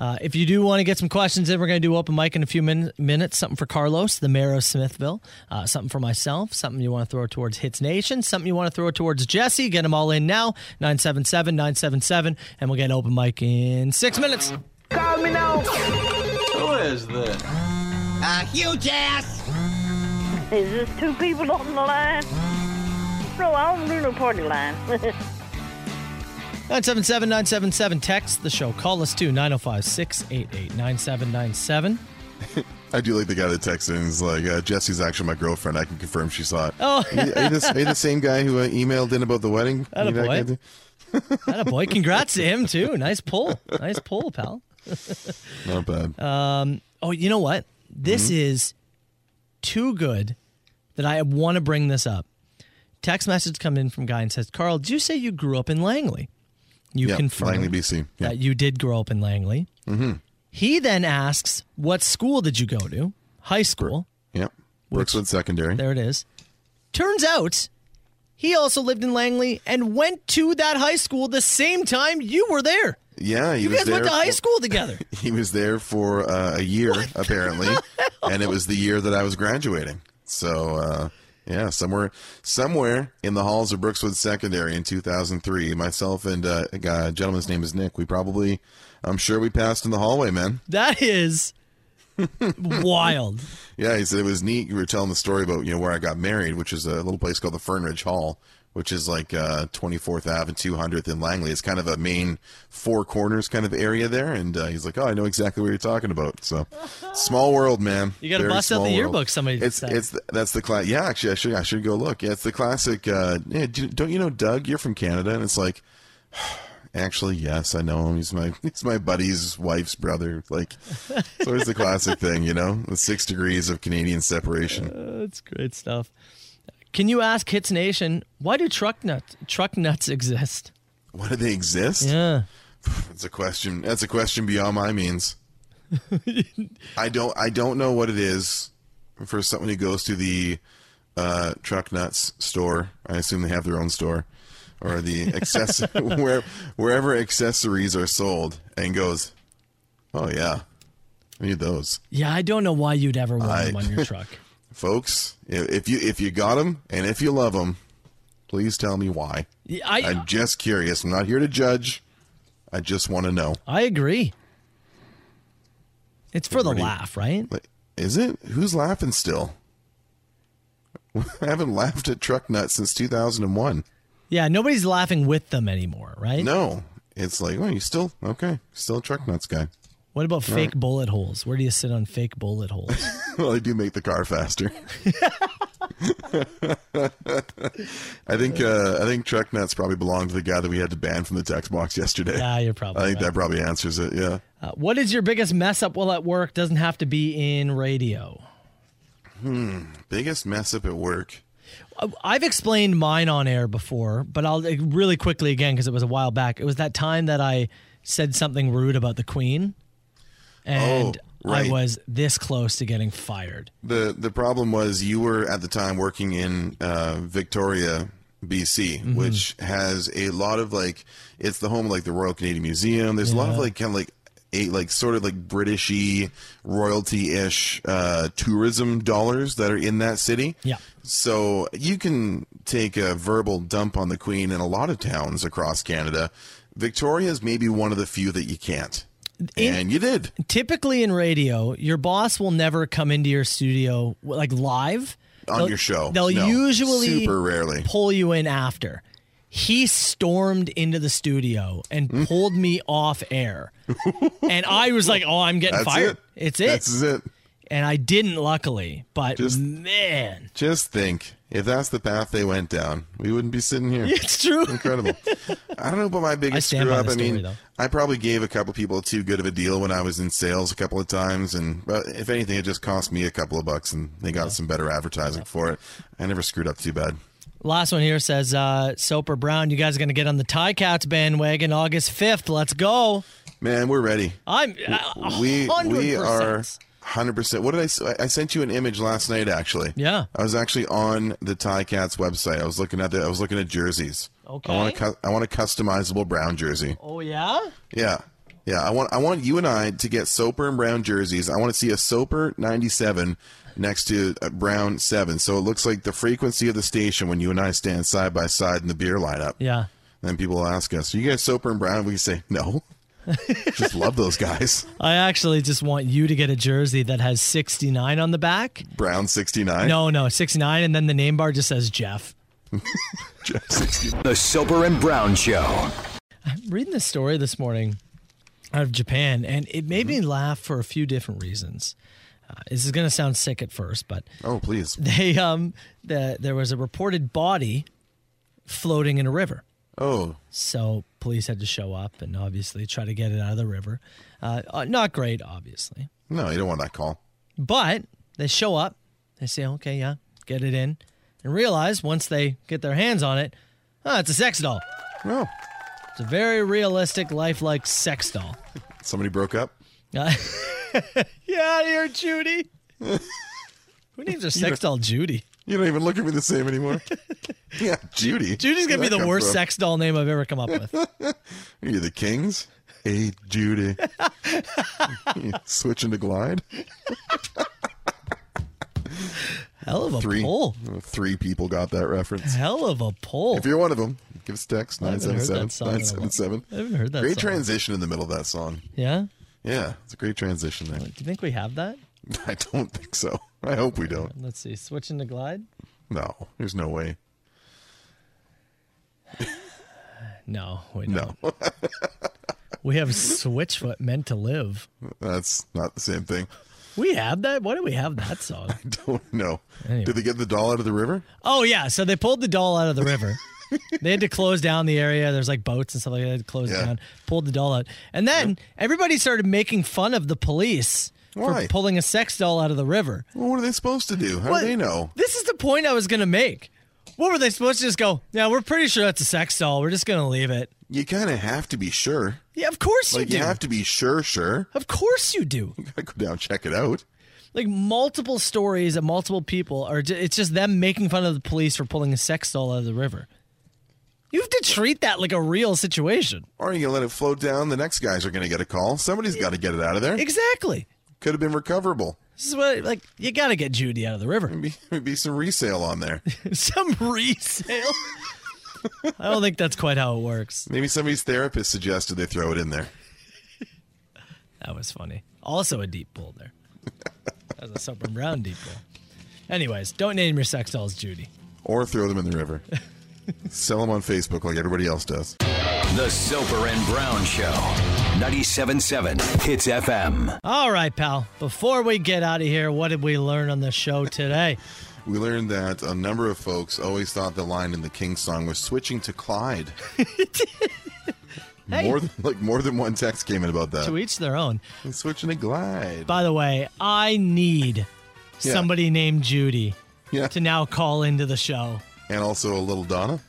Speaker 6: uh, if you do want to get some questions in, we're going to do open mic in a few min- minutes. Something for Carlos, the mayor of Smithville. Uh, something for myself. Something you want to throw towards Hits Nation. Something you want to throw towards Jesse. Get them all in now. 977 977. And we'll get an open mic in six minutes.
Speaker 3: Call me now.
Speaker 1: Who is this?
Speaker 3: A huge ass.
Speaker 8: Is this two people on the line? No, I don't do no party line. [LAUGHS]
Speaker 6: 977 977. Text the show. Call us too. 905 688 9797.
Speaker 7: I do like the guy that texted and is like, uh, "Jesse's actually my girlfriend. I can confirm she saw it."
Speaker 6: Oh.
Speaker 7: are you, are you the, are you the same guy who uh, emailed in about the wedding?
Speaker 6: Atta
Speaker 7: You know,
Speaker 6: boy.
Speaker 7: I can-
Speaker 6: Atta boy. Congrats to him, too. Nice pull. Nice pull, pal.
Speaker 7: Not bad.
Speaker 6: Um, oh, you know what? This
Speaker 7: Mm-hmm.
Speaker 6: is too good that I want to bring this up. Text message come in from guy and says, "Carl, did you say you grew up in Langley? You
Speaker 7: Yeah,
Speaker 6: confirmed
Speaker 7: Langley, BC. Yeah.
Speaker 6: that you did grow up in Langley."
Speaker 7: Mm-hmm.
Speaker 6: He then asks, "What school did you go to? High school?"
Speaker 7: Yep. Brookswood Secondary.
Speaker 6: There it is. Turns out he also lived in Langley and went to that high school the same time you were there.
Speaker 7: Yeah, he
Speaker 6: You
Speaker 7: was
Speaker 6: guys
Speaker 7: there
Speaker 6: went to high
Speaker 7: for-
Speaker 6: school
Speaker 7: [LAUGHS]
Speaker 6: together.
Speaker 7: He was there for uh, a year apparently,
Speaker 6: [LAUGHS]
Speaker 7: and it was the year that I was graduating. So uh, yeah, somewhere somewhere in the halls of Brookswood Secondary in 2003, myself and uh, a guy- a gentleman's name is Nick. We probably, I'm sure, we passed in the hallway, man. [LAUGHS]
Speaker 6: That is wild.
Speaker 7: Yeah, he said it was neat. You were telling the story about you know where I got married, which is a little place called the Fernridge Hall, which is like uh, 24th Ave and 200th in Langley. It's kind of a main four corners kind of area there, and uh, he's like, "Oh, I know exactly what you're talking about."
Speaker 6: [LAUGHS]
Speaker 7: So, small world, man.
Speaker 6: You gotta
Speaker 7: Very
Speaker 6: bust out the
Speaker 7: small world.
Speaker 6: yearbook, somebody
Speaker 7: It's
Speaker 6: said.
Speaker 7: it's the- that's the class. Yeah, actually, I should I should go look. Yeah, it's the classic. Uh, yeah, do- don't you know Doug? You're from Canada, and it's like. [SIGHS] Actually, yes, I know him. He's my [LAUGHS] he's my buddy's wife's brother. Like, it's always the classic thing, you know, the six degrees of Canadian separation.
Speaker 6: Uh, that's great stuff. Can you ask Hits Nation why do truck nuts truck nuts [LAUGHS] exist?
Speaker 7: Why do they exist?
Speaker 6: Yeah,
Speaker 7: that's a question. That's a question beyond my means. I don't. I don't know what it is for someone who goes to the uh, truck nuts store. I assume they have their own store, or the access where wherever accessories are sold, and goes, oh yeah, I need those.
Speaker 6: Yeah, I don't know why you'd ever want
Speaker 7: I-
Speaker 6: them on
Speaker 7: [LAUGHS]
Speaker 6: your truck.
Speaker 7: folks i- if you if you got them and if you love them please tell me why
Speaker 6: Yeah, I-
Speaker 7: am just curious i'm not here to judge i just want to know
Speaker 6: i agree it's for the laugh right
Speaker 7: is it who's laughing still [LAUGHS] i haven't laughed at truck nuts since 2001
Speaker 6: Yeah, nobody's laughing with them anymore, right?
Speaker 7: no it's like oh you still okay still a truck nuts guy [LAUGHS]
Speaker 6: What about
Speaker 7: All
Speaker 6: fake
Speaker 7: right.
Speaker 6: bullet holes? Where do you sit on fake
Speaker 7: [LAUGHS]
Speaker 6: bullet holes?
Speaker 7: well, they do make the car faster. [LAUGHS] I think uh, I think truck nuts probably belong to the guy that we had to ban from the text box yesterday.
Speaker 6: Yeah, you're probably
Speaker 7: I think
Speaker 6: right.
Speaker 7: that probably answers it. Yeah.
Speaker 6: Uh, what is your biggest mess up while at work? Doesn't have to be in radio.
Speaker 7: Hmm. Biggest mess up at work.
Speaker 6: I- I've explained mine on air before, but I'll like, really quickly again because it was a while back. It was that time that I said something rude about the Queen, and
Speaker 7: Oh, right.
Speaker 6: I was this close to getting fired.
Speaker 7: The the problem was you were at the time working in uh, Victoria, BC,
Speaker 6: Mhm.
Speaker 7: which has a lot of like it's the home of like the Royal Canadian Museum. There's a lot of
Speaker 6: Yeah.
Speaker 7: like kind of like a like sort of like Britishy royalty ish uh, tourism dollars that are in that city.
Speaker 6: Yeah.
Speaker 7: So you can take a verbal dump on the Queen in a lot of towns across Canada. Victoria is maybe one of the few that you can't. and you did.
Speaker 6: Typically in radio, your boss will never come into your studio w- like live
Speaker 7: On
Speaker 6: They'll-
Speaker 7: your show.
Speaker 6: They'll
Speaker 7: No.
Speaker 6: usually
Speaker 7: Super rarely.
Speaker 6: pull you in after. He stormed into the studio
Speaker 7: Hmm?
Speaker 6: and pulled me off
Speaker 7: [LAUGHS]
Speaker 6: air, and I was like, "Oh, I'm getting
Speaker 7: That's
Speaker 6: fired.
Speaker 7: it.
Speaker 6: It's it.
Speaker 7: That's it."
Speaker 6: And I didn't, luckily. But
Speaker 7: Just-
Speaker 6: man, [LAUGHS]
Speaker 7: Just think, if that's the path they went down, we wouldn't be sitting here.
Speaker 6: It's true.
Speaker 7: Incredible. I don't know about my biggest
Speaker 6: stand
Speaker 7: screw
Speaker 6: by
Speaker 7: up.
Speaker 6: the
Speaker 7: I mean,
Speaker 6: story, though.
Speaker 7: I probably gave a couple people too good of a deal when I was in sales a couple of times, and well, if anything, it just cost me a couple of bucks, and they got some better advertising for it. I never screwed up too bad.
Speaker 6: last one here says uh, Soper Brown. You guys are going to get on the Tie Cats bandwagon August fifth. Let's go.
Speaker 7: Man, we're ready.
Speaker 6: I'm uh,
Speaker 7: we we
Speaker 6: 100%.
Speaker 7: are 100% what did i s- i sent you an image last night actually
Speaker 6: Yeah.
Speaker 7: i was actually on the tie cats website i was looking at the i was looking at jerseys i want a, cu- I want a customizable brown jersey
Speaker 6: Oh yeah.
Speaker 7: yeah yeah i want i want you and i to get soper and brown jerseys i want to see a soper 97 next to a brown 7 so it looks like the frequency of the station when you and i stand side by side in the beer lineup
Speaker 6: Yeah.
Speaker 7: then people will ask us are you guys soper and brown we say no [LAUGHS] just love those guys
Speaker 6: I actually just want you to get a jersey that has 69 on the back.
Speaker 7: brown 69
Speaker 6: No, no, 69, and then the name bar just says Jeff.
Speaker 21: The Soper and Brown Show.
Speaker 6: I'm reading this story this morning out of Japan, and it made me laugh for a few different reasons. Uh, this is going to sound sick at first, but
Speaker 7: [LAUGHS] oh please
Speaker 6: they um the, there was a reported body floating in a river.
Speaker 7: Oh.
Speaker 6: So police had to show up and obviously try to get it out of the river. Uh, uh, not great, obviously.
Speaker 7: No, you don't want that call.
Speaker 6: But they show up, they say, okay, yeah, get it in, and realize once they get their hands on it, oh, it's a sex doll.
Speaker 7: Oh.
Speaker 6: It's a very realistic, lifelike sex doll. [LAUGHS]
Speaker 7: Somebody broke up.
Speaker 6: Uh, Get out of here, Judy. Who names
Speaker 7: [LAUGHS]
Speaker 6: her
Speaker 7: You
Speaker 6: sex
Speaker 7: don't-
Speaker 6: doll Judy?
Speaker 7: You don't even look at me the same
Speaker 6: [LAUGHS]
Speaker 7: anymore. yeah, Judy.
Speaker 6: Judy's gonna
Speaker 7: Where'd
Speaker 6: be
Speaker 7: that
Speaker 6: the
Speaker 7: come
Speaker 6: worst
Speaker 7: from?
Speaker 6: sex doll name I've ever come up
Speaker 7: [LAUGHS]
Speaker 6: with.
Speaker 7: Are you the Kings? Hey,
Speaker 6: [LAUGHS]
Speaker 7: Judy. You Switching to Glide.
Speaker 6: Hell of a
Speaker 7: three,
Speaker 6: pull.
Speaker 7: Three people got that reference.
Speaker 6: Hell of a pull.
Speaker 7: If you're one of them, give us a text
Speaker 6: I haven't heard
Speaker 7: 977
Speaker 6: that song in a while.
Speaker 7: 977.
Speaker 6: I haven't heard that
Speaker 7: Great
Speaker 6: song.
Speaker 7: transition in the middle of that song.
Speaker 6: Yeah?
Speaker 7: Yeah, it's a great transition there.
Speaker 6: Do you think we have that?
Speaker 7: [LAUGHS] I don't think so. I hope we don't.
Speaker 6: Let's see. Switching to glide?
Speaker 7: No, there's no way.
Speaker 6: No, we
Speaker 7: No.
Speaker 6: don't. [LAUGHS] we have Switchfoot meant to live.
Speaker 7: That's not the same thing. [LAUGHS]
Speaker 6: We have that? Why do we have that song?
Speaker 7: Don't know.
Speaker 6: Anyway.
Speaker 7: Did they get the doll out of the river?
Speaker 6: Oh yeah, so they pulled the doll out of the river. they had to close down the area. There's like boats and stuff like that. They had to close it down. Pulled the doll out, and then everybody started making fun of the police
Speaker 7: Why?
Speaker 6: for pulling a sex doll out of the river.
Speaker 7: Well, what are they supposed to do? How do they know?
Speaker 6: This is the point I was going to make. What were they supposed to just go? Yeah, we're pretty sure that's a sex doll. We're just going to leave it.
Speaker 7: You kind of have to be sure.
Speaker 6: Yeah, of course
Speaker 7: Like
Speaker 6: you
Speaker 7: you
Speaker 6: do.
Speaker 7: have to be sure, sure. [LAUGHS]
Speaker 6: Of course you do.
Speaker 7: You gotta go down and check it out.
Speaker 6: like multiple stories of multiple people are ju- it's just them making fun of the police for pulling a sex doll out of the river you have to treat that like a real situation
Speaker 7: Or you can let it float down. The next guys are gonna get a call. Somebody's got to get it out of there.
Speaker 6: exactly
Speaker 7: Could have been recoverable. [LAUGHS]
Speaker 6: this is what like you gotta get judy out of the river [LAUGHS]
Speaker 7: maybe, maybe some resale on there
Speaker 6: some resale [LAUGHS] i don't think that's quite how it works
Speaker 7: Maybe somebody's therapist suggested they throw it in there.
Speaker 6: that was funny also a deep pull there that was a soap and brown deep pull anyways don't name your sex dolls judy
Speaker 7: Or throw them in the [LAUGHS] river. Sell them on Facebook like everybody else does.
Speaker 21: The Soper and Brown Show. 97.7 Hits FM.
Speaker 6: all right pal before we get out of here what did we learn on the show today
Speaker 7: We learned that a number of folks always thought the line in the King song was switching to
Speaker 6: [LAUGHS]
Speaker 7: Clyde.
Speaker 6: Hey.
Speaker 7: More than, like more than one text came in about that.
Speaker 6: to each their own
Speaker 7: And switching to Glide.
Speaker 6: By the way, I need
Speaker 7: Yeah.
Speaker 6: somebody named Judy
Speaker 7: Yeah.
Speaker 6: to now call into the show. [LAUGHS]
Speaker 7: And also a little Donna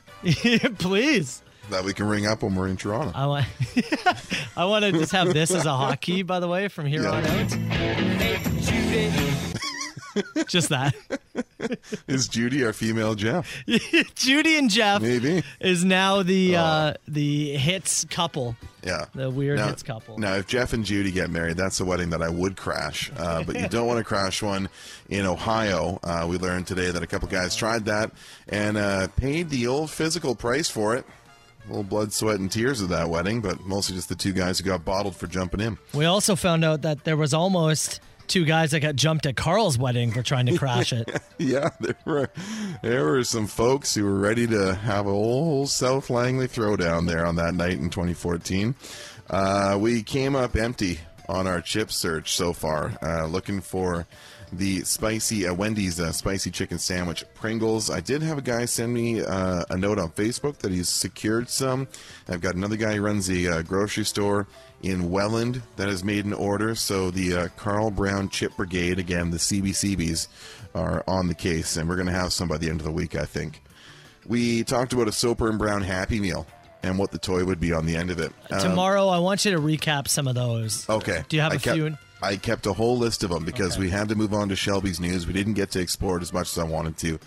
Speaker 6: Please.
Speaker 7: that we can ring up when we're in Toronto.
Speaker 6: I want [LAUGHS] I want to just have this as a hotkey, by the way, from here on out. just that.
Speaker 7: Is Judy our female Jeff?
Speaker 6: [LAUGHS] Judy and Jeff
Speaker 7: Maybe.
Speaker 6: is now the uh, the hits couple.
Speaker 7: Yeah.
Speaker 6: The weird
Speaker 7: Now-
Speaker 6: hits couple.
Speaker 7: Now, if Jeff and Judy get married, that's a wedding that I would crash. Uh, but you don't want
Speaker 6: [LAUGHS]
Speaker 7: to crash one in Ohio. Uh, we learned today that a couple guys tried that and uh, paid the old physical price for it. A little blood, sweat, and tears of that wedding, but mostly just the two guys who got bottled for jumping in.
Speaker 6: We also found out that there was almost two guys that got jumped at Carl's wedding for trying to
Speaker 7: [LAUGHS]
Speaker 6: crash it.
Speaker 7: yeah, there were there were some folks who were ready to have a whole South Langley throwdown there on that night in 2014. Uh, we came up empty on our chip search so far, uh, looking for the spicy uh, Wendy's uh, spicy chicken sandwich Pringles. I did have a guy send me uh, a note on Facebook that he's secured some. I've got another guy who runs the uh, grocery store in Welland that has made an order. So the uh, Carl Brown Chip Brigade, again, the CBCBs, are on the case, and we're going to have some by the end of the week, I think. We talked about a Soper and Brown Happy Meal and what the toy would be on the end of it. Um,
Speaker 6: [LAUGHS] Tomorrow I want you to recap some of those.
Speaker 7: Okay.
Speaker 6: Uh, Do you have
Speaker 7: I
Speaker 6: a
Speaker 7: kept,
Speaker 6: few
Speaker 7: I kept a whole list of them because we had to move on to Shelby's news. We didn't get to explore it as much as I wanted to.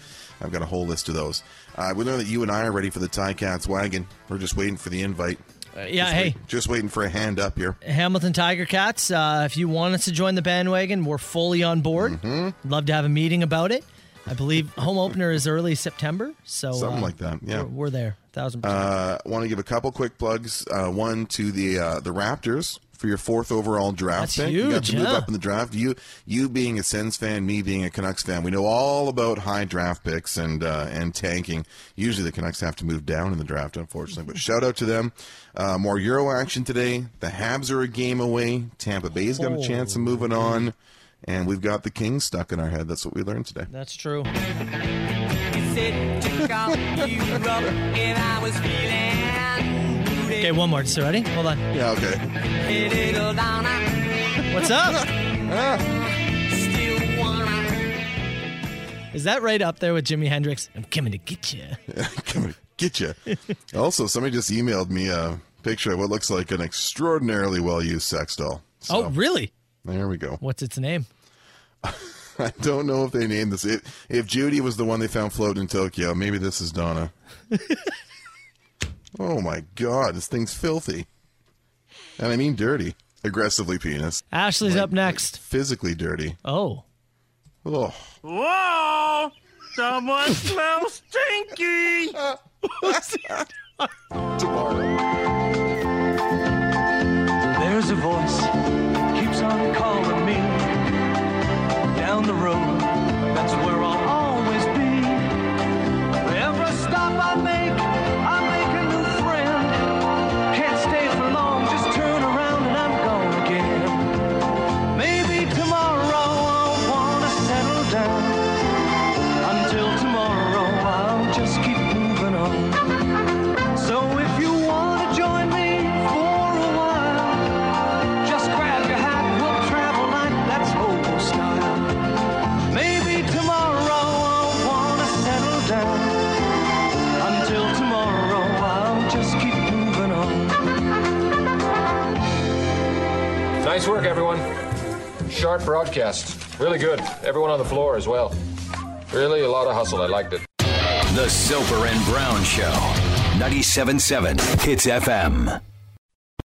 Speaker 7: I've got a whole list of those. Uh, we know that you and I are ready for the Tie Cats wagon. We're just waiting for the invite.
Speaker 6: yeah,
Speaker 7: Just
Speaker 6: Uh, hey.
Speaker 7: wait- just waiting for a hand up here.
Speaker 6: Hamilton Tiger Cats. Uh, if you want us to join the bandwagon, we're fully on board.
Speaker 7: Mm-hmm.
Speaker 6: Love to have a meeting about it. I believe home opener is early September, so
Speaker 7: Something
Speaker 6: uh,
Speaker 7: like that, yeah.
Speaker 6: we're, we're there. Thousand percent.
Speaker 7: Uh, want to give a couple quick plugs. Uh, one to the uh, the Raptors for your fourth overall draft
Speaker 6: That's
Speaker 7: pick. you got
Speaker 6: huge,
Speaker 7: to move
Speaker 6: yeah.
Speaker 7: up in the draft. You you being a Sens fan, me being a Canucks fan, we know all about high draft picks and uh, and tanking. Usually the Canucks have to move down in the draft, unfortunately. But shout out to them. Uh, more Euro action today. The Habs are a game away. Tampa Bay's got a chance
Speaker 6: Oh.
Speaker 7: of moving on. And we've got the Kings stuck in our head. That's what we learned today.
Speaker 6: That's true. Okay, one more. So ready? Hold on.
Speaker 7: Yeah. Okay.
Speaker 6: What's up? Is that right up there with Jimi Hendrix? I'm coming to get you.
Speaker 7: coming to get
Speaker 6: [LAUGHS]
Speaker 7: you. also, somebody just emailed me a picture of what looks like an extraordinarily well used sex doll.
Speaker 6: oh, really?
Speaker 7: There we go.
Speaker 6: What's its name?
Speaker 7: [LAUGHS] I don't know if they named this. If, if Judy was the one they found floating in Tokyo, maybe this is
Speaker 6: [LAUGHS]
Speaker 7: Donna. oh my God, this thing's filthy. And I mean dirty. Aggressively penis.
Speaker 6: Ashley's up next.
Speaker 7: Physically dirty.
Speaker 6: Oh.
Speaker 7: Oh.
Speaker 2: Whoa! Someone smells stinky!
Speaker 6: [LAUGHS]
Speaker 4: There's a voice keeps on calling me down the road. That's where I'll always be. Every stop I make, I make a new friend. Can't stay for long, just turn around and I'm gone again. Maybe tomorrow I'll wanna settle down. Until tomorrow, I'll just keep moving on.
Speaker 11: Nice work, everyone. Sharp broadcast. Really good. Everyone on the floor as well. Really a lot of hustle. I liked it.
Speaker 21: The Soper and Brown Show. 97.7 Hits FM.